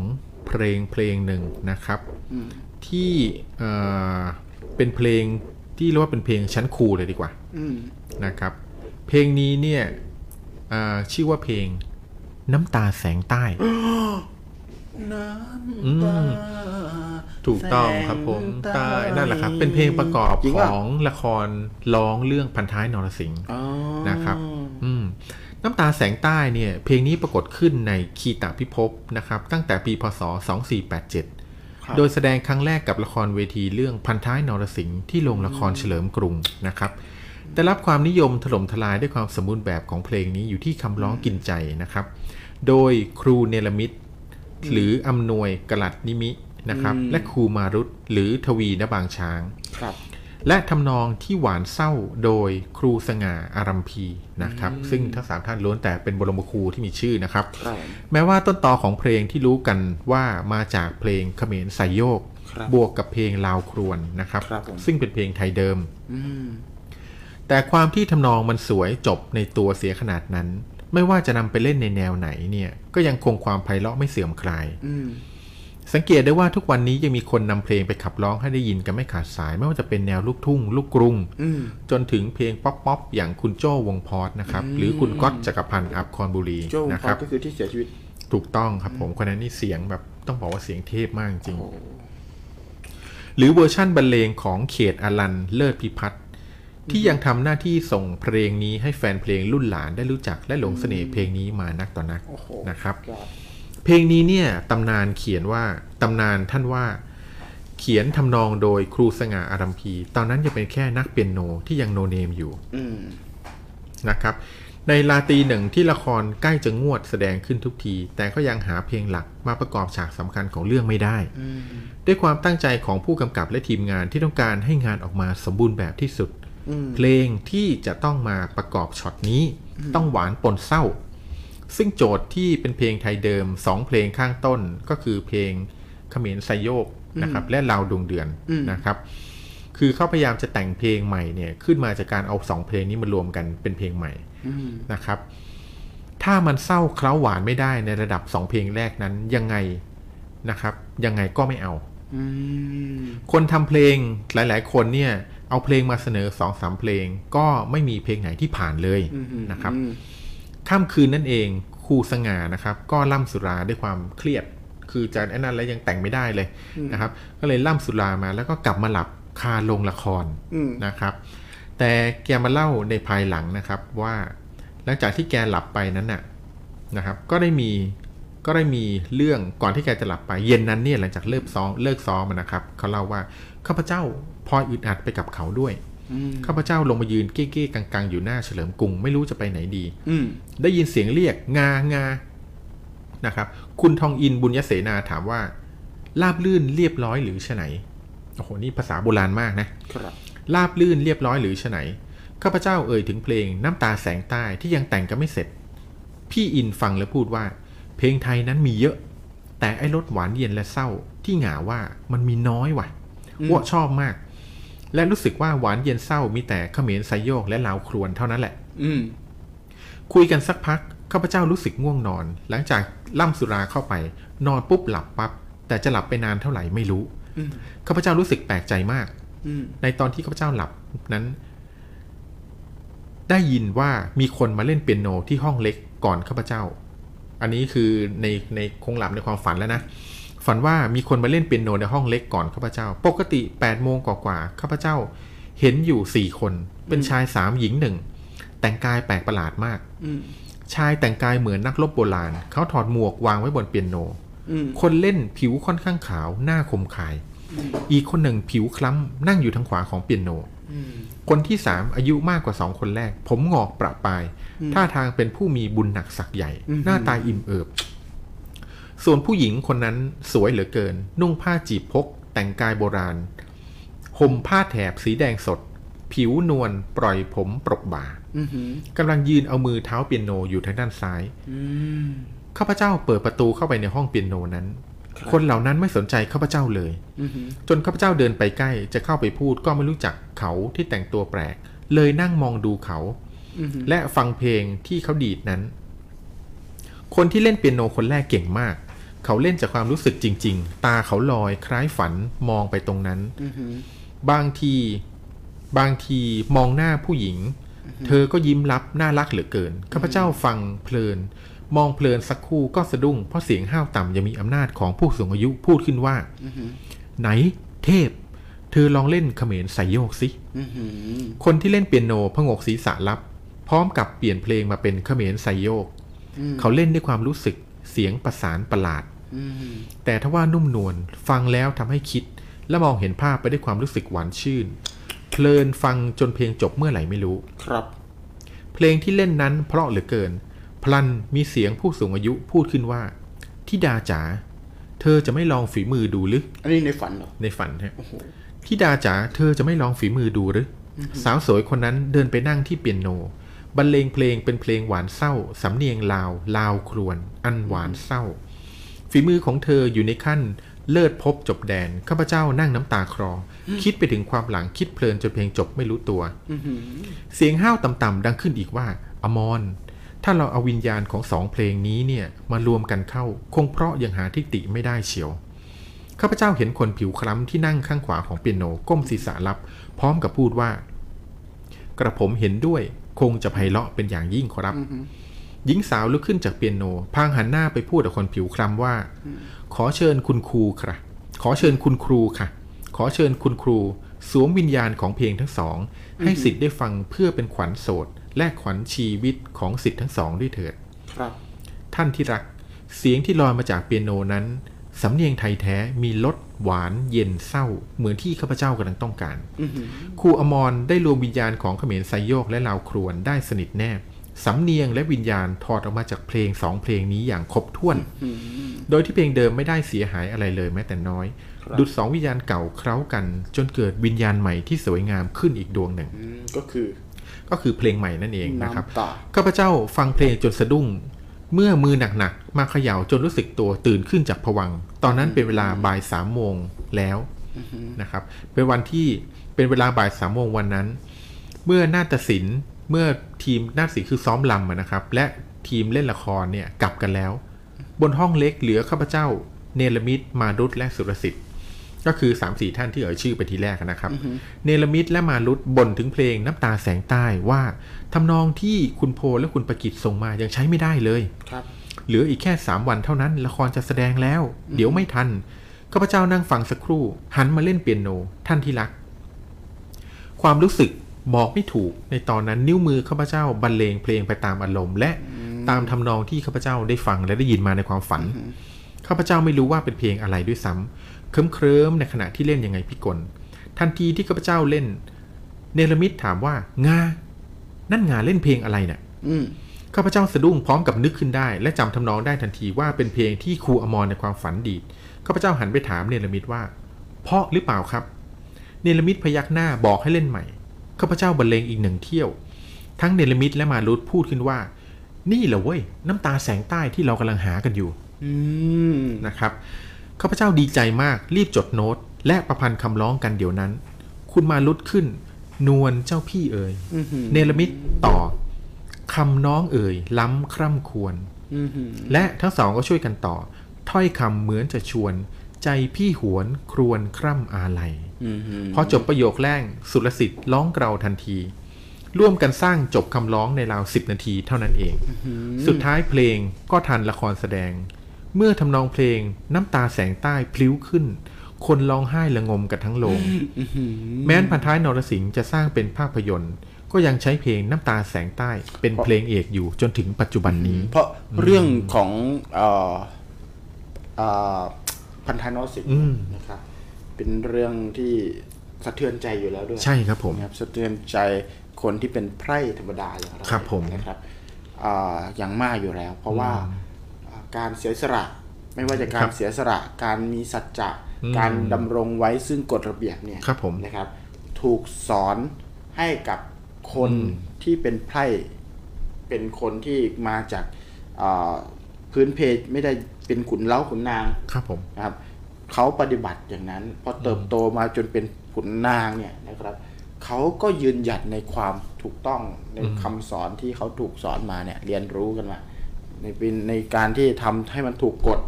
เพลงเพลงหนึ่งนะครับ ที่เอ่อเป็นเพลงที่เรียกว่าเป็นเพลงชั้นครูเลยดีกว่า อืม นะครับ เพลงนี้เนี่ยเอ่อชื่อว่าเพลงน้ำตาแสงใต้ น้ อื ำตา ม ถูกต้องครับผมใต้นั่นแหละครับ เป็นเพลงประกอบ จริง ข ป่ะ องละครร้องเรื่องพันท้ายนรสิงห์ อ๋อ นะครับ อืมน้ำตาแสงใต้เนี่ย เพลงนี้ปรากฏขึ้นในคีตาพิภพนะครับ ตั้งแต่ปีพศ 2487 โดยแสดงครั้งแรกกับละครเวทีเรื่องพันท้ายนรสิงห์ที่โรงละครเฉลิมกรุงนะครับ ได้รับความนิยมถล่มทลายด้วยความสมบูรณ์แบบของเพลงนี้อยู่ที่คำร้องกินใจนะครับ โดยครูเนลมิตร หรืออำนวยกลัดนิมินะครับ และครูมารุตหรือทวีนบางช้าง ครับ และทำนองที่หวานเศร้าโดยครูสง่าอารัมพีนะครับ ซึ่งทั้งสามท่านล้วนแต่เป็นบรมครูที่มีชื่อนะครับ ครับ แม้ว่าต้นตอของเพลงที่รู้กันว่ามาจากเพลงเขมรไสยโยก บวกกับเพลงลาวครวนนะครับ ครับผม ซึ่งเป็นเพลงไทยเดิม อืม แต่ความที่ทำนองมันสวยจบในตัวเสียขนาดนั้น ไม่ว่าจะนำไปเล่นในแนวไหนเนี่ยก็ยังคงความไพเราะไม่เสื่อมคลาย อืม สังเกตได้ว่าทุกวันนี้ยังมีคนนำเพลงไปขับร้องให้ได้ยินกันไม่ขาดสาย ไม่ว่าจะเป็นแนวลูกทุ่ง ลูกกรุง อืม จนถึงเพลงป๊อปป๊อปอย่างคุณโจ้วงพอดนะครับ หรือคุณก๊อตจักรพันธ์อับคอนบุรี โจ้วง นะ พ ค อ รั ด บ ก็คือที่เสียชีวิต ถูกต้องครับผมคนนั้นนี่เสียงแบบต้องบอกว่าเสียงเทพมากจริง หรือเวอร์ชั่นบรรเลงของเขตอลันเลิศพิพัฒน์ที่ยังทำหน้าที่ส่งเพลงนี้ให้แฟนเพลงรุ่นหลานได้รู้จักและหลงเสน่ห์เพลงนี้มานักต่อนัก โอ้โห นะครับ ยอด เพลงนี้เนี่ยตำนานเขียนว่าตำนานท่านว่า เขียนทำนองโดยครูสง่าอารัมพี ตอนนั้นยังเป็นแค่นักเปียโนที่ยังโนเนมอยู่ อืม นะครับในราตรีหนึ่งที่ละครใกล้จะงวดแสดงขึ้นทุกที แต่ก็ยังหาเพลงหลักมาประกอบฉากสำคัญของเรื่องไม่ได้ ด้วยความตั้งใจของผู้กำกับและทีมงานที่ต้องการให้งานออกมาสมบูรณ์แบบที่สุด เพลงที่จะต้องมาประกอบช็อตนี้ ต้องหวานปนเศร้า ซึ่งโจทย์ที่เป็นเพลงไทยเดิมสองเพลงข้างต้นก็คือเพลงเขมรไซโยกนะครับและลาวดวงเดือนนะครับ คือเขาพยายามจะแต่งเพลงใหม่เนี่ยขึ้นมาจากการเอาสองเพลงนี้มารวมกันเป็นเพลงใหม่นะครับ ถ้ามันเศร้าเคล้าหวานไม่ได้ในระดับสองเพลงแรกนั้นยังไงนะครับ ยังไงก็ไม่เอา อืม คนทำเพลงหลาย ๆ คนเนี่ยเอาเพลงมาเสนอสองสามเพลง ก็ไม่มีเพลงไหนที่ผ่านเลยนะครับ อืม ค่ำคืนนั่นเองครูสง่านะครับ ก็ล่ำสุราด้วยความเครียด คือจานแอนนั้นแล้วยังแต่งไม่ได้เลยนะครับ ก็เลยล่ำสุรามาแล้วก็กลับมาหลับคาลงละคร อืม นะครับ แต่แกมาเล่าในภายหลังนะครับว่า หลังจากที่แกหลับไปนั้นน่ะนะครับ ก็ได้มีก็ได้มีเรื่องก่อนที่แกจะหลับไปเย็นนั้นเนี่ยหลังจากเลิกซ้อมเลิกซ้อมอะนะครับเขาเล่าว่าข้าพเจ้าพลอยอึดอัดไปกับเขาด้วยข้าพเจ้าลงมายืนเก้ๆกังๆอยู่หน้าเฉลิมกรุงไม่รู้จะไปไหนดี อืม ได้ยินเสียงเรียกงางานะครับ คุณทองอินบุญยเสนาถามว่า ลาบลื่นเรียบร้อยหรือไฉนโอ้โหนี่ภาษาโบราณมากนะครับ ลาบลื่นเรียบร้อยหรือไฉนข้าพเจ้าเอ่ยถึงเพลงน้ำตาแสงใต้ที่ยังแต่งกันไม่เสร็จ พี่อินฟังแล้วพูดว่า เพลงไทยนั้นมีเยอะ แต่ไอ้รสหวานเย็นและเศร้า ที่หงาว่ามันมีน้อยว่ะอ้วกชอบมาก และรู้สึกว่าหวานเย็นเศร้ามีแต่เขมรไซโยกและลาวครวนเท่านั้นแหละ อืม คุยกันสักพัก ข้าพเจ้ารู้สึกง่วงนอน หลังจากล่ำสุราเข้าไป นอนปุ๊บหลับปั๊บแต่จะหลับไปนานเท่าไหร่ไม่รู้ อืม ข้าพเจ้ารู้สึกแปลกใจมาก อืม ในตอนที่ข้าพเจ้าหลับนั้น ได้ยินว่ามีคนมาเล่นเปียโนที่ห้องเล็กก่อนข้าพเจ้า อันนี้คือในในคงหลับในความฝันแล้วนะฝันว่ามีคนมาเล่นเปียโนในห้องเล็กก่อนข้าพเจ้า ปกติ8ปดโมงกว่าๆข้าพเจ้า เห็นอยู่สี่คน เป็นชายสามหญิงหนึ่งแต่งกายแปลกประหลาดมาก อืม ชายแต่งกายเหมือนนักรบโบราณ เขาถอดหมวกวางไว้บนเปียโน อืม คนเล่นผิวค่อนข้างขาวหน้าคมคาย อีกคนหนึ่งผิวคล้ำนั่งอยู่ทางขวาของเปียโน คนที่สามอายุมากกว่าสองคนแรก ผมหงอกประปราย ท่าทางเป็นผู้มีบุญหนักศักย์ใหญ่ อืม หน้าตาอิ่มเอิบ ส่วนผู้หญิงคนนั้นสวยเหลือเกิน นุ่งผ้าจีบพก แต่งกายโบราณ ห่มผ้าแถบสีแดงสด ผิวนวลปล่อยผมปรกบ่า อืมอืม กำลังยืนเอามือเท้าเปียโนอยู่ทางด้านซ้าย อืม ข้าพเจ้าเปิดประตูเข้าไปในห้องเปียโนนั้น คนเหล่านั้นไม่สนใจข้าพเจ้าเลย อืมอืม จนข้าพเจ้าเดินไปใกล้ จะเข้าไปพูดก็ไม่รู้จักเขาที่แต่งตัวแปลก เลยนั่งมองดูเขา อืม และฟังเพลงที่เขาดีดนั้น คนที่เล่นเปียโนคนแรกเก่งมาก เขาเล่นจากความรู้สึกจริง ๆ ตาเขาลอยคล้ายฝันมองไปตรงนั้น อืมอืม บางที บางทีมองหน้าผู้หญิง เธอก็ยิ้มรับน่ารักเหลือเกินข้าพเจ้าฟังเพลิน มองเพลินสักครู่ก็สะดุ้งเพราะเสียงห้าวต่ำยังมีอำนาจของผู้สูงอายุพูดขึ้นว่า อืม ไหน เทพ เธอลองเล่นเขมรไสยโยกสิ อืมอืม คนที่เล่นเปียโนพงกศีรษะรับ พร้อมกับเปลี่ยนเพลงมาเป็นเขมรไสยโยก เขาเล่นด้วยความรู้สึกเสียงประสานประหลาด อืม แต่ทว่านุ่มนวลฟังแล้วทำให้คิด และมองเห็นภาพไปได้วยความรู้สึกหวานชื่น เพลินฟังจนเพลงจบเมื่อไหร่ไม่รู้ ครับ เพลงที่เล่นนั้นเพราะเหลือเกิน พลันมีเสียงผู้สูงอายุพูดขึ้นว่าทิดาจ๋าเธอจะไม่ลองฝีมือดูหรือ อันนี้ในฝันเหรอ ในฝันฮะทิดาจ๋าเธอจะไม่ลองฝีมือดูหรืออสาวสวยคนนั้นเดินไปนั่งที่เปียโน บรรเลงเพลงเป็นเพลงหวานเศร้า สำเนียงลาว ลาวครวน อันหวานเศร้า ฝีมือของเธออยู่ในขั้น เลิศพบจบแดน ข้าพเจ้านั่งน้ำตาคลออคิดไปถึงความหลังคิดเพลินจนเพลงจบไม่รู้ตัว อืมอืม เสียงห้าวต่ำๆดังขึ้นอีกว่า อมร ถ้าเราเอาวิญญาณของสองเพลงนี้เนี่ยมารวมกันเข้า คงเพราะยังหาทิติไม่ได้เชียว ข้าพเจ้าเห็นคนผิวคล้ำที่นั่งข้างขวาของเปียโนก้มศีรษะรับ พร้อมกับพูดว่า กระผมเห็นด้วย คงจะไพเราะเป็นอย่างยิ่งขอรับ อืม หญิงสาวลุกขึ้นจากเปียโน พางหันหน้าไปพูดกับคนผิวคล้ำว่า ขอเชิญคุณครูค่ะ ขอเชิญคุณครูค่ะ ขอเชิญคุณครู สวมวิญญาณของเพลงทั้งสอง ให้สิทธิ์ได้ฟังเพื่อเป็นขวัญโสดและขวัญชีวิตของสิทธิ์ทั้งสองด้วยเถิด ครับ ท่านที่รัก เสียงที่ลอยมาจากเปียโนนั้น สำเนียงไทยแท้มีรสหวานเย็นเศร้า เหมือนที่ข้าพเจ้ากำลังต้องการ อืมอืม ครูอมรได้รวมวิญญาณของเขมรไซโยกและลาวครวนได้สนิทแนบ สำเนียงและวิญญาณถอดออกมาจากเพลงสองเพลงนี้อย่างครบถ้วน อืม โดยที่เพลงเดิมไม่ได้เสียหายอะไรเลยแม้แต่น้อย ครับ ดุดสองวิญญาณเก่าเคล้ากัน จนเกิดวิญญาณใหม่ที่สวยงามขึ้นอีกดวงหนึ่ง อืมก็คือ ก็คือเพลงใหม่นั่นเองนะครับ ำตา ข้าพเจ้าฟังเพลงจนสะดุ้ง เมื่อมือหนักๆ มาเขย่าจนรู้สึกตัวตื่นขึ้นจากผวังค์ตอนนั้นเป็นเวลาบ่ายสามโมงแล้วนะครับ เป็นวันที่เป็นเวลาบ่ายสามโมงวันนั้น เมื่อนาฏศิลป์เมื่อทีมนาฏศิลป์คือซ้อมลำอะนะครับ และทีมเล่นละครเนี่ยกลับกันแล้ว บนห้องเล็กเหลือข้าพเจ้า เนลมิตมารุตและสุรสิทธิ์ ก็คือ3ามสี่ท่านที่เอ่ยชื่อไปทีแรกนะครับ เนลมิตและมารุตบ่นถึงเพลงน้ำตาแสงใต้ว่าทำนองที่คุณโพและคุณประกิตส่งมายังใช้ไม่ได้เลย ครับ เหลืออีกแค่ 3 วันเท่านั้นละครจะแสดงแล้ว เดี๋ยวไม่ทันข้าพเจ้านั่งฟังสักครู่ หันมาเล่นเปียโนท่านที่รัก ความรู้สึกบอกไม่ถูกในตอนนั้นนิ้วมือข้าพเจ้าบรรเลงเพลงไปตามอารมณ์ และตามทำนองที่ข้าพเจ้าได้ฟังและได้ยินมาในความฝัน ข้าพเจ้าไม่รู้ว่าเป็นเพลงอะไรด้วยซ้ำเคลิ้มๆในขณะที่เล่นยังไงพิกลทันทีที่ข้าพเจ้าเล่น เนรมิตถามว่างา นั่นงาเล่นเพลงอะไรน่ะ อืม ข้าพเจ้าสะดุ้งพร้อมกับนึกขึ้นได้ และจำทำนองได้ทันทีว่าเป็นเพลงที่ครูอมรในความฝันดีดข้าพเจ้าหันไปถามเนรมิตว่า เพราะหรือเปล่าครับ เนรมิตพยักหน้าบอกให้เล่นใหม่ข้าพเจ้าบรรเลงอีกหนึ่งเที่ยว ทั้งเนรมิตและมารุธพูดขึ้นว่า นี่เหรอเว้ยน้ำตาแสงใต้ที่เรากำลังหากันอยู่ อืม นะครับข้าพเจ้าดีใจมากรีบจดโน้ต และประพันธ์คำร้องกันเดี๋ยวนั้น คุณมาลุดขึ้น นวลเจ้าพี่เอ๋ย อืม เนรมิตต่อ ค คำน้องเอ่ยล้ำคร่ำควร อื้อหือ และทั้งสองก็ช่วยกันต่อ ถ้อยคำเหมือนจะชวน ใจพี่หวนครวนคร่ำอาลัย อื้อหือ พอจบประโยคแรกสุรสิทธิ์ร้องเกราทันที ร่วมกันสร้างจบคำร้องในราว 10 นาทีเท่านั้นเอง สุดท้ายเพลงก็ทันละครแสดง เมื่อทำนองเพลงน้ำตาแสงใต้พลิ้วขึ้น คนร้องไห้ละงมกันทั้งโรงแม้นพันท้ายนรสิงห์จะสร้างเป็นภาพยนตร์ ก็ยังใช้เพลงน้ำตาแสงใต้เป็นเพลงเอกอยู่จนถึงปัจจุบันนี้ เพราะเรื่องของเอ่อเอ่อพันธานสิงห์ อืม นะครับเป็นเรื่องที่สะเทือนใจอยู่แล้วด้วย ใช่ครับผม นะครับสะเทือนใจคนที่เป็นไพร่ธรรมดาอย่างเรา ครับผม นะครับอ่าอย่างมากอยู่แล้ว เพราะว่าอ่าการเสียสละไม่ว่าจะกา ครั ร บ เสียสละการมีสัจจะ อืม การดำรงไว้ซึ่งกฎระเบียบเนี่ย ครับผม นะครับ ถูกสอนให้กับคน อืม ที่เป็นไพร่เป็นคนที่มาจากอ่าพื้นเพไม่ได้เป็นขุนเล้าขุนนาง ครับผม นะครับเขาปฏิบัติอย่างนั้น พอเติบโตมาจนเป็นขุนนางเนี่ยนะครับเขาก็ยืนหยัดในความถูกต้องในคำสอนที่เขาถูกสอนมาเนี่ยเรียนรู้กันมาในเป็นในการที่ทำให้มันถูกกฎ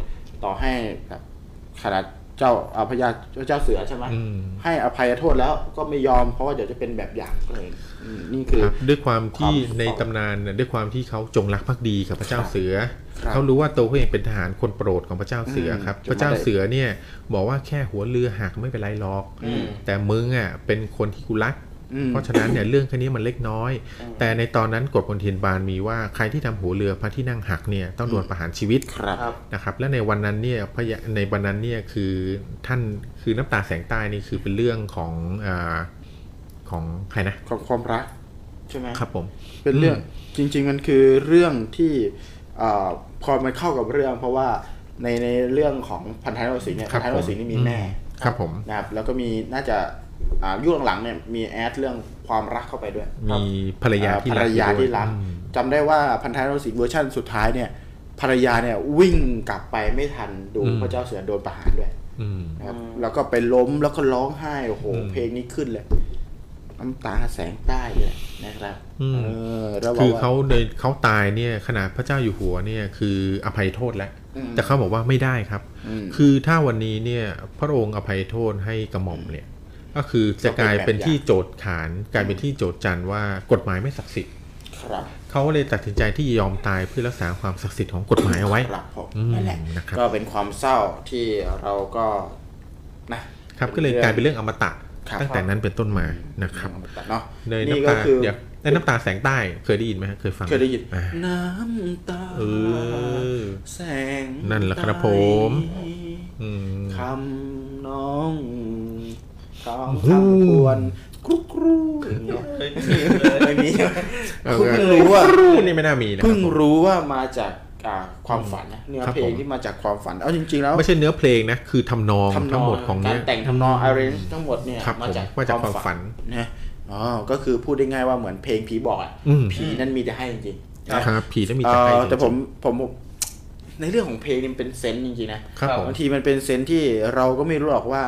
ต่อให้แบบขนาดเจ้าอาพญาเจ้าเสือใช่ไหม อืม ให้อภัยโทษแล้วก็ไม่ยอมเพราะว่าเดี๋ยวจะเป็นแบบอย่างเลยอืมนี่คือ ครับด้วยความที่ ความ ในตำนานน่ะด้วยความที่เขาจงรักภักดีกับพระเจ้าเสือ ครับ เขารู้ว่าตัวเขาเองเป็นทหารคนโปรดของพระเจ้าเสือครับ อืม พระเจ้าเสือเนี่ยบอกว่าแค่หัวเรือหักไม่เป็นไรหรอก แต่มึงอ่ะเป็นคนที่กูรัก อืม เพราะฉะนั้นเนี่ยเรื่องแค่นี้มันเล็กน้อย แต่ในตอนนั้นกฎบนเทียนบานมีว่าใครที่ทำหัวเรือพระที่นั่งหักเนี่ยต้องโดนประหารชีวิต ครับ นะครับและในวันนั้นเนี่ยพระยะในวันนั้นเนี่ยคือท่านคือน้ำตาแสงใต้นี่คือเป็นเรื่องของอาของใครนะ ของความรักใช่ไหม ครับผม เป็นเรื่องจริง ๆ มันคือเรื่องที่เออพอมันเข้ากับเรื่อง เพราะว่าในในเรื่องของพันธะนรสิงห์เนี่ย ครับพันธะนรสิงห์นี่มีแม่ ผมครับผม นะครับแล้วก็มีน่าจะอ่ายุคหลังๆเนี่ยมีแอดเรื่องความรักเข้าไปด้วย มีภรรยา อ่า ที่ ภร รั ร ก ยา อยู่ด้วย ที่รัก อืม จำได้ว่าพันธะนรสิงห์เวอร์ชันสุดท้ายเนี่ยภรรยาเนี่ยวิ่งกลับไปไม่ทันดู อืม พระเจ้าเสือโดนประหารด้วย อืม นะครับแล้วก็ไปล้มแล้วก็ร้องไห้โอ้โห อืม เพลงนี้ขึ้นเลยน้ำตาแสงใต้เลยนะครับ อืม เออแล้วบก คือ ว่ เขาในเขาตายเนี่ยขนาดพระเจ้าอยู่หัวเนี่ยคืออภัยโทษแล้ว อืม แต่เขาบอกว่าไม่ได้ครับ อืม คือถ้าวันนี้เนี่ยพระองค์อภัยโทษให้กระหม่อมเนี่ยก็คือจะกลายเป็นที่โจทย์ขานกลายเป็นที่โจทย์จันทร์ว่ากฎหมายไม่ศักดิ์สิทธิ ครับ เขาเลยตัดสินใจที่จะยอมตายเพื่อรักษาความศักดิ์สิทธิ์ของกฎหมายเอาไว้ ครับผม อืม นั่นแหละ นะครับ ก็เป็นความเศร้าที่เราก็นะ ครับก็เลยกลายเป็นเรื่องอมตะ ครับ ตั้งแต่นั้นเป็นต้นมานะครับ ตัดเนาะ ใน นี่ น้ำ ก็ ตา คือ เดี๋ยวในน้ำตาแสงใต้เคยได้ยินไหมฮะเคยฟัง เคยได้ยิน อ่า น้ำตา เออ แสง นั่นแหละครับผม อืม คำน้องคำ โอ้โห คำควรครุกครูอย่างเงี้ยไม่มีคุณเพิ่งรู้ว่า ครูนี่ไม่น่ามีนะค เพิ่ รับ ง ผม รู้ว่ามาจากอ่าความฝันนะเนื้อ ครับ เพลง ผม ที่มาจากความฝัน เอาจริง ๆ แล้ว ไม่ใช่เนื้อเพลงนะ คือทำนอง ทำน ทั้ องง หมดของ กา เนี้ ร ย แต่งทำนองอาร์เรนจ์ทั้งหมดเนี่ย ครับ มาจาก ผมมาจากความฝัน นะอ๋อก็คือพูดได้ง่ายว่าเหมือนเพลงผีบอกอ่ะ อืม ผีนั่นมีแต่ให้จริงๆนะครับ ผีนั้นมี เอ่ แต่ใคร อ จริงๆ แต่ผมผมผมในเรื่องของเพลงนี่มันเป็นเซนส์จริงๆนะครับ ผม บางทีมันเป็นเซนส์ที่เราก็ไม่รู้หรอกว่า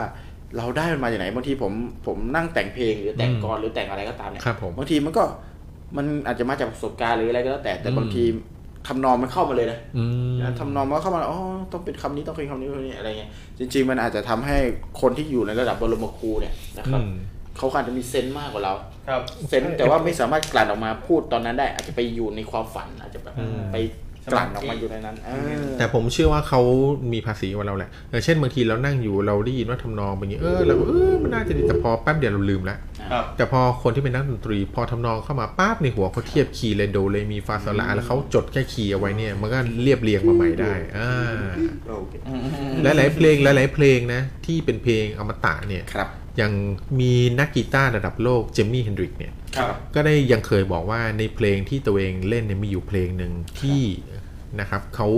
เราได้มันมาจากไหนบางทีผมผมนั่งแต่งเพลงหรือแต่งกรหรือแต่งอะไรก็ตามเนี่ย ครับผม บางทีมันก็มันอาจจะมาจากประสบการณ์หรืออะไรก็แล้วแต่แต่ อืม บางทีทำนองมันเข้ามาเลยนะ อืม ทำนองว่าเข้ามาอ๋อต้องเป็นคำนี้ต้องเป็นคำนี้คำนี้อะไรเงี้ยจริง ๆ มันอาจจะทำให้คนที่อยู่ในระดับบรมครูเนี่ยนะครับ อืม เขาอาจจะมีเซนส์มากกว่าเรา ครับ เซนส์แต่ว่าไม่สามารถกลั่นออกมาพูดตอนนั้นได้ อาจจะไปอยู่ในความฝันอาจจะแบบไปกลั่นออกมาอยู่ในนั้นเออ แต่ผมเชื่อว่าเขามีภาษีกว่าเราแหละเออเช่นบางทีเรานั่งอยู่เราได้ยินว่าทำนองเป็นอย่างนี้เออเราก็เออมันน่าจะดีแต่พอแป๊บเดียวเราลืมละ ครับ แต่พอคนที่เป็นนักดนตรี พอทำนองเข้ามาปั๊บในหัวเขาเทียบคีย์เลยโดเลมีฟาโซลาแล้วเขาจดแค่คีย์เอาไว้เนี่ย มันก็เรียบเรียงมาใหม่ได้อ่าหลายๆเพลงหลายๆเพลงนะ ที่เป็นเพลงอมตะเนี่ย ครับ ยังมีนักกีตาร์ระดับโลกเจมมี่เฮนดริกเนี่ย ครับ ก็ได้ยังเคยบอกว่าในเพลงที่ตัวเองเล่นเนี่ยมีอยู่เพลงหนึ่งที่นะครับเขา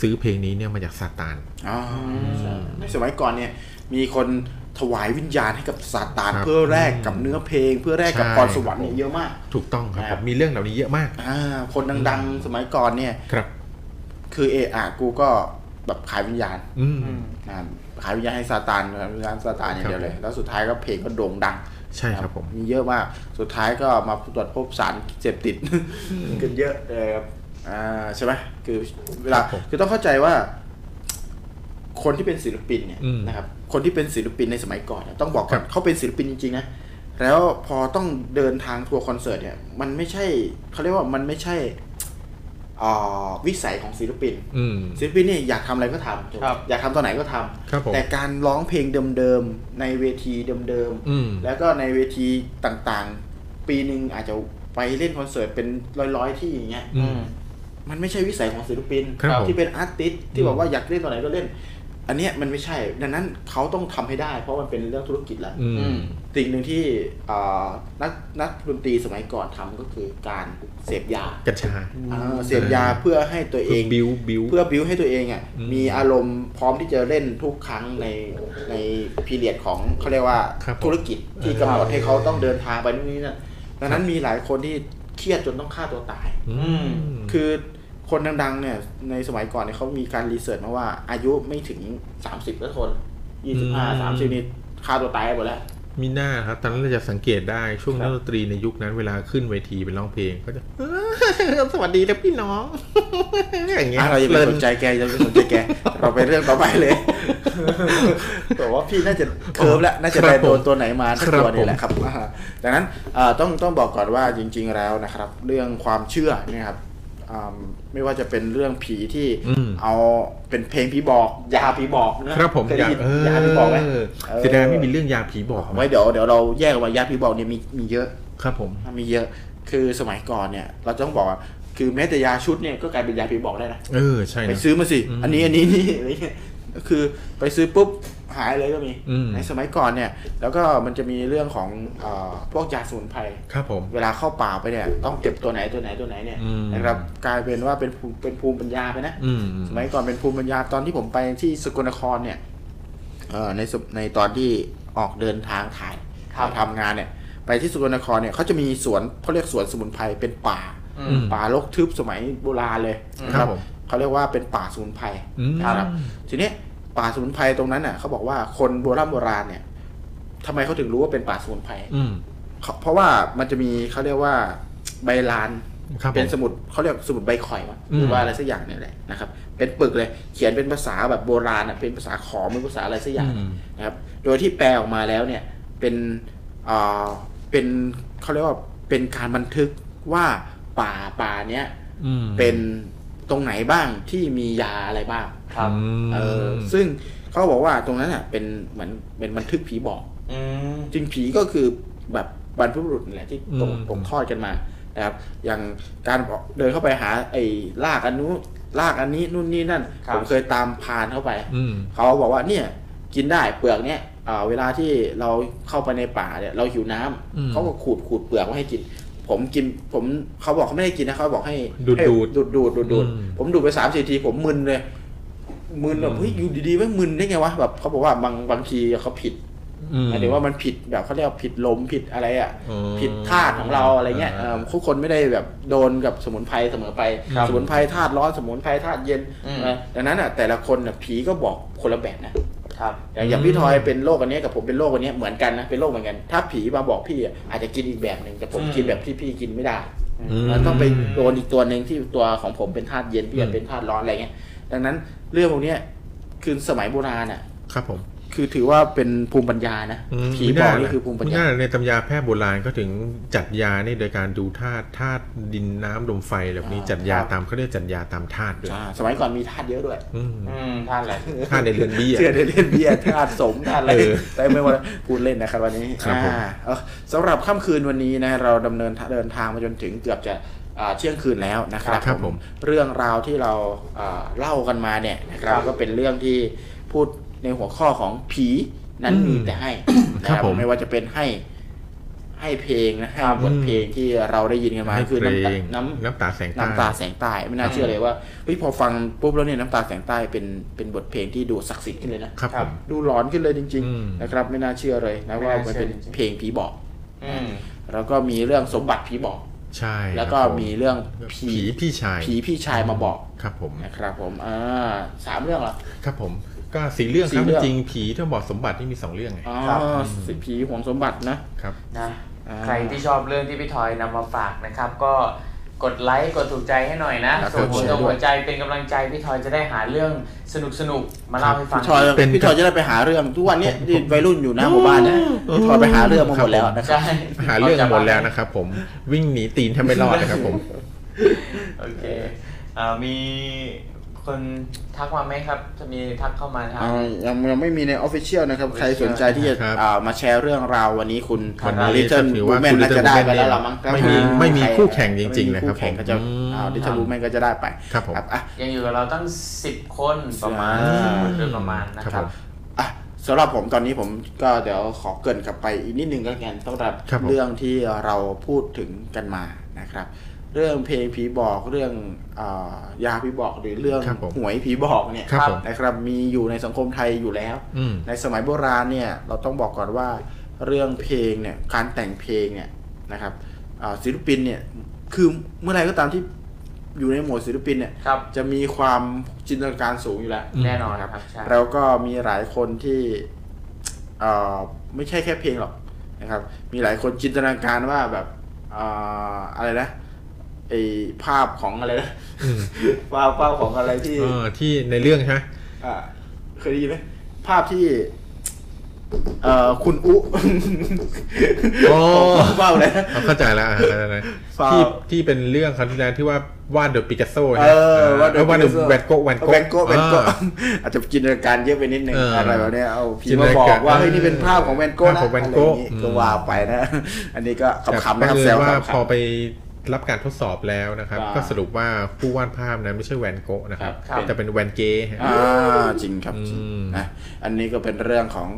ซื้อเพลงนี้เนี่ยมาจากซาตาน อ๋อในสมัยก่อนเนี่ยมีคนถวายวิญญาณให้กับซาตาน ครับ เพื่อแลกกับเนื้อเพลง เพื่อแลกกับ ใช่ พรสวรรค์เนี่ยเยอะมาก ถูกต้องครับ ค ผ รับ มมีเรื่องเหล่านี้เยอะมาก อ่าคนดังๆ สมัยก่อนเนี่ย ครับ คือเออากูก็แบบขายวิญญาณ อืม นะครับขายวิญญาณให้ซาตานนะครับวิญญาณซาตานอย่างเดียวเลย แล้วสุดท้ายก็เพลงก็โด่งดัง ใช่ครับผม มีเยอะมากสุดท้ายก็มาตรวจพบสารเสพติด กันเยอะเลยครับอ่าใช่ไหมคือเวลา ครับผม คือต้องเข้าใจว่า คนที่เป็นศิลปินเนี่ย อืม นะครับ คนที่เป็นศิลปินในสมัยก่อนเนี่ยต้องบอกก่อน ครับ เขาเป็นศิลปินจริงๆนะแล้วพอต้องเดินทางทัวร์คอนเสิร์ตเนี่ย มันไม่ใช่เขาเรียกว่ามันไม่ใช่อ่าวิสัยของศิลปิน อืม ศิลปินเนี่ยอยากทำอะไรก็ท ครับ ำอยากทำตอนไหนก็ทำ ครับผม แต่การร้องเพลงเดิมๆในเวทีเดิม อืม แล้วก็ในเวทีต่างๆ ปีหนึ่งอาจจะไปเล่นคอนเสิร์ตเป็นร้อยๆที่อย่างเงี้ย อืม มันไม่ใช่วิสัยของศิลปิน ครับผม ที่เป็นอาร์ติสที่ อืม บอกว่าอยากเล่นตอนไหนก็เล่น อันเนี้ยมันไม่ใช่ ดังนั้นเขาต้องทำให้ได้ เพราะมันเป็นเรื่องธุรกิจแล้ว อื อื ม ม สิ่งหนึ่งที่อ่านักนักดนตรีสมัยก่อนทำก็คือการเสพยา กัญชา อ่าเสพยาเพื่อให้ตัวเอง บิวบิว เพื่อบิวให้ตัวเองอ่ะ อืม มีอารมณ์พร้อมที่จะเล่นทุกครั้งในในพีเรียดของเขาเรียกว่า ครับผม ธุรกิจที่กำหนดให้เขาต้องเดินทางไปนู่นนี่นั่นดังนั้นมีหลายคนที่เครียดจนต้องฆ่าตัวตาย คือคนดังๆเนี่ยในสมัยก่อนเนี่ยเขามีการรีเสิร์ชมาว่าอายุไม่ถึง 30ก็ทน25 อืม 30นี่ฆ่าตัวตายกันหมดแล้ว มีหน้าครับ ตอนนั้นเราจะสังเกตได้ช่วง ครั นั บ กดนตรีในยุคนั้นเวลาขึ้นเวทีไปร้องเพลงก็จะ สวัสดีนะพี่น้อง อย่างเงี้ย อ่ะเราอย่าไปสนใจแกอย่าไปสนใจแก เราไปเรื่องต่อไปเลย แต่ว่าพี่น่าจะเคิร์ฟแล้วน่าจะไปโดนตัวไหนมาสักตัวนี่แหละครับอ่าดังนั้นเอ่อต้องต้องบอกก่อนว่าจริง ๆแล้วนะครับ เรื่องความเชื่อเนะครับอ่าไม่ว่าจะเป็นเรื่องผีที่ อืม เอาเป็นเพลงผีบอกยาผีบอกนะครับ ผม เคย อ ได้ ยาก ยิน เออย าผีบอกไหม เสียดายไม่มีเรื่องยาผีบอกนะ ไว้เดี๋ยวเดี๋ยวเราแยกไว่ายาผีบอกเนี่ยมีมีเยอะ ครับผม มีเยอะ คือสมัยก่อนเนี่ย เราต้องบอกว่าคือแม้แต่ยาชุดเนี่ยก็กลายเป็นยาผีบอกได้นะ เออ ใช่ ไป นะ ซื้อมาสิ อืม อันนี้อันนี้นี่อะไรเงี้ ยคือไปซื้อปุ๊บหายเลยก็มี อืม ในสมัยก่อนเนี่ย แล้วก็มันจะมีเรื่องของเออพวกยาสมุนไพร ครับผม เวลาเข้าป่าไปเนี่ย ต้องเก็บตัวไหนตัวไหนตัวไหนเนี่ย อืม นะครับ กลายเป็นว่าเป็นภูมิเป็นภูมิปัญญาไปนะ อืม สมัยก่อนเป็นภูมิปัญญาตอนที่ผมไปที่สกลนครเนี่ยเอ่อในสมในตอนที่ออกเดินทางถ่าย ครับ ทำงานเนี่ย ไปที่สกลนครเนี่ยเขาจะมีสวนเขาเรียกสวนสมุนไพรเป็นป่า อืม ป่ารกทึบสมัยโบราณเลยนะครับ ผม เขาเรียกว่าเป็นป่าสมุนไพร อืม ครับ ทีนี้ป่าสมุนไพรตรงนั้นน่ะเขาบอกว่าคนโบราณโบราณเนี่ยทำไมเขาถึงรู้ว่าเป็นป่าสมุนไพร อืม เขาเพราะว่ามันจะมีเขาเรียกว่าใบลาน ครับผ เป็น ม สมุดเขาเรียกสมุดใบข่อยมั้ง อืม หรือว่าอะไรสักอย่างเนี่ยแหละนะครับ เป็นปึกเลย เขียนเป็นภาษาแบบโบราณอ่ะ เป็นภาษาขอมเป็นภาษาอะไรสักอย่าง อืม นะครับ โดยที่แปลออกมาแล้วเนี่ย เป็นเอ่อเป็นเขาเรียกว่าเป็นการบันทึกว่าป่าป่าเนี้ย อืม เป็นตรงไหนบ้างที่มียาอะไรบ้าง ครับ อืม เออซึ่งเขาบอกว่าตรงนั้นอ่ะเป็นเหมือนเป็นบันทึกผีบอก อืม จริงผีก็คือแบบบรรพบุรุษนั่นแหละที่ตกตกทอดกันมานะครับ อย่างการบอกเดินเข้าไปหาไอ้ลากอันนู้นลากอันนี้นู่นนี่นั่น ครับ ผมเคยตามพรานเข้าไป อืม เขาบอกว่าเนี่ยกินได้เปลือกเนี่ยเอ่อเวลาที่เราเข้าไปในป่าเนี่ยเราหิวน้ำ อืม เขาก็ขูดขูดเปลือกไว้ให้กิน ผมกินผมเขาบอกเขาไม่ได้กินนะเขาบอกให้ ดูด ให้ ดูด ดูดดูดดูดดูด อืม ผมดูดไปสามสี่ทีผมมึนเลยมึนแบ อื บ ม เฮ้ยอยู่ดีๆแม่งมึนได้ไงวะแบบเขาบอกว่าบางบางทีเขาผิด อืม หมายถึงว่ามันผิดแบบเขาเรียกว่าผิดลมผิดอะไรอ่ะ อ๋อ ผิดธาตุของเราอะไรเงี้ย อ่า เอิ่มทุกคนไม่ได้แบบโดนกับสมุนไพรเสมอไป ครับ สมุนไพรธาตุร้อนสมุนไพรธาตุเย็น อืม นะดังนั้นอ่ะแต่ละคนน่ะผีก็บอกคนละแบบนะครับ อย่างอย่าง อืม พี่ทอยเป็นโรคอันเนี้ยกับผมเป็นโรคอันเนี้ยเหมือนกันนะเป็นโรคเหมือนกัน ถ้าผีมาบอกพี่อ่ะอาจจะกินอีกแบบหนึ่งแต่ผม อืม กินแบบที่พี่กินไม่ได้ ม แล้วต้องไปโดนอีกตัวหนึ่งที่ตัวของผมเป็นธาตุเย็นพี่อาจ อืม เป็นธาตุร้อนอะไรเงี้ยดังนั้นเรื่องพวกเนี้ยคือสมัยโบราณอ่ะ ครับผม คือถือว่าเป็นภูมิปัญญานะ อืม ผี ไม่ บอก น่า นี่คือภูมิปัญ ไม่ ญา น่าในตำยาแพทย์โบราณก็ถึงจัดยานี่โดยการดูธาตุธาตุดินน้ำลมไฟแบบนี้ อ่า จัดยาตามเขาเรียกจัดยาตามธาตุด้วย อ่าสมัยก่อนมีธาตุเยอะด้วย อืม อืมท่านแหละไร ธาตุในเรือนบี้ เชื่อ อ่ะ ได้เล่นเบียร์ธาตุสมธาตุอะไร เออ แต่ไม่ว่าพูดเล่นนะครับวันนี้ ครับผม อ่าเออสำหรับค่ำคืนวันนี้นะเราดำเนินเดินทางมาจนถึงเกือบจะอ่าเที่ยงคืนแล้วนะครับ ครับผม เรื่องราวที่เราอ่าเล่ากันมาเนี่ยนะครับ ครับ ก็เป็นเรื่องที่พูดในหัวข้อของผีนั้น อืม มีแต่ให้นะครับ ผม ไม่ว่าจะเป็นให้ให้เพลงนะให้บท อืม เพลงที่เราได้ยินกันมา ให้ คือ เพล น้ำตาง น้ำ น้ำตาแสงใต้ น้ำตาแสงใต้ไม่น่าเชื่อเลยว่าเฮ้ยพอฟังปุ๊บแล้วเนี่ยน้ำตาแสงใต้เป็นเป็นบทเพลงที่ดูศักดิ์สิทธิ์ขึ้นเลยนะครับ ผม ดูหลอนขึ้นเลยจริง อืม ๆ นะครับไม่น่าเชื่อเลยนะว่ามันเป็นเพลงผีบอก อืม แล้วก็มีเรื่องสมบัติผีบอก ใช่ แล้วก็ ครับผ มีเรื่องผี ผีพี่ชาย ผีพี่ชายมาบอก ครับผม นะครับผมอ่าสามเรื่องเหรอ ครับผมก็สี่เรื่องค สี่ รับ เรื่ จ อง ริงๆผีที่บอกสมบัตินี่มีสองเรื่องไง อ๋อ ครับ สิผีหวงสมบัตินะ ครับ นะ อ่า ใครที่ชอบเรื่องที่พี่ทอยนำมาฝากนะครับ ก็กดไลค์กดถูกใจให้หน่อยนะ แล้วก็ ส่งแชร์ด้วยหัวส่งหัวใจเป็นกำลังใจพี่ทอยจะได้หาเรื่องสนุกสนุกๆมาเล่าให้ฟัง พี่ทอย เป็น พี่ทอยจะได้ไปหาเรื่องทุกวันเนี้ยที่วัยรุ่นอยู่หน้าหมู่บ้านนะพี่ทอยไปหาเรื่องมาหมดแล้วนะครับ ใช่ หาเรื่องกันหมดแล้วนะครับผมวิ่งหนีตีนแทบไม่รอดนะครับผม โอเคอ่ามีคนทักมาไหมครับ จะมีทักเข้ามาทาง อ่ายังยังไม่มีในออฟฟิเชียลนะครับ ใครสนใจที่จะ ครับ อ่ามาแชร์เรื่องราววันนี้คุณ วันนี้ ลิเทิล ถือ บู ว่า แมน คุณ น่า Little จะได้ไป Women แล้วล่ะมั้งครับ ไม่มี อ่า ไม่มี ใ คู่แข่งจริงๆเลยครับ ไม่มีคู่แข่ง ผม ก็จะ อืม ลิเทิลบูแมนก็จะได้ไป ครับผม อ่ะ ยังอยู่กับเราตั้ง 10 คนประมาณ อ่า โดยประมาณนะค ครั รับผมบอ่ะสำหรับผมตอนนี้ผมก็เดี๋ยวขอเกรินกลับไปอีกนิดนึงก็แล้วกันสำหรับ ครับผม เรื่องที่เราพูดถึงกันมานะครับ เรื่องเพลงผีบอกเรื่องอายาผีบอกหรือเรื่อง ครับผม หวยผีบอกเนี่ย ครับผม นะครับมีอยู่ในสังคมไทยอยู่แล้ว อืม ในสมัยโบราณเนี่ยเราต้องบอกก่อนว่าเรื่องเพลงเนี่ยการแต่งเพลงเนี่ยนะครับอ่าศิลปินเนี่ยคือเมื่อไหรก็ตามที่อยู่ในหมวดศิลปินเนี่ย ครับ จะมีความจินตนาการสูงอยู่แล้ว แน่นอนครับใช่ แล้วก็มีหลายคนที่เอ่อไม่ใช่แค่เพลงหรอกนะครับมีหลายคนจินตนาการว่าแบบอ่าอะไรนะไอภาพของอะไรนะ อืม ภาพภาพของอะไรที่ เออที่ในเรื่องใช่ไหม อ่าเคยได้ยินไหมภาพที่ เอ่อคุณอุ โอ้ เบ้าเลยนะ เอาเข้าใจแล้วอ่ะเข้าใจแล้ว ฟาว ที่ที่เป็นเรื่องคราวที่แล้วที่ว่าวาดโดยปิกัสโซ เอ ใช่ไหม อ เออวาดโดยแวนโกะ แว แวน น โกะ โกะ แวนโกะ อ่า อาจจะจินตนาการเยอะไปนิดนึง เอออ อะไรแบบเนี้ยเอาผี จินต มาบอกนาาร กว่าเฮ้ยนี่เป็นภาพของแวนโกะนะ ภาพของแวนโกะ อะไรอย่างงี้ อืม ก็ว่าไปนะ อันนี้ก็ขำๆ แต่ นะครับ บัง แซ เอิ ว ญว่า ขำๆ พอไปรับการทดสอบแล้วนะครับ อ่า ก็สรุปว่าผู้วาดภาพนั้นไม่ใช่แวนโกะนะครับ ครับ แต่เป็นแวนเกะฮะ อ่าจริงครับ อืม จริงนะอันนี้ก็เป็นเรื่องของ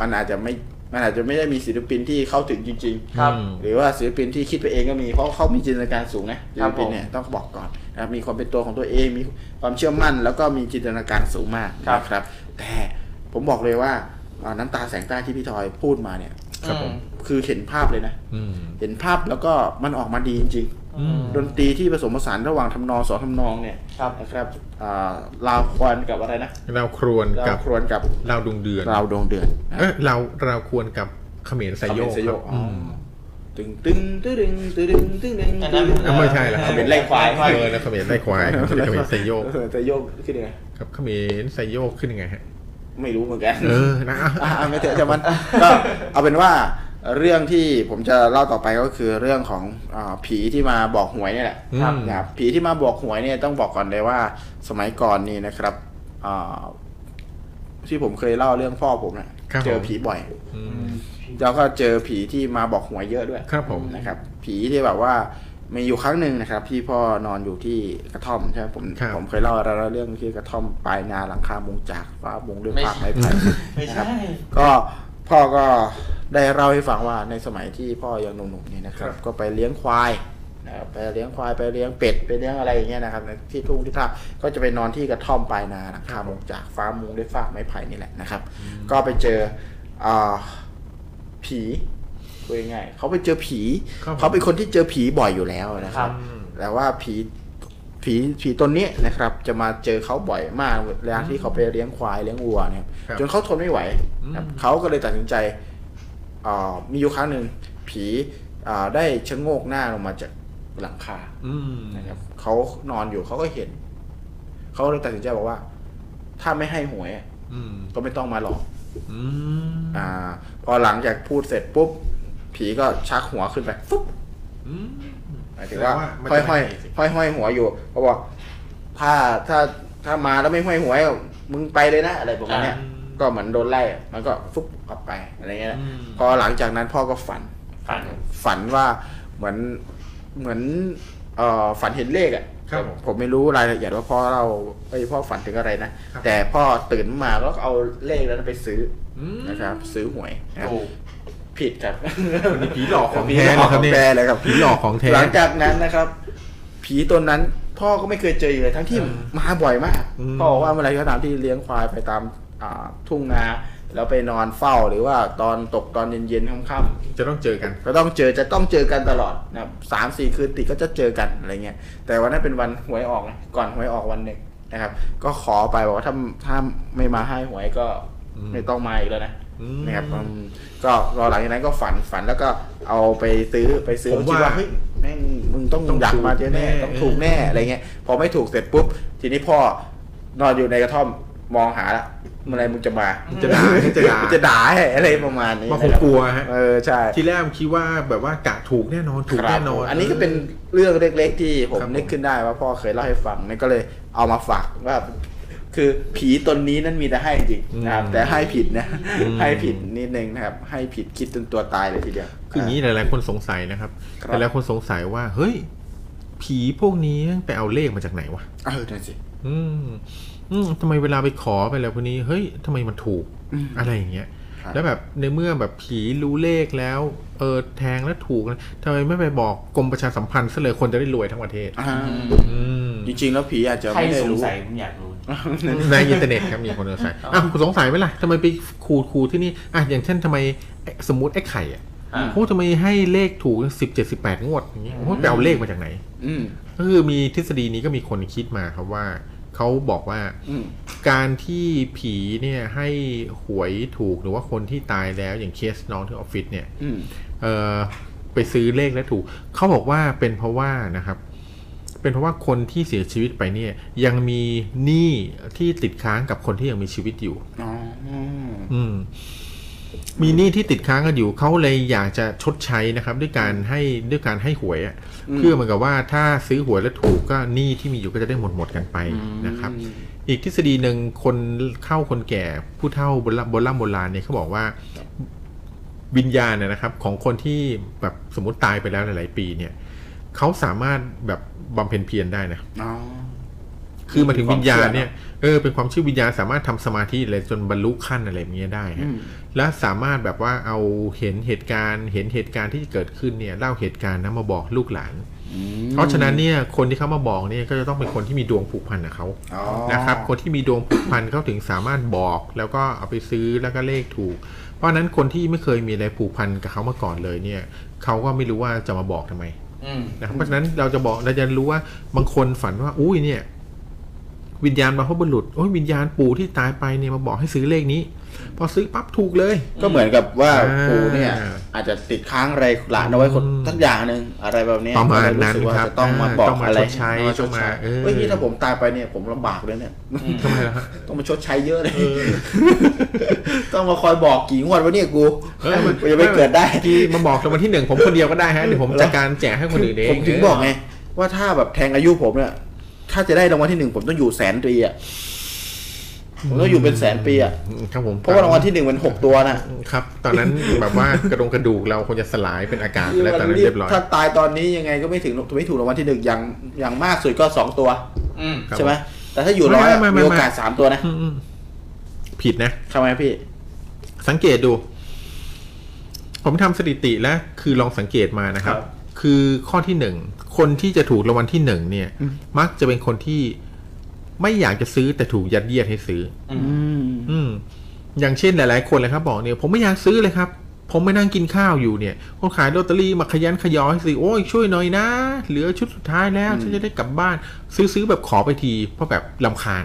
มันอาจจะไม่มันอาจจะไม่ได้มีศิลปินที่เข้าถึงจริงๆ ครับ หรือว่าศิลปินที่คิดไปเองก็มีเพราะเขามีจินตนาการสูงนะศิลปินเนี่ยต้องบอกก่อนนะครับมีความเป็นตัวของตัวเองมีความเชื่อมั่น แล้วก็มีจินตนาการสูงมากนะครับ แต่ผมบอกเลยว่าอ่าน้ำตาแสงใต้ที่พี่ทอยพูดมาเนี่ย ครับผม คือเห็นภาพเลยนะ อืม เห็นภาพแล้วก็มันออกมาดีจริงๆ อืม ดนตรีที่ผสมผสานระหว่างทำนองสองทำนองเนี่ย ครับ นะครับอ่าลาวควรกับอะไรนะ เราครวนกั เรา บ ครวนกับ เราดวงเดือน เราดวงเดือนนะ เอ้ยเราเราควรกับเขมรไซโยก เขมรส ครับ อ๋อ ม ตึงตึงตึงตึงตึงตึงตึงตึง อันนั้น อ่ะไม่ใช่ละ ออ เขมรไล่ควาย เออแล้วเขมรได้ควายครับเขมรไซโยก เออไซโยกคือยังไง ครับเขมรไซโยกขึ้นยังไงฮะ ไม่รู้เหมือนกัน เออนะอ่ะ อ่ะไม่เถอะจะมัน ก็เอาเป็นว่าเรื่องที่ผมจะเล่าต่อไปก็คือเรื่องของอาผีที่มาบอกหวยเนี่ยแหละ อืม ครับนะครับผีที่มาบอกหวยเนี่ยต้องบอกก่อนเลยว่าสมัยก่อนนี่นะครับอ่าที่ผมเคยเล่าเรื่องพ่อผมนะครับ ผม เจอผีบ่อย อืม แล้วก็เจอผีที่มาบอกหวยเยอะด้วย ครับผม นะครับ ผีที่แบบว่ามีอยู่ครั้งหนึ่งนะครับ ที่พ่อนอนอยู่ที่กระท่อมใช่ไหมผม ครับ ผมเคยเล่าแล้วเรื่องที่กระท่อมปลายนาหลังคามุงจากฟ้ามุงด้วย ไม่ ปาก ใช่ ไม้ไผ่ ไม่ นะครับ ใช่ ก็พ่อก็ได้เล่าให้ฟังว่าในสมัยที่พ่อยังหนุ่มๆนี่นะครับ ก็ไปเลี้ยงควายนะครับไปเลี้ยงควายไปเลี้ยงเป็ดไปเลี้ยงอะไรอย่างเงี้ยนะครับในที่ทุ่งที่ท่าก็จะไปนอนที่กระท่อมปลายนาหลังคามุงจากฟ้ามุงด้วยฟากไม้ไผ่นี่แหละนะครับ ก็ไปเจออ่าผีคุยง่ายๆเขาไปเจอผี ครับผม เขาเป็นคนที่เจอผีบ่อยอยู่แล้วนะ ค ค รั รับ บ แต่ว่าผีผีผีตนนี้นะครับ จะมาเจอเขาบ่อยมากเวลาที่เขาไปเลี้ยงควายเลี้ยงวัวเนี่ย ครับ จนเขาทนไม่ไหวนะครับ อืม เขาก็เลยตัดสินใจเอ่อมีอยู่ครั้งหนึ่งผีอ่าได้ชะโงกหน้าลงมาจากหลังคา อืม นะครับเขานอนอยู่เขาก็เห็น เขาเลยตัดสินใจบอกว่า ถ้าไม่ให้หวย อืม ก็ไม่ต้องมาหลอก อืม อ่า พอหลังจากพูดเสร็จปุ๊บ ผีก็ชักหัวขึ้นไปฟุ๊บ อืม หมายถึงว่า มัน ห้อย จะ ห้อย สิ ห้อยห้อยหัวอยู่เขาบอกถ้าถ้าถ้ามาแล้วไม่ห้อยหัวอ่ะมึงไปเลยนะอะไรประมาณเนี้ย ก็เหมือนโดนไล่อ่ะมันก็ฟุบกลับไปอะไรเงี้ยนะ อืม พอหลังจากนั้นพ่อก็ฝัน ฝัน ฝันว่าเหมือนเหมือนเอ่อฝันเห็นเลขอ่ะ ครับผม ผมไม่รู้รายละเอียดว่าพ่อเราไอ้ยพ่อฝันถึงอะไรนะครับ แต่พ่อตื่นมาแล้วก็เอาเลขนั้นไปซื้อ อื อ ม นะครับ ซื้อหวยนะครับ ถูก ผิดครับ วันนี้ผีหลอกของ ผี แท้ หลอนะคกข รั อบ ง เนี่ย แท้เลยครับ ผีหลอกของแท้ หลังจากนั้นนะครับ ผีตนนั้นพ่อก็ไม่เคยเจออยู่เลยทั้งที่มาบ่อยมาก อืม พ่อบอกว่าเมื่อไหรก็ตามที่เลี้ยงควายไปตามอ่าทุ่งนา แล้วไปนอนเฝ้าหรือว่าตอนตกตอนเย็นๆค่ำๆ จะต้องเจอกัน ก็ต้องเจอจะต้องเจอกันตลอดนะครับสามสี่คืนติดก็จะเจอกันอะไรเงี้ยแต่วันนั้นเป็นวันหวยออกนะก่อนหวยออกวันหนึ่งนะครับ ก็ขอไปบอกว่าถ้าถ้าไม่มาให้หวยก็ อืม ไม่ต้องมาอีกแล้วนะ อืม นะครับอืมก็รอหลังจากนั้นก็ฝันฝันแล้วก็เอาไปซื้อไปซื้อ ผม คิด ว่า ว่าเฮ้ยแม่งมึงต้อง ต้อง อยากมา ถูก แน่ แน่ ๆต้องถูกแน่อะไรเงี้ยพอไม่ถูกเสร็จปุ๊บทีนี้พ่อนอนอยู่ในกระท่อมมองหาละเมื่อไหรมึงจะมา จะด่าจะด่า จะด่าให้อะไรประมาณนี้ มาคงกลัวฮะ เออใช่ ทีแรกผมคิดว่าแบบว่ากะถูกแน่นอนถูก ครับ แน่นอน ผมอันนี้ก็เป็นเรื่องเล็กๆที่ผม ครับผม นึกขึ้นได้ว่าพ่อเคยเล่าให้ฟังเนี่ยก็เลยเอามาฝากว่า คือผีตนนี้นั่นมีแต่ให้จริงนะครับแต่ให้ผิดนะ ให้ผิดนิดนึงนะครับ ให้ผิดคิดจนตัวตายเลยทีเดียว คืออย่างนี้หลายๆคนสงสัยนะครับ ครับ หลายๆคนสงสัยว่า เฮ้ย ผีพวกนี้ไปเอาเลขมาจากไหนวะ เออนั่นสิ อืมอืมทำไมเวลาไปขอไปแล้วพวกนี้ เฮ้ยทำไมมันถูกอะไรอย่างเงี้ย ครับ แล้วแบบในเมื่อแบบผีรู้เลขแล้ว เออแทงแล้วถูกนะทำไมไม่ไปบอกกรมประชาสัมพันธ์ซะเลยคนจะได้รวยทั้งประเทศ อ่า อืม จริงๆแล้วผีอาจจะ ใคร ไม่ได้ สง รู้ สัยผมอยากรู้ ในอินเทอร์เน็ตครับมีคนสงสัยอ้าวคุณสงสัยไหมล่ะทำไมไปขูดขูดที่นี่อ่ะอย่างเช่นทำไมสมมติไอ้ไข่อะ อ่า โอ้ทำไมให้เลขถูกสิบเจ็ดสิบแปดงวดอย่างเงี้ยโอ้ไปเอาเลขมาจากไหน อืม ก็คือมีทฤษฎีนี้ก็มีคนคิดมาครับว่า เขาบอกว่า อืม การที่ผีเนี่ยให้หวยถูกหรือว่าคนที่ตายแล้วอย่างเคสน้องที่ออฟฟิศเนี่ย อืม เออไปซื้อเลขแล้วถูก เขาบอกว่าเป็นเพราะว่านะครับ เป็นเพราะว่าคนที่เสียชีวิตไปเนี่ย ยังมีหนี้ที่ติดค้างกับคนที่ยังมีชีวิตอยู่ อ๋ออืม อืมมีหนี้ที่ติดค้างกันอยู่เขาเลยอยากจะชดใช้นะครับ ด้วยการให้ด้วยการให้หวยอะเพื่อเหมือนกับว่าถ้าซื้อหวยแล้วถูกก็หนี้ที่มีอยู่ก็จะได้หมดหมดกันไปนะครับ อีกทฤษฎีหนึ่งคนเข้าคนแก่ผู้เฒ่าโบราณโบราณโบราณเนี่ยเขาบอกว่า วิญญาณเนี่ยนะครับ ของคนที่แบบสมมติตายไปแล้วหลาย ๆ ปีเนี่ยเขาสามารถแบบบำเพ็ญเพียรได้นะ อ๋อ คือหมายถึงวิญญาณ ความเชื่อ เนี่ยเออเป็นความเชื่อวิญญาณสามารถทำสมาธิอะไรจนบรรลุขั้นอะไรอย่างเงี้ยได้ฮะ อืม และสามารถแบบว่าเอาเห็นเหตุการณ์เห็นเหตุการณ์ที่เกิดขึ้นเนี่ยเล่าเหตุการณ์นั้นมาบอกลูกหลาน อืม เพราะฉะนั้นเนี่ยคนที่เขามาบอกเนี่ยก็จะต้องเป็นคนที่มีดวงผูกพันกับเขา อ๋อ นะครับคนที่มีดวงผูกพันเขาถึงสามารถบอก แล้วก็เอาไปซื้อแล้วก็เลขถูก เพราะฉะนั้นคนที่ไม่เคยมีอะไรผูกพันกับเขามาก่อนเลยเนี่ยเขาก็ไม่รู้ว่าจะมาบอกทำไม อืม นะครับเพราะฉะนั้นเราจะบอกเราจะรู้ว่าบางคนฝันว่า อุ้ยเนี่ย วิญญาณบรรพบุรุษโอ้ยวิญญาณปู่ที่ตายไปเนี่ยมาบอกให้ซื้อเลขนี้ พอซื้อปั๊บถูกเลย ก็เหมือนกับว่า อ่า ปูเนี่ย อาจจะติดค้างอะไรหลานเอาไว้คน อืม สักอย่างหนึ่งอะไรแบบเนี้ย ประมาณ ก็เลยสึกนั้นว่าครับ จะต้องมา อ่า บอก ต้องมา อะไร ชดใช้ มาชต้อดง ใช้ มาเออ เฮ้ยนี่ถ้าผมตายไปเนี่ยผมลำบากเลยเนี่ย ทำไมล่ะฮะ ต้องมาชดใช้เยอะเลย ต้องมาคอยบอกกี่งวดวะเนี่ยกู เออมัน กูจะไม่เกิดได้ ที่มาบอกกันวันที่หนึ่งผมคนเดียวก็ได้ฮะเดี๋ยวผมจัดการแจกให้คนอื่นเอง ผมถึงบอกไงว่าถ้าแบบแทงอายุผมเนี่ยถ้าจะได้รางวัลที่หนึ่งผมต้องอยู่แสนปีอ่ะผมต้องอยู่เป็นแสนปีอ่ะ ครับผม เพราะว่ารางวัลที่หนึ่งมันหกตัวนะ ครับ ตอนนั้นแบบว่ากระดงกระดูกเราคงจะสลายเป็นอากาศไปแล้วตอนนั้นเรียบร้อย ถ้าตายตอนนี้ยังไงก็ไม่ถึงไม่ถูกรางวัลที่หนึ่งอย่างอย่างมากสุดก็สองตัว อืม ครับ ใช่ไหมแต่ถ้าอยู่ร้อยอะ ไม่ไม่ไม่ มีโอกาสสามตัวนะ อืมๆผิดนะ ทำไมพี่ สังเกตดู ผมทำสถิติแล้วคือลองสังเกตมานะครับ คือข้อที่หนึ่ง คนที่จะถูกรางวัลที่หนึ่งเนี่ย มักจะเป็นคนที่ไม่อยากจะซื้อแต่ถูกยัดเยียดให้ซื้อ อืม อย่างเช่นหลาย ๆ คนเลยครับ บอกเนี่ย ผมไม่อยากซื้อเลยครับ ผมไม่นั่งกินข้าวอยู่เนี่ย คนขายลอตเตอรี่มาขยันขยอให้ซื้อโอ้ยช่วยหน่อยนะ เหลือชุดสุดท้ายแล้วฉันจะได้กลับบ้าน ซื้อซื้อแบบขอไปทีเพราะแบบลำคาญ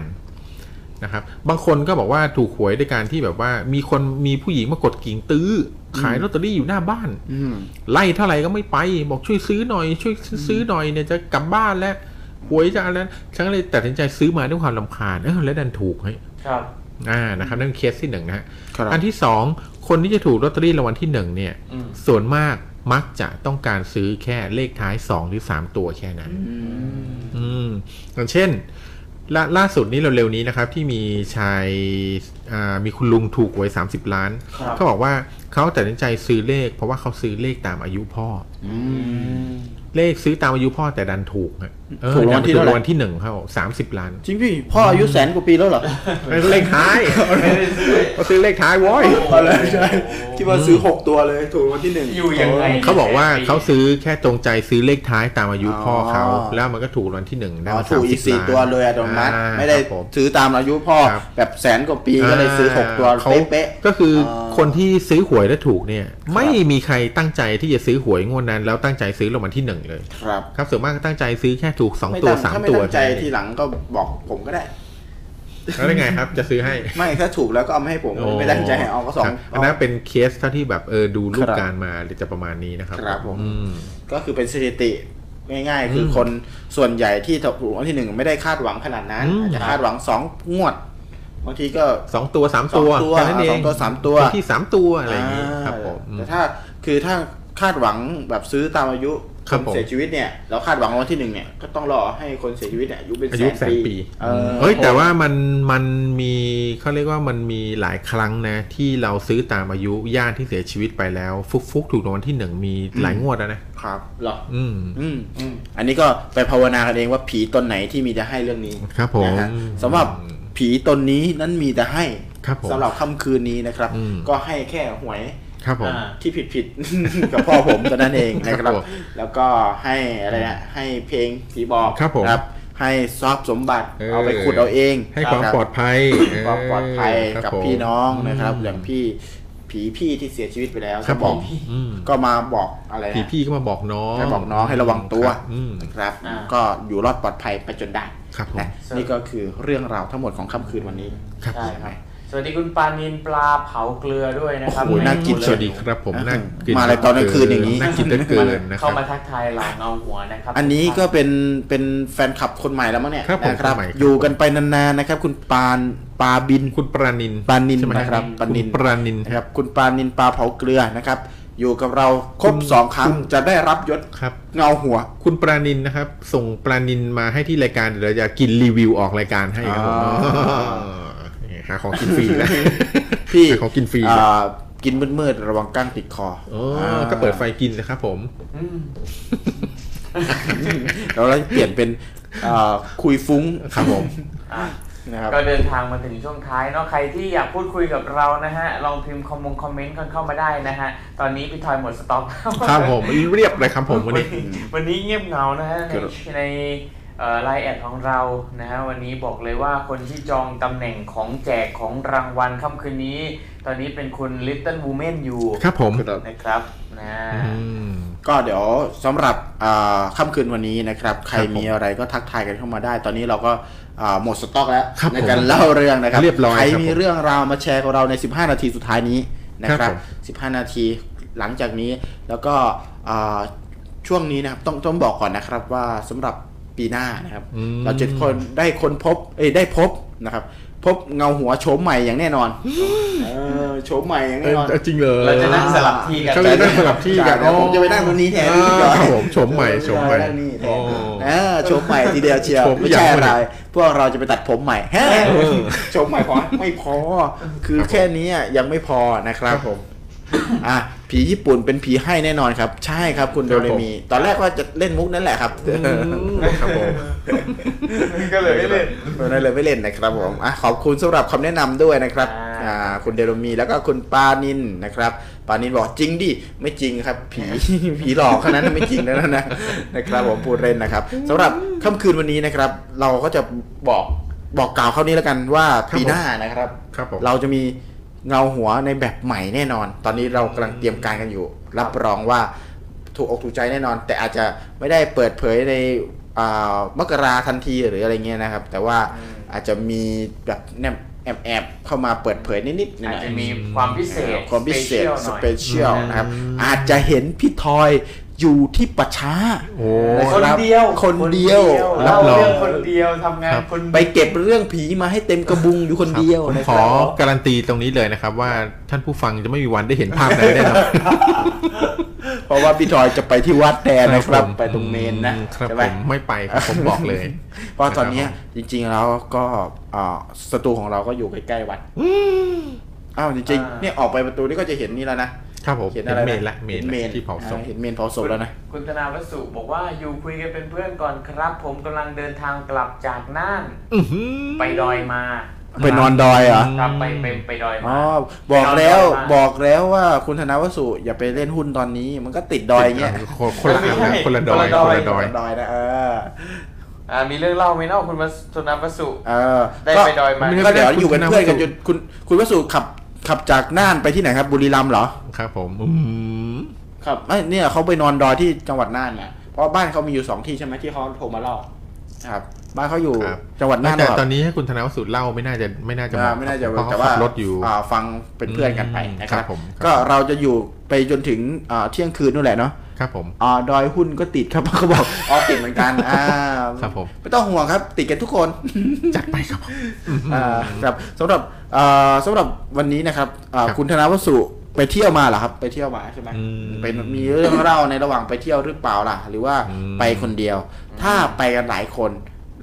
นะครับ บางคนก็บอกว่าถูกหวยด้วยการที่แบบว่า มีคนมีผู้หญิงมากดกิ่งตื้อ ขายลอตเตอรี่อยู่หน้าบ้าน อืม ไล่เท่าไหร่ก็ไม่ไป บอกช่วยซื้อหน่อย ช่วยซื้อหน่อยเนี่ยจะกลับบ้านแล้วหวยจะอะไรฉันก็เลยตัดสินใจซื้อมาด้วยความลำคาญเออแล้วดันถูกเฮ้ย ครับ อ่านะครับนั่นคือเคสที่หนึ่งนะฮะ ครับ อันที่สองคนที่จะถูกลอตเตอรี่รางวัลที่หนึ่งเนี่ย อืม ส่วนมากมักจะต้องการซื้อแค่เลขท้ายสองหรือสามตัวแค่นั้น อืมอย่างเช่นลาล่าสุดนี้เร็วๆนี้นะครับ ที่มีชายอ่ามีคุณลุงถูกหวย30 ล้าน เขาบอกว่าเขาตัดสินใจซื้อเลข เพราะว่าเขาซื้อเลขตามอายุพ่ออ เลขซื้อตามอายุพ่อแต่ดันถูกอะเออ ถูกรางวัลที่เท่าไหร่ ถูกงลที่หนึ่งเขาสามสิบล้าน จริงพี่พ่ออายุแสนกว่าปีแล้วเหรอ เลขท้ายเขาซื้อเลขท้ายโว้ย เอาเลยใช่ที่ว่าซื้อหกตัวเลยถูกรางวันที่หนึ่ง อยู่ยังไง เขาบอกว่าเขาซื้อแค่จงใจซื้อเลขท้ายตามอายุ อ๋อ พ่อเขา แล้วมันก็ถูกรางวัลที่หนึ่งได้ อ๋อ มา ถูกอีก 30 สี่ ล้าน ตัวโดยอัตโนมัติ อ่า ไม่ได้ ครับผม ซื้อตามอายุพ่อ ครับ แบบแสนกว่าปีก็เลยซื้อหกตัว เขา เป๊ะ ก็คืออ อ คนที่ซื้อหวยและถูกเนี่ย ไม่มีใครตั้งใจที่จะซื้อหวยงวดนั้น แล้วตั้งใจซื้อรางวัลที่หนึ่งเลย ๆครับ ครับส่วนมากก็ตั้งใจซื้อแค่ถูกสอง ไม่ ตัว ตั้ง สาม ถ้าไม่ ตัว ตั้งใจทีหลังก็บอกผมก็ได้ แล้วได้ไงครับ จะซื้อให้ ไม่ถ้าถูกแล้วก็เอามาให้ผม โอ้ ไม่ตั้งใจเอาก็สอง ครับอันนั้น เอา เป็นเคสเท่าที่แบบเออดูรูป ครับ การมาหรือจะประมาณนี้นะครับ ครับผม อืม ก็คือเป็นสถิติง่ายๆ คืออ ม คนส่วนใหญ่ที่ถูกรางวัลที่หนึ่งไม่ได้คาดหวังขนาดนั้น อืม อาจจะคาดหวังสองงวดบางทีก็ สองตัวสาม สอ ตั ง ว ตัว แค่นั้นเอ สองงตัวสามตัว ที่สามตัวอะไรอย่างงี้ครับผมอืม แต่ถ้าคือถ้าคาดหวังแบบซื้อตามอายุ ครับ นเสียชีวิตเนี่ยเราคาดหวังรางวันที่หนึ่งเนี่ยก็ต้องรอให้คนเสียชีวิตเนี่ยอายุเป็น อายุแสนปี เออ เอ้ยแต่ว่ามันมันมีเขาเรียกว่ามันมีหลายครั้งนะ ที่เราซื้อตามอายุญาติที่เสียชีวิตไปแล้ว ฟุกฟุกถูกรางวัลที่หนึ่งมีหลายงวดแล้วนะครับ เหรอ อืม อืมอืมอันนี้ก็ไปภาวนากันเองว่าผีตนไหนที่มีแต่ให้เรื่องนี้ ครับผม นะฮะสำหรับผีตนนี้นั้นมีแต่ให้ ครับผม สำหรับค่ำคืนนี้นะครับ อืม ก็ให้แค่หวย ครับผม อ่า ที่ผิดผิด กับพ่อผมตอนนั้นเองนะค ครับรับ ผม แล้วก็ให้อะไรนะให้เพลงผีบอก ครับผม นะครับ ให้ซอบสมบัติ เออ เอาไปขุดเอาเอง ให้ความ รับ ปลอดภัย ความปลอดภัย เครับ กับ ผม พี่น้องนะครับ ม อย่างพี่ผีพี่ที่เสียชีวิตไปแล้ว ครับ ก็ ผ บอก มอืม ก็มาบอกอะไรนะ ผีพี่ก็มาบอกน้อง ให้บอกน้องให้ระวังตัว ครับอืม นะครับ อ่า ก็อยู่รอดปลอดภัยไปจนได้ ครับผม นะนี่ก็คือเรื่องราวทั้งหมดของค่ำคืนวันนี้ ครับ ใช่ ใช่ไหม สวัสดีคุณปานินปลาเผาเกลือด้วยนะครับ โอ้โหน่ากิน สวัสดีครับผมน่ากิน มาอะไรตอนกลางคืนอย่างนี้ น่ากินเหลือเกินนะค เข้า รับ มาทักทายเหล่าเงาหัวนะครับ อันนี้ก็เป็นเป็นแฟนคลับคนใหม่แล้วมั้งเนี่ย ครับผม นะ คนใหม่ครับ อยู่กันไปนานๆนะครับ คุณปานปาบิน คุณปรานิน ปานิน ใช่ไหม นะครับปา คุณ นิน ปรานิน นะครับคุณปานินปลาเผาเกลือนะครับ อยู่กับเราครบสองครั้งจะได้รับยศ ครับ เงาหัว คุณปรานินนะครับ ส่งปรานินมาให้ที่รายการเดี๋ยวเราจะกินรีวิวออกรายการให้ครับผม อ๋อ นี่หาของกินฟรีนะ พี่ หาของกินฟรี อ่ากินมืดๆระวังก้างติดคอ โอ้ อ่า ก็เปิดไฟกินนะครับผม เรา เราจะเปลี่ยนเป็นอ่าคุยฟุ้ง ครับผม นะครับ ก็เดินทางมาถึงช่วงท้ายเนาะใครที่อยากพูดคุยกับเรานะฮะ ลองพิมพ์คอมมงคอมเมนต์กันเข้ามาได้นะฮะ ตอนนี้พี่ทอยหมดสต็อกแล้ว ครับผมเรียบเลยครับผมวันนี้ วันนี้เงียบเหงานะฮะ ใน ครับ ในไลน์แอดของเรานะฮะ วันนี้บอกเลยว่าคนที่จองตำแหน่งของแจกของรางวัลค่ำคืนนี้ ตอนนี้เป็นคุณลิตเติ้ล o ูแมนอยู่ ครับผม นะครับนะ อืม ก็เดี๋ยวสำหรับอ่าค่ำคืนวันนี้นะครับ ใคร ครับผม มีอะไรก็ทักทายกันเข้ามาได้ ตอนนี้เราก็อ่าหมดสต็อกแล้ว ครับ ในการเล่าเรื่องนะครับ เรียบร้อย ใคร ครับ มี ผม เรื่องราวมาแชร์กับเราใน 15 นาทีสุดท้ายนี้นะค ครั รับ บ 15 นาทีหลังจากนี้แล้วก็อ่าช่วงนี้นะครับต้องต้องบอกก่อนนะครับว่าสำหรับปีหน้านะครับ อืม เราจะคนได้คนพบเอ้ยได้พบนะครับ พบเงาหัวโฉมใหม่อย่างแน่นอนเออโฉมใหม่อย่าง เอ แน่นอน อจริงเลย เราจะนั่งสลับที่กัน เขาจะนั่งสลับที่กัน ใช่เดี๋ยวผมจะไปนั่งคนนี้แทน อ่าครับผมชมใหม่ชมใหม่ นั่งนี่แทน โอ้ เออชมใหม่ทีเดียวเชียว ชม ไม่ใช่ อย่าง อะคนไรอื่น พวกเราจะไปตัดผมใหม่ แฮะชมใหม่พอไม่พอ คือแค่นี้ยังไม่พอนะครับ ครับผม อ่ะผีญี่ปุ่นเป็นผีให้แน่นอนครับ ใช่ครับคุณ ค โด รับผม เรมี ตอนแรกว่าจะเล่นมุกนั่นแหละครับ ครับผม ก็เลยไม่เล่น ตอนนั้นเลยไม่เล่นนะครับผมอ่ะขอบคุณสำหรับคำแนะนำด้วยนะครับ อ่า อ่าคุณเดโรมีแล้วก็คุณปานินนะครับ ปานินบอกจริงดิไม่จริงครับ ผี ผีหลอกขนาดนั้นไม่จริงแล้วนะนะครับผมพูดเล่นนะครับสำหรับค่ำคืนวันนี้นะครับ เราก็จะบอกบอกกล่าวเขาวนี้แล้วกันว่า ครับ ปี ผม หน้านะครับ ครับผม เราจะมีเงาหัวในแบบใหม่แน่นอน ตอนนี้เรากำลังเตรียมการกันอยู่ รับรองว่าถูกอกถูกใจแน่นอน แต่อาจจะไม่ได้เปิดเผยในอ่ามกราทันทีหรืออะไรเงี้ยนะครับ แต่ว่าอาจจะมีแบบแนบแอบแอบเข้ามาเปิดเผยนิดๆหน่ อาจ อย จะมีความพิเศษ ๆความพิเศษส special หน่อย เปเชียลนะครับ อาจจะเห็นพี่ทอยอยู่ที่ประชา โอ้ คนเดียว คนเดียว รั เล่า บรอง เรื่องคนเดียวทำงานคนเดียว ไปเก็บเรื่องผีมาให้เต็มกระบุงอยู่คนเดียว ผม นะ ข ค อ รับ การันตีตรงนี้เลยนะครับ ว่าท่านผู้ฟังจะไม่มีวันได้เห็นภาพนั้นแน่นอน เพราะว่าพี่ทอย จะไปที่วัดแทนนะครับ ผม ไปตรงเมนนะครับ ใช่ ผ ไหม มไม่ไปครับผมบอก เลย เพราะตอนเนี้ยจริงๆแล้วก็เอ่อสตูของเราก็อยู่ใกล้ๆวัดอ้าวจริง อ่า ๆเนี่ยออกไปประตูนี่ก็จะเห็นนี่แล้วนะครัครับบผม เห็น เห็ อะ น ไร เม นะ นละเมน ห็เมน ละที่เผาศพ อ่เห็นเมนเผาศพแล้วนะ คุณธนาวัสุบอกว่าอยู่คุยกันเป็นเพื่อนก่อนครับ ผมกำลังเดินทางกลับจากน่านไปดอยมา ไปนอนดอยเหรอ ครับไปไปไปดอย อ๋ มา อ บอกแล้ว ไปนอนดอยมา บอกแล้วว่าคุณธนวสุอย่าไปเล่นหุ้นตอนนี้ มันก็ติดดอยเงี้ย คนคนละอันนะคนละดอยคนละดอย ดอยนะเออ อ่ามีเรื่องเล่าไหมเนาะคุณวัสธนาวัสุ เออ ได้ไปดอยมา ก็เดี๋ยวอยู่เป็นเพื่อนกัน คุณ จนคุณคุณวสุขับขับจากน่านไปที่ไหนครับ บุรีรัมย์เหรอ ครับผมอืม ครับไม่เนี่ยเขาไปนอนดอยที่จังหวัดน่านเนี่ยเพราะบ้านเขามีอยู่สองที่ใช่ไหมที่เขาโทรมาเล่าครับ บ้านเขาอยู่ ครับ จังหวัดน่าน แต่ หร ตอนนี้ให้คุณธนวสุดเล่าไม่น่าจะไม่น่าจะ อ่าไม่น่าจะ เพราะ แต่ เขา ว่า ขับรถอยู่ าฟังเป็นเพื่อนกันไป อืม นะค ครั รับบ ผมครับ ก็เราจะอยู่ไปจนถึงอ่าเที่ยงคืนนู่นแหละเนาะ ครับผม อ่าดอยหุ้นก็ติดครับ เขาบอกอ๋อติดเหมือนกันอ่า ครับผม ไม่ต้องห่วงครับ ติดกันทุกคน จัดไปครับผม อ่าครับสำหรับอ่าสำหรับวันนี้นะครับอ่า ครับ คุณธนาวสุไปเที่ยวมาเหรอครับ ไปเที่ยวมาใช่ไหม อืม เป็นมีเรื่องเล่าในระหว่างไปเที่ยวหรือเปล่าล่ะ หรือว่า อืม ไปคนเดียว ถ้าไปกันหลายคน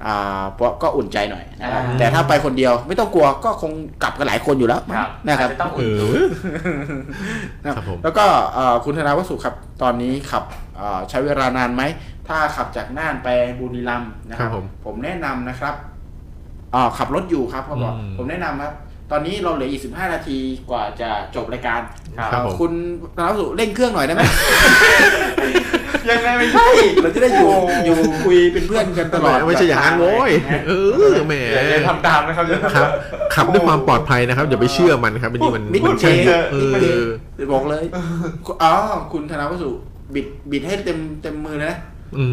อ่าเพราะก็อุ่นใจหน่อยนะครับ อ่า แต่ถ้าไปคนเดียวไม่ต้องกลัวก็คงกลับกันหลายคนอยู่แล้ว ครับ นะครับ อาจจะต้องอุ่นตัว นะครับ ผม แล้วก็อ่าคุณธนาวสุครับตอนนี้ขับอ่าใช้เวลานานไหมถ้าขับจากน่านไปบุรีรัมย์นะค ครั รับบ ผม ผมแนะนำนะครับ อ่าขับรถอยู่ครับเขาบอก อืม ผมแนะนำครับ ตอนนี้เราเหลืออีกสิบห้านาทีกว่าจะจบรายการ ครับ เอ่อ ผม คุณธนาวสุเร่งเครื่องหน่อยได้ไหม ยังไงไม่ใช่ เราจะได้อยู่อยู่คุยเป็นเพื่อนกันตลอด ไม่ใช่อย่างนั้นโว้ยเออแหม อย่าทำตามนะครับอย่าทำ ค ตา รับ ม ขับด้วยความปลอดภัยนะครับอย่าไปเชื่อมันครับอันนี้มัน บิด มัน เชน เอ บิดเชน อ บอกเลยอ๋อคุณธนาวสุบิดบิดให้เต็มเต็มมือเลยนะ อื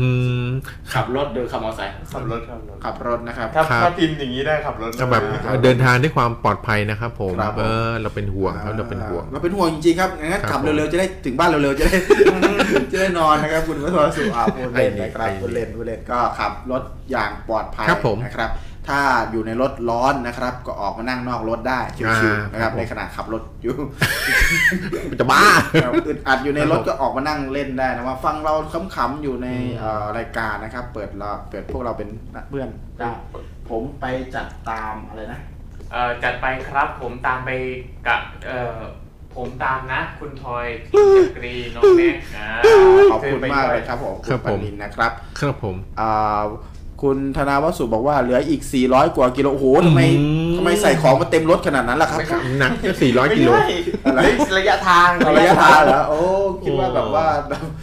ม ขับรถเดินขับมอเตอร์ไซค์ ขับรถขับรถ ขับรถนะครับ ถ้า ครับ ถ้าพิมพ์อย่างนี้ได้ขับรถ ก็แบบเดินทางด้วยความปลอดภัยนะครับผม ครับผม เออเราเป็นห่วงครับเราเป็นห่วง เราเป็นห่วงจริงๆครับงั้น ครับ ขับเร็วๆจะได้ถึงบ้านเร็วๆจะได้ จะได้นอนนะครับคุณก็โทรสุ อาพูดเล่นนะครับ ไอ้นี่ พูดเล่นพูดเล่นก็ขับรถอย่างปลอดภัย ครับผม นะครับ ถ้าอยู่ในรถร้อนนะครับ ก็ออกมานั่งนอกรถได้ชิว อ่า ๆนะครัครับบผม ในขณะขับรถอยู่ จะบ้า ครับอึดอัดอยู่ ในรถ ครับผม ก็ออกมานั่งเล่นได้นะว่าฟังเราขำๆอยู่ในเอ่อรายการนะครับ เปิดเราเปิดพวกเราเป็นเพื่อน ครับ ผมไปจัดตามอะไรนะ เอ่อจัดไปครับผมตามไปกะเอ่อผมตามนะ คุณทอยจักรีน้องแม็กอ่า ขอบคุณมากเลยครับผม ครั คุณ บ ปา ผม นินนะครับ ครับผม อ่าคุณธนาวสุบอกว่าเหลืออีก 400 กว่ากิโลโอ้โหทำไม อืม ทำไมใส่ของมาเต็มรถขนาดนั้นล่ะครับ หนัก400กิโล อะไร ระยะทาง ระยะทางเหรอโอ้คิดว่า โอ้ แบบว่า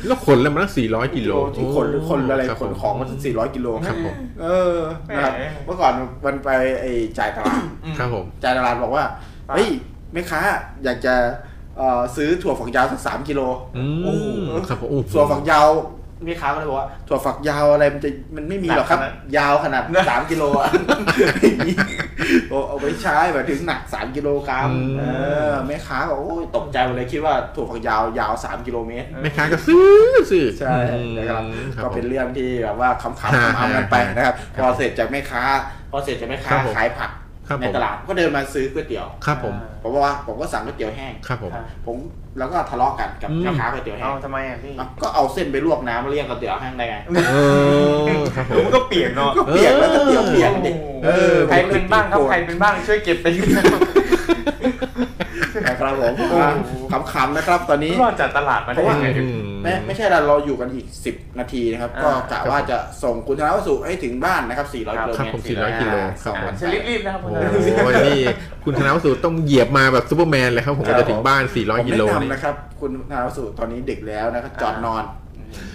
แล้วขนแล้วมันตั้ง400กิโล ที่ขนหรือคนอะไร รับ ข ผม นของมัน400 กิโล ครับผม เออนะครับ แหม เมื่อก่อนมันไปไอ้จ่ายตลาด ครับผม จ่ายตลาดบอกว่าเฮ้ยแม่ค้าอยากจะเอ่อซื้อถั่วฝักยาวสักสามกิโล อืม โอ้โห ครับผมโอ้โห ถั่วฝักยาวแม่ค้าก็เลยบอกว่าถั่วฝักยาวอะไรมันจะมันไม่มีหรอกครับ ยาวขนาดสามกิโลอะโอ้เอาไปใช้แบบถึงหนักสามกิโลกรัม อืม เออแม่ค้าก็โอ้ยตกใจหมดเลยคิดว่าถั่วฝักยาวยาวสามกิโลเมตร แม่ค้าก็ซื้อซื้อ ใช่นะครับ อืมครับ ก็ ผ เป็ ม นเรื่องที่แบบว่าคำๆคำๆกันไปนะครับพอเสร็จจากแม่ค้าพอเสร็จจากแม่ค้า ครับผม ขายผัก ครับผม ในตลาดก็เดินมาซื้อก๋วยเตี๋ยว ครับผม ผมบอกว่าผมก็สั่งก๋วยเตี๋ยวแห้ง ครับผม ผมแล้วก็ทะเลาะกันกับ อืม แม่ค้าก๋วยเตี๋ยวแห้ เอา ง ทำไมอ่ะพี่ อ่ะก็เอาเส้นไปลวกน้ำแล้วเรียกก๋วยเตี๋ยวแห้งได้ไง เออครับผ ผม ม ก็เปลี่ยนเนาะ ก็เปียกแล้วก๋วยเตี๋ยวเปียกดิ เออใครเป็นบ้างครับใครเป็นบ้างช่วยเก็บไปด้วยนะ นะครับผมอ่ะขำๆนะครับตอนนี้ รอดจากตลาดมาได้ยังไง เพราะว่า ไม่ไม่ใช่เราเราอยู่กันอีก 10 นาทีนะครับ ก็ อ่าก กะว่าจะส่งคุณธนวัสุให้ถึงบ้านนะครับ 400กิโล ครับ เมตร ผม400กิโลครับผม จะรีบๆนะครับคุณ โอ้ ธนา โหนี่คุณธนวสุต้องเหยียบมาแบบซูเปอร์แมนเลยครับผมกว่าจะถึงบ้าน ผม 400 กิ แนะ โลนี่ นำนะครับ คุณธนวัสุตอนนี้ดึกแล้วนะครับจอดนอน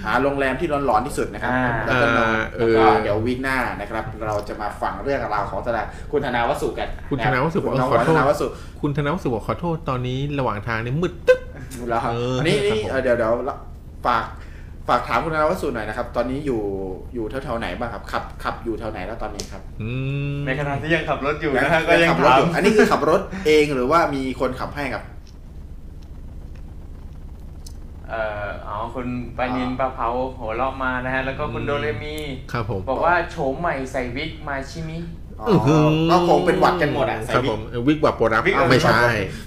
หาโรงแรมที่ร้อนๆที่สุดนะครับแล้ว อ่า ก็นอน เอ แล้อวก็เดี๋ยววีคหน้านะครับ เราจะมาฟังเรื่องราวของตลาดคุณธนาวสุกัน คุณธนาวสุ ข บ อ อกก น เออ น้อง ขอโทษ ธนาวสุ คุณธนวสุบอกขอโทษตอนนี้ระหว่างทางนี่มืดตึ๊บ แล้วครับ เออ อันนี้ ครับ นี่ ผม เอ่อเดี๋ยวเดี๋ยวฝากฝากถามคุณธนาวสุหน่อยนะครับ ตอนนี้อยู่อยู่แถวๆไหนบ้างครับขับขับอยู่แถวไหนแล้วตอนนี้ครับ อืม ในขณะที่ยังขับรถอยู่นะฮะก็ยัง ขัรถ ถา อ ม ยู่อันนี้คือขับรถเองหรือว่ามีคนขับให้ครับ เอ่ออ๋อคุณปานินปลาเผาโหเลาะมานะฮะแล้วก็คุณโดเรมี ครับผม บอกว่าโฉมใหม่ใส่วิกมาชิมิ อ๋อก็คงเป็นหวัดกันหมดอ่ะใส่ ครับผวิก มเออวิกวับโปรดัก วิกวับ ไม่ใช่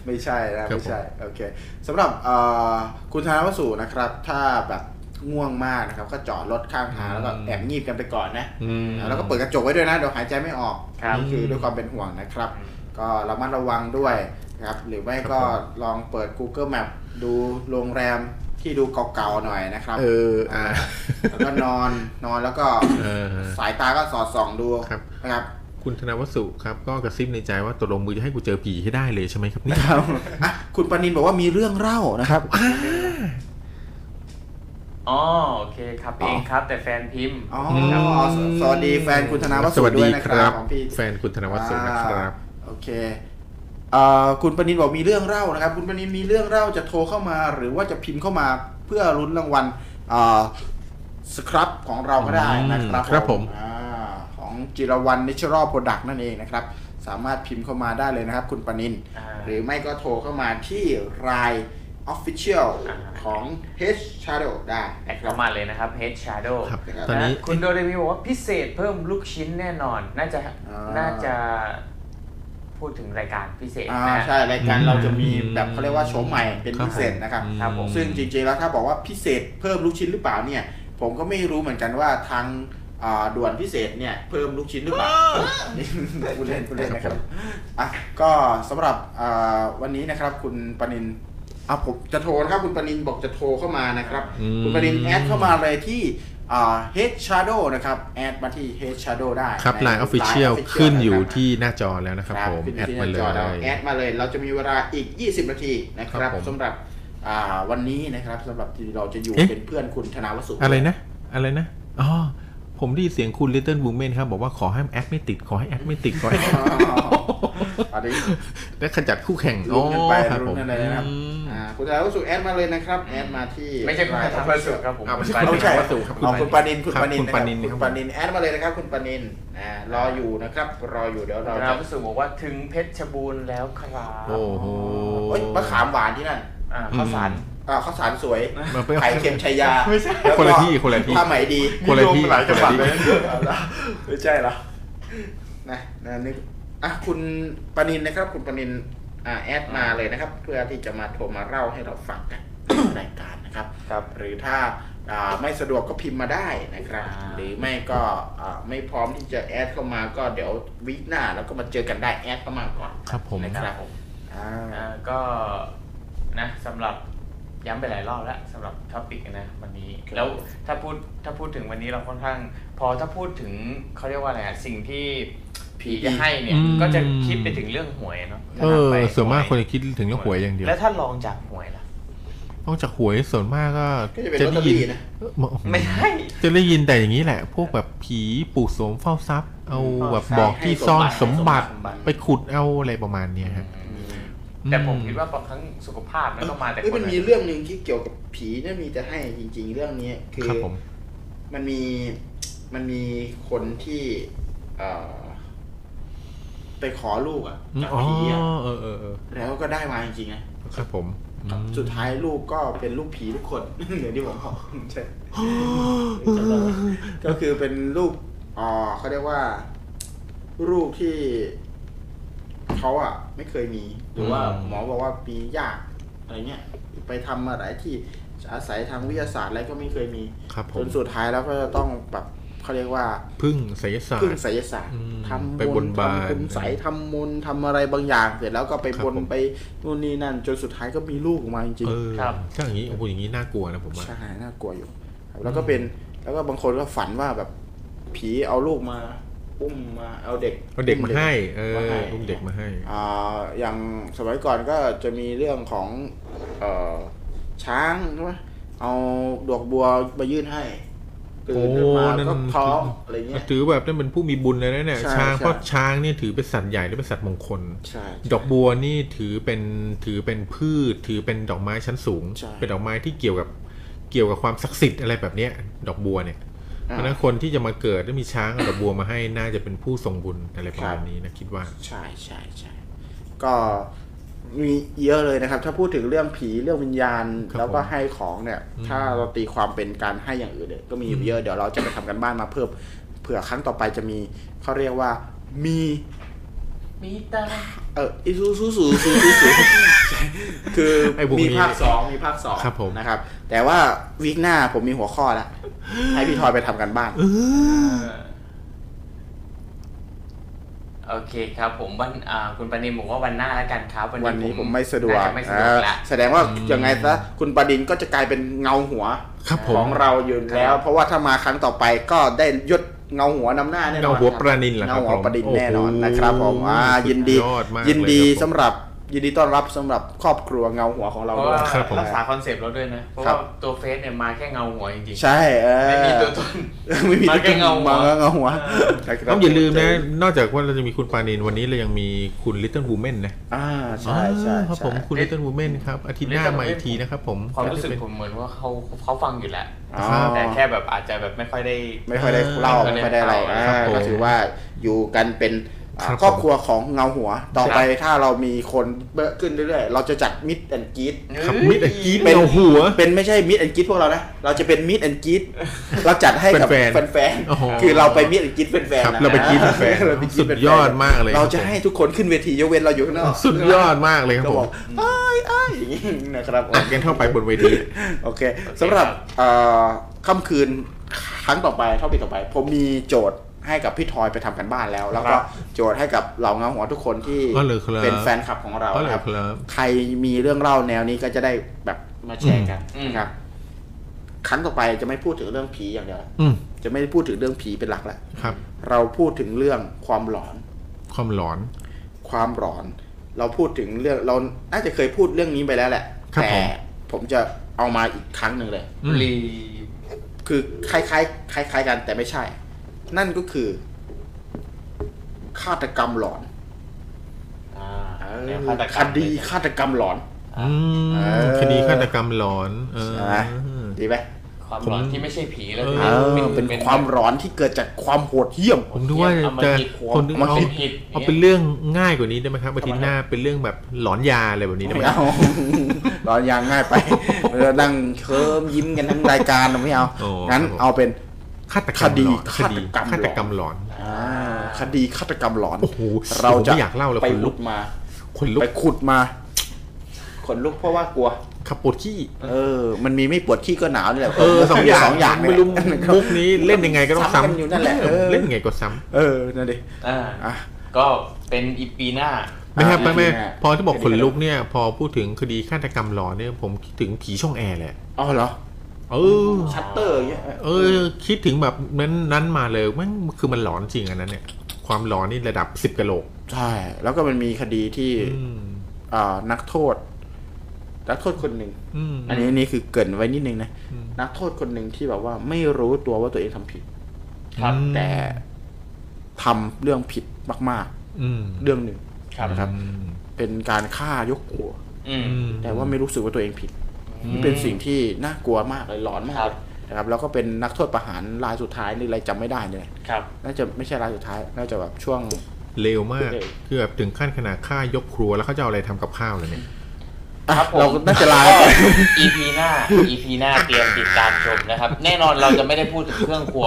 ไม่ใช่นะครับ ไม่ใช่โอเคสำหรับเอ่อคุณธนาวสูนะครับ ถ้าแบบง่วงมากนะครับก็จอดรถข้างทางแล้วก็ อืม แอบงีบกันไปก่อนนะ อืม แล้วก็เปิดกระจกไว้ด้วยนะเดี๋ยวหายใจไม่ออก ครับ นี่คือด้วยความเป็นห่วงนะครับ ก็ระมัดระวังด้วยนะครับหรือไม่ก็ลองเปิด Google Map ดูโรงแรมที่ดูเก่าๆหน่อยนะครับ เอออ่า แล้วก็นอนนอนแล้วก็ เออ สายตาก็สอดส่องดู ครับ นะครับ คุณธนวสุครับก็กระซิบในใจว่าตกลงมือจะให้กูเจอผีให้ได้เลยใช่ไหมครับเนี่ย ครับอ่ะคุณปานินบอกว่ามีเรื่องเล่านะครับ อ๋อโอเคครับเองครับ แต่แฟนพิมพ์ อ๋อสวัสดีแฟนคุณธนวัฒน์ สวัส ด้ ดี วยนะ ค ค รั รั บบ ของพี่ แฟนคุณธนวสุนะครับ อ่าโอเคเอ่อคุณปนินบอกมีเรื่องเล่านะครับ คุณปนินมีเรื่องเล่าจะโทรเข้ามา หรือว่าจะพิมพ์เข้ามาเพื่อลุ้นรางวัลเอ่อสครับของเราก็ได้นะครับ อืมครับผม อ่าของจิรวันนิชรอโปรดักต์นั่นเองนะครับ สามารถพิมพ์เข้ามาได้เลยนะครับ คุณปนิน อ่า หรือไม่ก็โทรเข้ามาที่ราย Official ของ H Shadow ได้ แอดเข้ามาเลยนะครับ Head Shadow ครับ ะฮะ ตอนนี้ คุณโดเรมีบอกว่าพิเศษเพิ่มลูกชิ้นแน่นอน น่าจะ า น่าจะพูดถึงรายการพิเศษ อ่า นะฮะ ใช่รายการ อืม เราจะมีแบบเขาเรียกว่าโฉมใหม่เป็น ครับ พิเศษนะครับ ครับผม ซึ่งจริงๆแล้วถ้าบอกว่าพิเศษเพิ่มลูกชิ้นหรือเปล่าเนี่ย ผมก็ไม่รู้เหมือนกันว่าทางอ่าด่วนพิเศษเนี่ยเพิ่มลูกชิ้นหรือเปล่ากูดเล่นกูดเล่นนะค ครั รั บบผม อ่ะก็สำหรับอ่าวันนี้นะครับคุณปนินอ่ะผมจะโทรนะครับคุณปนินบอกจะโทรเข้ามานะครับ อืม คุณปนินแอดเข้ามาเลยที่อ่า Head Shadow นะครับแอดมาที่ Head Shadow ได้ ครับ ใน ไลน์ออฟฟิเชียล Line Official ขึ้นอยู่ ะครับ ที่หน้าจอแล้วนะครับผม ขึ้น แอด ที่ห มา น้า เล จ ย อแล้วแอดมาเลย เราจะมีเวลาอีก 20 นาทีนะค ครั รั บบผม สำหรับอ่าวันนี้นะครับสำหรับที่เราจะอยู่เป็นเพื่อนคุณธนาวสุ อะไรนะ อะไรนะอ๋อผมได้ยินเสียงคุณ Little Women ครับ บอกว่าขอให้แอดไม่ติด ขอให้แอดไม่ติดขอให้แอด อ๋ออันนี้ และขจัดคู่แข่ง ลุ้นกันไป อ๋อครับผ ลุ้ ม นกันเลยนะครับ อืม อ่าคุณธนาวสุแอดมาเลยนะครับแอดมาที่ ไม่ใช่คุณทางประสุครับผม อ่าไม่ใช่ ปา เอา นิ ไม่ใช่ น เอาคุณปานินคุณ ครับ ปานิน คุณปานิน นะครัครับบคุณปานินแอดมาเลยนะครับ คุณปานินอ่ารออยู่นะครับรออยู่เดี๋ยวเรา นะค จะ รับรู้สึกบอกว่าถึงเพชรบูรณ์แล้วครับ โอ้โห เอ้ยมะขามหวานที่นั่น อ่าข้าวสาร อ่าข้าวสารสวย มาไปเอา ไข่เค็มชัยยา ไม่ใช่ แล้วก็ คนละที่คนละที่ ผ้าไหมดี คนละที่ มีโยมหลายจังหวัดเลย ไม่ใช่เหรอนะนะนึกอ่ะคุณปนินนะครับ คุณปนินอ่าแอดมาเลยนะครับ เพื่อที่จะมาโทรมาเล่าให้เราฟังกัน ในรายการนะครับ ครับ หรือถ้าอ่าไม่สะดวกก็พิมพ์มาได้นะครับ อ่า หรือไม่ก็อ่าไม่พร้อมที่จะแอดเข้ามาก็เดี๋ยววีคหน้าแล้วก็มาเจอกันได้แอดเข้ามาก่อน ครับผม นะครับผมอ่า อ่าก็นะสำหรับย้ำไปหลายรอบแล้วสำหรับท็อปิกนะวันนี้ แล้วถ้าพูดถ้าพูดถึงวันนี้เราค่อนข้าง พอถ้าพูดถึงเขาเรียกว่าอะไรอะสิ่งที่ผีจะให้เนี่ย อืม ก็จะคิดไปถึงเรื่องหวยเนาะ เออ ไป ส่วนมาก ห คนจะคิดถึงเรื่องหวยอย่างเดียว แล้วถ้าลองจากหวยล่ะ นอกจากหวยส่วนมากก็ ก็จะเป็น ได้ยิ ลอตเตอรี่นะ เอ้อมา ไม่ใช่ จะได้ยินแต่อย่างนี้แหละ พวกแบบผีปู่โสมเฝ้าทรัพย์ เอาแบบบอกที่ซ่อนสมบัติไปขุดเอาอะไรประมาณเนี้ยฮะ แต่ อืม ผมคิดว่าบางครั้งสุขภาพมันก็มาแต่ เอ้ย ค มัน นมีเรื่องหนึ่งที่เกี่ยวกับผีเนี่ยมีแต่ให้จริง ๆ เรื่องนี้คือ ครับผม มันมีมันมีคนที่ เอ่อ ไปขอลูกอ่ะจาก อ๋อ ผีอ่ะ เออเออเออ แล้วก็ได้มาจริงๆนะครับ ผมอืม สุดท้ายลูกก็เป็นลูกผีทุกคน เดี๋ยวที่ผมบอกใช่ก็คือเป็นลูกอ่อเขาเรียกว่าลูกที่เขาอ่ะ ไม่เคยมี หรือว่าหมอบอกว่าปียากอะไรเงี้ยไปทำมาหลายที่อาศัยทางวิทยาศาสตร์อะไรก็ไม่เคยมี ครับผ จ ม นสุดท้ายแล้วก็จะต้องแบบเขาเรียกว่า พึ่งไสยศาสต พึ่ง ร์ ไสยศาสตร์ อืม ทำ ไปบนบาน ทำคุณใสยทำมนต์ทำอะไรบางอย่างเสร็จแล้วก็ไป ครับ บน ผม ไปนู่นนี่นั่น จนสุดท้ายก็มีลูกออกมาจริง เออถ้าอย่างนี้โอ้โหอย่างนี้น่ากลัวนะผม ๆ ว่า ใช่น่ากลัวอยู่ครับแล้วก็เป็นแล้วก็บางคนก็ฝันว่าแบบผีเอาลูกมาอุ้มมาเอาเด็ก เอาเด็กมาให้เออ มาให้ อุ้มเด็กมาให้ อ่าอย่างสมัยก่อนก็จะมีเรื่องของเอ่อช้างใช่ไหมเอาดอกบัวมายื่นให้ตื่นขึ้นมา โอ้นั่น ก็ท้องอะไรเงี้ย ถือแบบนั้นเป็นผู้มีบุญเลยนะเนี่ย ใช่ ช้าง ใช่ เพราะช้างเนี่ยถือเป็นสัตว์ใหญ่และเป็นสัตว์มงคล ใช่ ดอกบัวนี่ถือเป็นถือเป็นพืช ถือเป็นดอกไม้ชั้นสูง ใช่ เป็นดอกไม้ที่เกี่ยวกับเกี่ยวกับความศักดิ์สิทธิ์อะไรแบบเนี้ย ดอกบัวเนี่ยเพราะฉะนั้นคนที่จะมาเกิดแล้วมีช้างเอาดอกบัวมาให้น่าจะเป็นผู้ทรงบุญอะไรประมาณนี้นะคิดว่า ใช่ใช่ใช่ก็มีเยอะเลยนะครับ ถ้าพูดถึงเรื่องผีเรื่องวิญญาณ ครับ แล้วก็ ผม ให้ของเนี่ย อืม ถ้าเราตีความเป็นการให้อย่างอื่นเนี่ยก็มีอยู่เยอะเดี๋ยวเราจะไปทำกันบ้านมาเพิ่มเผื่อครั้งต่อไปจะมีเขาเรียกว่ามี มีตา เอออิซูซูซูซูซู ซูใช่คือ ไอ้พวกนี้ มีภาคสองมีภาคสอง ครับผม นะครับ แต่ว่าวีคหน้าผมมีหัวข้อละให้พี่ทอยไปทำกันบ้าน เออ เอ โอเคครับ ผมวันอ่าคุณปนิมบอกว่าวันหน้าแล้วกันครับ วันนี้ผมไม่สะดวก น่าจไม่สะดวก อ่า ละ แสดงว่ายังไงซะคุณประดินก็จะกลายเป็นเงาหัว ครับผ ข ม องเราอยู่แล้ว เพราะว่าถ้ามาครั้งต่อไปก็ได้ยศเงาหัวนำหน้าแน่นอน เงาหัว ค ป บ ระนินเหรอค เงา รับผหัวม ประดิษฐ์ โอ้โห แน่นอนนะครับผมอ่ายินดี สุอดมาก ยินดี เลครับผม สำหรับยินดีต้อนรับสำหรับครอบครัวเงาหัวของเรา เพราะ ด้ว ว่าย ครับผม รักษาคอนเซปต์เราด้วยนะ เพราะ ครั ว่า บ ตัวเฟซเนี่ยมาแค่เงาหัวจริง ใช่เอ ๆ อ ไม่มีตัวตน ไม่มี มาแค่เงาหัว มาแค่เงาหัวนะครับ ต้องอย่าลืมนะ นอกจากว่าเราจะมีคุณปานินวันนี้เรายังมีคุณลิตเติ้ล o ูแมนนะ อ่าใช่ใช่ อ่าครับผมคุณลิตเติ้ล o ูแมนครับ อาทิตย์หน้า Little มาอีก Women ทีนะครับผม ความรู้สึกผมเหมือนว่าเขาเขาฟังอยู่แหละ อ๋อ แต่แค่แบบอาจจะแบบไม่ค่อยได้ ไม่ค่อยได้เล่าไม่ค่อยได้เราอ่า ครับผม ก็ถือว่าอยู่กันเป็นอ่า ครับผม ครอบครัวของเงาหัว ต่อไปถ้าเรามีคนเยอะขึ้นเรื่อยๆ เราจะจัดมิดแอนกีด ขับมิดอะกรีด เป็น เงาหัว เป็นไม่ใช่มิดแอนกีดพวกเรานะ เราจะเป็นมิดแอนกีดเราจัดให้กับ แฟน แฟน โอ้โห ๆคือเราไปมิดแอนกีดแฟน ครับ ๆนะ เราไปกรีดแฟน เราไปกรี๊ สุ ด ด แฟนๆ ยอดมากเลย เราจะให้ทุกคนขึ้นเวทียกเว้นเราอยู่ข้างนอก สุดยอดมากเลยครับ ก็ ผ บอ ม กเอ้ยเอ้ยอย่างนี้นะครับโอ ตัด เค กันเข้าไปบนเวที โอเคสำหรับเอ่อค่ำคืนครั้งต่อไปเท่าปีต่อไป ผมมีโจทย์ให้กับพี่ทอยไปทำกันบ้านแล้ว แล้วก็โจทย์ให้กับเหล่าเงาหัวทุกคนที่ อ๋อเหรอครับ เป็นแฟนคลับของเรา ก็เล นะ ย ครับ ครับ ใครมีเรื่องเล่าแนวนี้ก็จะได้แบบมาแชร์กัน อืม นะครับครั้งต่อไปจะไม่พูดถึงเรื่องผีอย่างเดียวละ อืม จะไม่พูดถึงเรื่องผีเป็นหลักแล้ว ครับ เราพูดถึงเรื่องความหลอน ความหลอน ความหลอน เราพูดถึงเรื่องเราน่าจะเคยพูดเรื่องนี้ไปแล้วแหละ ครับ แต่ ผม ผมจะเอามาอีกครั้งหนึ่งเลย อืม รี คือคล้ายๆคล้ายๆกันแต่ไม่ใช่ นั่นก็คือฆาตกรรมหลอน อ่า เออ แนวฆาตกร ค รม ดีฆาตกรรมหลอน อืม เออ คดีฆาตกรรมหลอน เออ ใช่ไหม ดีไหม ความหลอนที่ไม่ใช่ผีแล้ว เออ เออเป็นความหลอนที่เกิดจากความโหดเหี้ยม ผมดูว่าจะคนนึง เอา เอา มาผิด ผิด เอาเป็นเรื่องง่ายกว่านี้ได้ไหมครับอาทิตย์หน้าเป็นเรื่องแบบหลอนยาอะไรแบบนี้ได้ไหม ไม่ เอาหลอนยางง่ายไปเรานั่งเคิมยิ้มกันทั้งรายการเราไม่เอางั้นเอาเป็น ฆาตกรรมหลอน ค ค ดี ดี ฆา ฆา ต ต ก ก ร ร ร ร ม ม ห ห ล ล อ อน น อ่าคดีฆาตกรรมหลอน โอ้โห เราจะ ผมไม่อยากเล่าเลย ไป คนลุกขุดมา คนลุก ไปขุดมาขนลุกเพราะว่ากลัว ขับปวดขี้ เออ มันมีไม่ปวดขี้ก็หนาวนี่แหละ เออสองอย่าง สองอย่าง ไม่รู้ เนี่ย มุกนี้เล่นยังไงก็ต้องซ้ กันอยู่นั่นแหละเออ ำเล่นยังไงก็ซ้ เออนั่นดิ อ่า อ่ะ ก็เป็นอีปีหน้า ำไม่ครับ อ่า ไม่ไม่ คดีแน่ พอที่บอกขนลุกเนี่ย พอพูดถึงคดีฆาตกรรมหลอนเนี่ยผมคิดถึงผีช่องแอร์เลย อ๋อเหรอ เออ ชัตเตอร์อย่างเงี้ย เออ คิดถึงแบบนั้นนั้นมาเลยแมันคือมันหลอนจริงอันนั้นเนี่ย ความหลอนนี่ระดับสิบกะโหลก ใช่ แล้วก็มันมีคดีที่ อืม อ่านักโทษ นักโทษคนหนึ่ง อืม อันนี้อันนี่คือเกรินไว้นิดนึงนะ อืม นักโทษคนหนึ่งที่แบบว่าไม่รู้ตัวว่าตัวเองทำผิด ครับ แต่ทำเรื่องผิดมาก อืม ๆ เรื่องหนึ่ง ครับ นะครับ อืม เป็นการฆ่ายกครัว อืม อืม แต่ว่าไม่รู้สึกว่าตัวเองผิดนี่เป็นสิ่งที่น่ากลัวมากเลยหลอนมาก ครั เล บ ยนะครับแล้วก็เป็นนักโทษประหารรายสุดท้ายหรืออะไรจำไม่ได้เนี่ย ครับ น่าจะไม่ใช่รายสุดท้าย น่าจะแบบช่วง เร็วมาก เร็ว คือแบบถึงขั้นขนาดฆ่ายกครัวแล้วเขาจะเอาอะไรทำกับข้าวเลยเนี่ย อ่ะ ครับผม เราน่าจะลาไป EP หน้า EP หน้าเตรียมติดตามชมนะครับ แน่นอนเราจะไม่ได้พูดถึงเครื่องครัว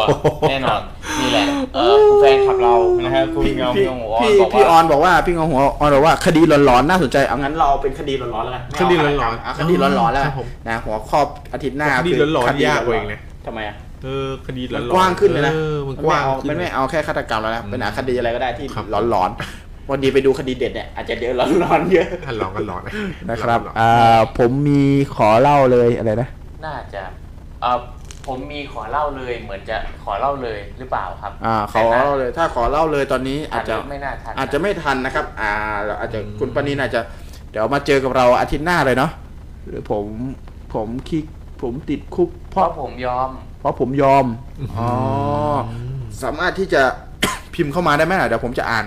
แน่นอนนี่แหละเออคุณแฟนขับเรานะฮะคุณ พี่ เงา พี่ เงาหัวอ่อน พี่ บอก พี่ออ ว่า นบอกว่าพี่งอหัวออนบอกว่าคดีหลอนๆน่าสนใจเอางั้นเราเอาเป็นคดีหลอนๆแล้วกันไม่เา คดีหลอนๆ เาคดีหลอนๆแล้วคกัรั น บผม นะหัวข้ออาทิตย์หน้า คดีหลอนๆ คื ยากกว่าอีกนะ ทำไมอ่ะ เออคดีหลอ มัน น ๆ กว้างขึ้นเลยนะ ออมันกว้าง เอา ขึ้ มัน น ไม่เอาแค่ฆาตกรรมแล้วนะเป็นอาคดีอะไรก็ได้ที่ ครับ หลอนๆวันดีไปดูคดีเด็ดเนี่ยอาจจะเดี๋ยวหลอนๆเยอะ หันหลอนกันหลอน นะครับ หลอน อ่าผมมีขอเล่าเลยอะไรนะ น่าจะเออผมมีขอเล่าเลยเหมือนจะขอเล่าเลยหรือเปล่าครับ อ่าขอเล่าเลยถ้าขอเล่าเลยตอนนี้ อา อา จ จ จะ จะ ไม่น่าทันน อาจจะไม่ทันนะครับ อ่าเราอาจจะคุณปณินอาจจะเดี๋ยวมาเจอกับเราอาทิตย์หน้าเลยเนาะหรือผมผมคิดผมติดคุกเพ เพราะ ราะ ผมยอม เพราะผมยอมอ๋อสามารถที่จะ พิมพ์เข้ามาได้ไหมล่ะเดี๋ยวผมจะอ่าน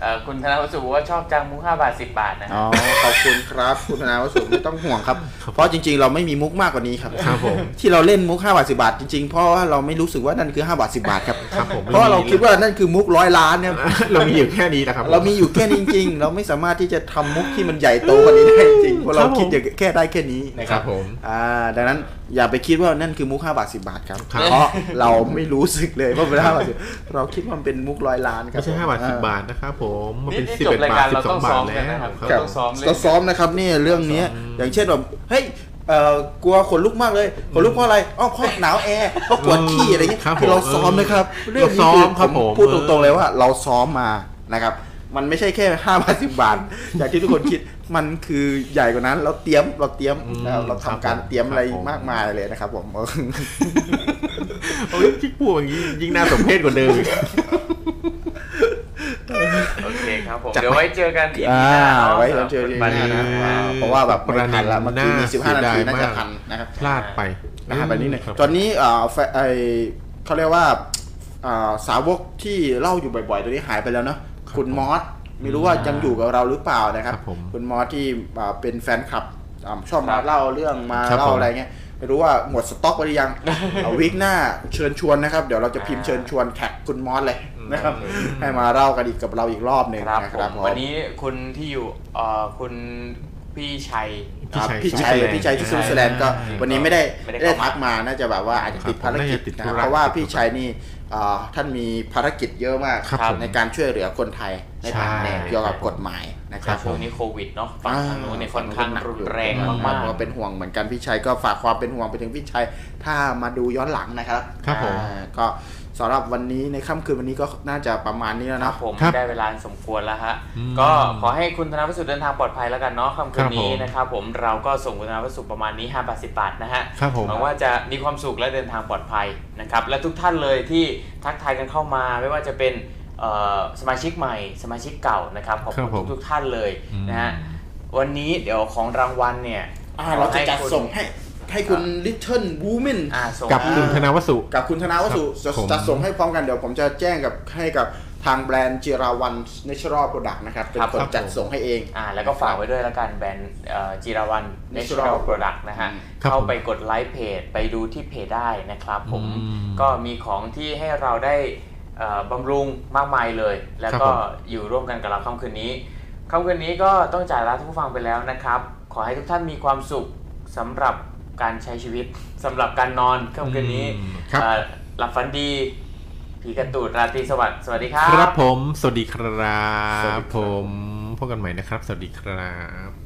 เอ่อคุณธนาวัสสุบอกว่าชอบจังมุกห้าบาทสิบบาทนะ อ๋อขอบคุณครับ คุณธนาวสุไม่ต้องห่วงครับ เพราะจริง ๆ เราไม่มีมุกมากกว่านี้ครับ ครับผม ที่เราเล่นมุก5บาท10บาทจริงๆเพราะว่าเราไม่รู้สึกว่านั่นคือ5บาท10บาทครับ ครับผม เพราะเราคิดว่านั่นคือมุกร้อยล้านเนี่ย เรามี อยู่แค่นี้นะครับ เรามีอยู่แค่นี้จริงๆ เราไม่สามารถที่จะทำมุกที่มันใหญ่โตกว่านี้ได้จริงเพราะเราคิดอย่างแค่ได้แค่นี้นะค ค รั รั บบ ผม อ่าดังนั้นอย่าไปคิดว่านั่นคือมุก5บาท10 บาทครับ ครับ เพราะเราไม่รู้สึกเลยว่าเป็นห้าบาทสิเราคิดว่ามันเป็นมุกร้อยล้านครับ ไม่ใช่ห้าบาทสิบบาทนะครับผมมันเป็น นี่ สิบ จบ เอ็ด ราย บา การ ทสิ เรา บส ต้ อ อง งบา ซ้อมทกัน แล้ นะ ว ครับ ครั เรา บ ต้องซ้อมเล่น เราซ้อมนะครับเนี่ยเรื่องเนี้ยอย่างเช่นแบบเฮ้ยเอ่อกลัวขนลุกมากเลยขนลุกเพราะอะไรอ๋อเพราะหนาวแอร์เพราะปวดขี้อะไรเงี้ย ครับผม คือเราซ้อมนะครับ เออ เรื่องนี้ เราซ้อมครับผผม ม พูดตรงๆเลยว่า เราซ้อมมา นะครับ มันไม่ใช่แค่ห้าบาทสิบาท อย่างที่ทุกคนคิด มันคือใหญ่กว่านั้น เราเตรียม เราเตรียม อืม เราเราทำการ ครับผม เตรียมอะไร ครับผม มากมายเลยนะครับ ผมเออ โอ้ยที่พูดอย่างนี้ยิ่ง น่าสมเพชกว่าเดิมอีก โอเคครับผม จัดไป เดี๋ยวไว้เจอกันอีก อ่า หน้า ไว้ สำห เรา รับ เจอกัน วัน ห นี้ น้านะ นะ ว้าวเพราะว่าแบบไม่ทันละเมื่อกี้มีสิบห้านาทีน่าจะทันนะครับ พลาดไป นะฮะแบบนี้เนี่ย ครับ ตอนนี้เอ่อแฟไอเขาเรียกว่าเอ่อสาวกที่เล่าอยู่บ่อยๆ ตัวนี้หายไปแล้วเนาะคุณมอสไม่รู้ว่ายังอยู่กับเราหรือเปล่านะครับ ครับผม คุณมอสที่เอ่อเป็นแฟนคลับอ่าชอบมาเล่าเรื่องมา ครับ เล่า ผม อะไรเงี้ยไม่รู้ว่าหมดสต็อกไปหรือยัง เอาวิกหน้าเชิญชวนนะครับ เดี๋ยวเราจะพิมพ์เชิญชวนแท็กคุณมอสเลยนะครับให้มาเล่ากันอีกกับเราอีกรอบหนึ่ง ครับ นะ ผ ครับ ม ผม วันนี้คุณที่อยู่เอ่อคุณพี่ชัย ครับ พี่ พี่ ชั ชัย ย พี่ชัยที่สวิตเซอร์แลนด์ก็ ใช่ วันนี้ไม่ได้ ไม่ได้ ไม่ได้ เข้ามา ทักมาน่าจะแบบว่าอาจจะติด ครับ ภารกิน่าจจะติดธุระนะครับเพราะว่าพี่ชัยนี่เอ่อท่านมีภารกิจเยอะมาก ครับผม ในการช่วยเหลือคนไทยใน ใช่ ทางแนวเกี่ยวกับกฎหมายนะครัครับบผ ช่ว ม งนี้โควิดเนาะฝั่งทางนู้นเนี่ยค่อนข้างรุนแรง ค มา บ ก เพ ๆ เป็นห่วงเหมือนกันพี่ชัยก็ฝากความเป็นห่วงไปถึงพี่ชัยถ้ามาดูย้อนหลังนะครับ ครับผม อ่าก็สำหรับวันนี้ในค่ำคืนวันนี้ก็น่าจะประมาณนี้แล้ว ครั เนาะ บผม ครับ ได้เวลาสมควรแล้วฮะ อืม ก็ขอให้คุณธนาประสุทธิ์เดินทางปลอดภัยแล้วกันเนาะคำคืนนี้ ครับผม นะครับผมเราก็ส่งคุณธนาประสุทธิ์ประมาณนี้5บาท10บาทนะฮะ ครับผม หวังว่าจะมีความสุขและเดินทางปลอดภัยนะครับและทุกท่านเลยที่ทักทายกันเข้ามาไม่ว่าจะเป็นเอ่อสมาชิกใหม่ สมาชิกเก่านะครับขอบ ครับผ คุ ม ณทุกๆท่านเลย อืม นะฮะวันนี้เดี๋ยวของรางวัลเนี่ย อ่าเราจะจัด ขอให้คุณ ส่งให้ให้คุณ Little Woman อ่าส่ง กับคุณธนวสุ กับคุณธนาวัสุ ครั จะ บผม จะส่งให้พร้อมกันเดี๋ยวผมจะแจ้งกับให้กับทางแบรนด์จิราวันเนเชอรัลโปรดักต์นะครับ เป็นคนจัดส่งให้เอง อ่าแล้วก็ฝากไว้ด้วยแล้วกันแบรนด์เอ่อจิรวันเนชั่น Natural โปรดักต์นะฮะ อืม ครับ เข้าไปกดไลค์เพจไปดูที่เพจได้นะครับผม อืม ก็มีของที่ให้เราได้เอ่อบำรุงมากมายเลย แล้วก็ ครับผม อยู่ร่วมกันกับเราค่ำคืนนี้ค่ำคืนนี้ก็ต้องจ่ายลาทุกผู้ฟังไปแล้วนะครับ ขอให้ทุกท่านมีความสุขสำหรับการใช้ชีวิตสำหรับการนอนค่ำคืนนี้ อืมครับ เอ่อหลับฝันดีผีกระตูดราตรีสวัสดิ์สวัสดีครับ ครับผม สวัสดีครับผม พบกันใหม่นะครับ สวัสดีครับ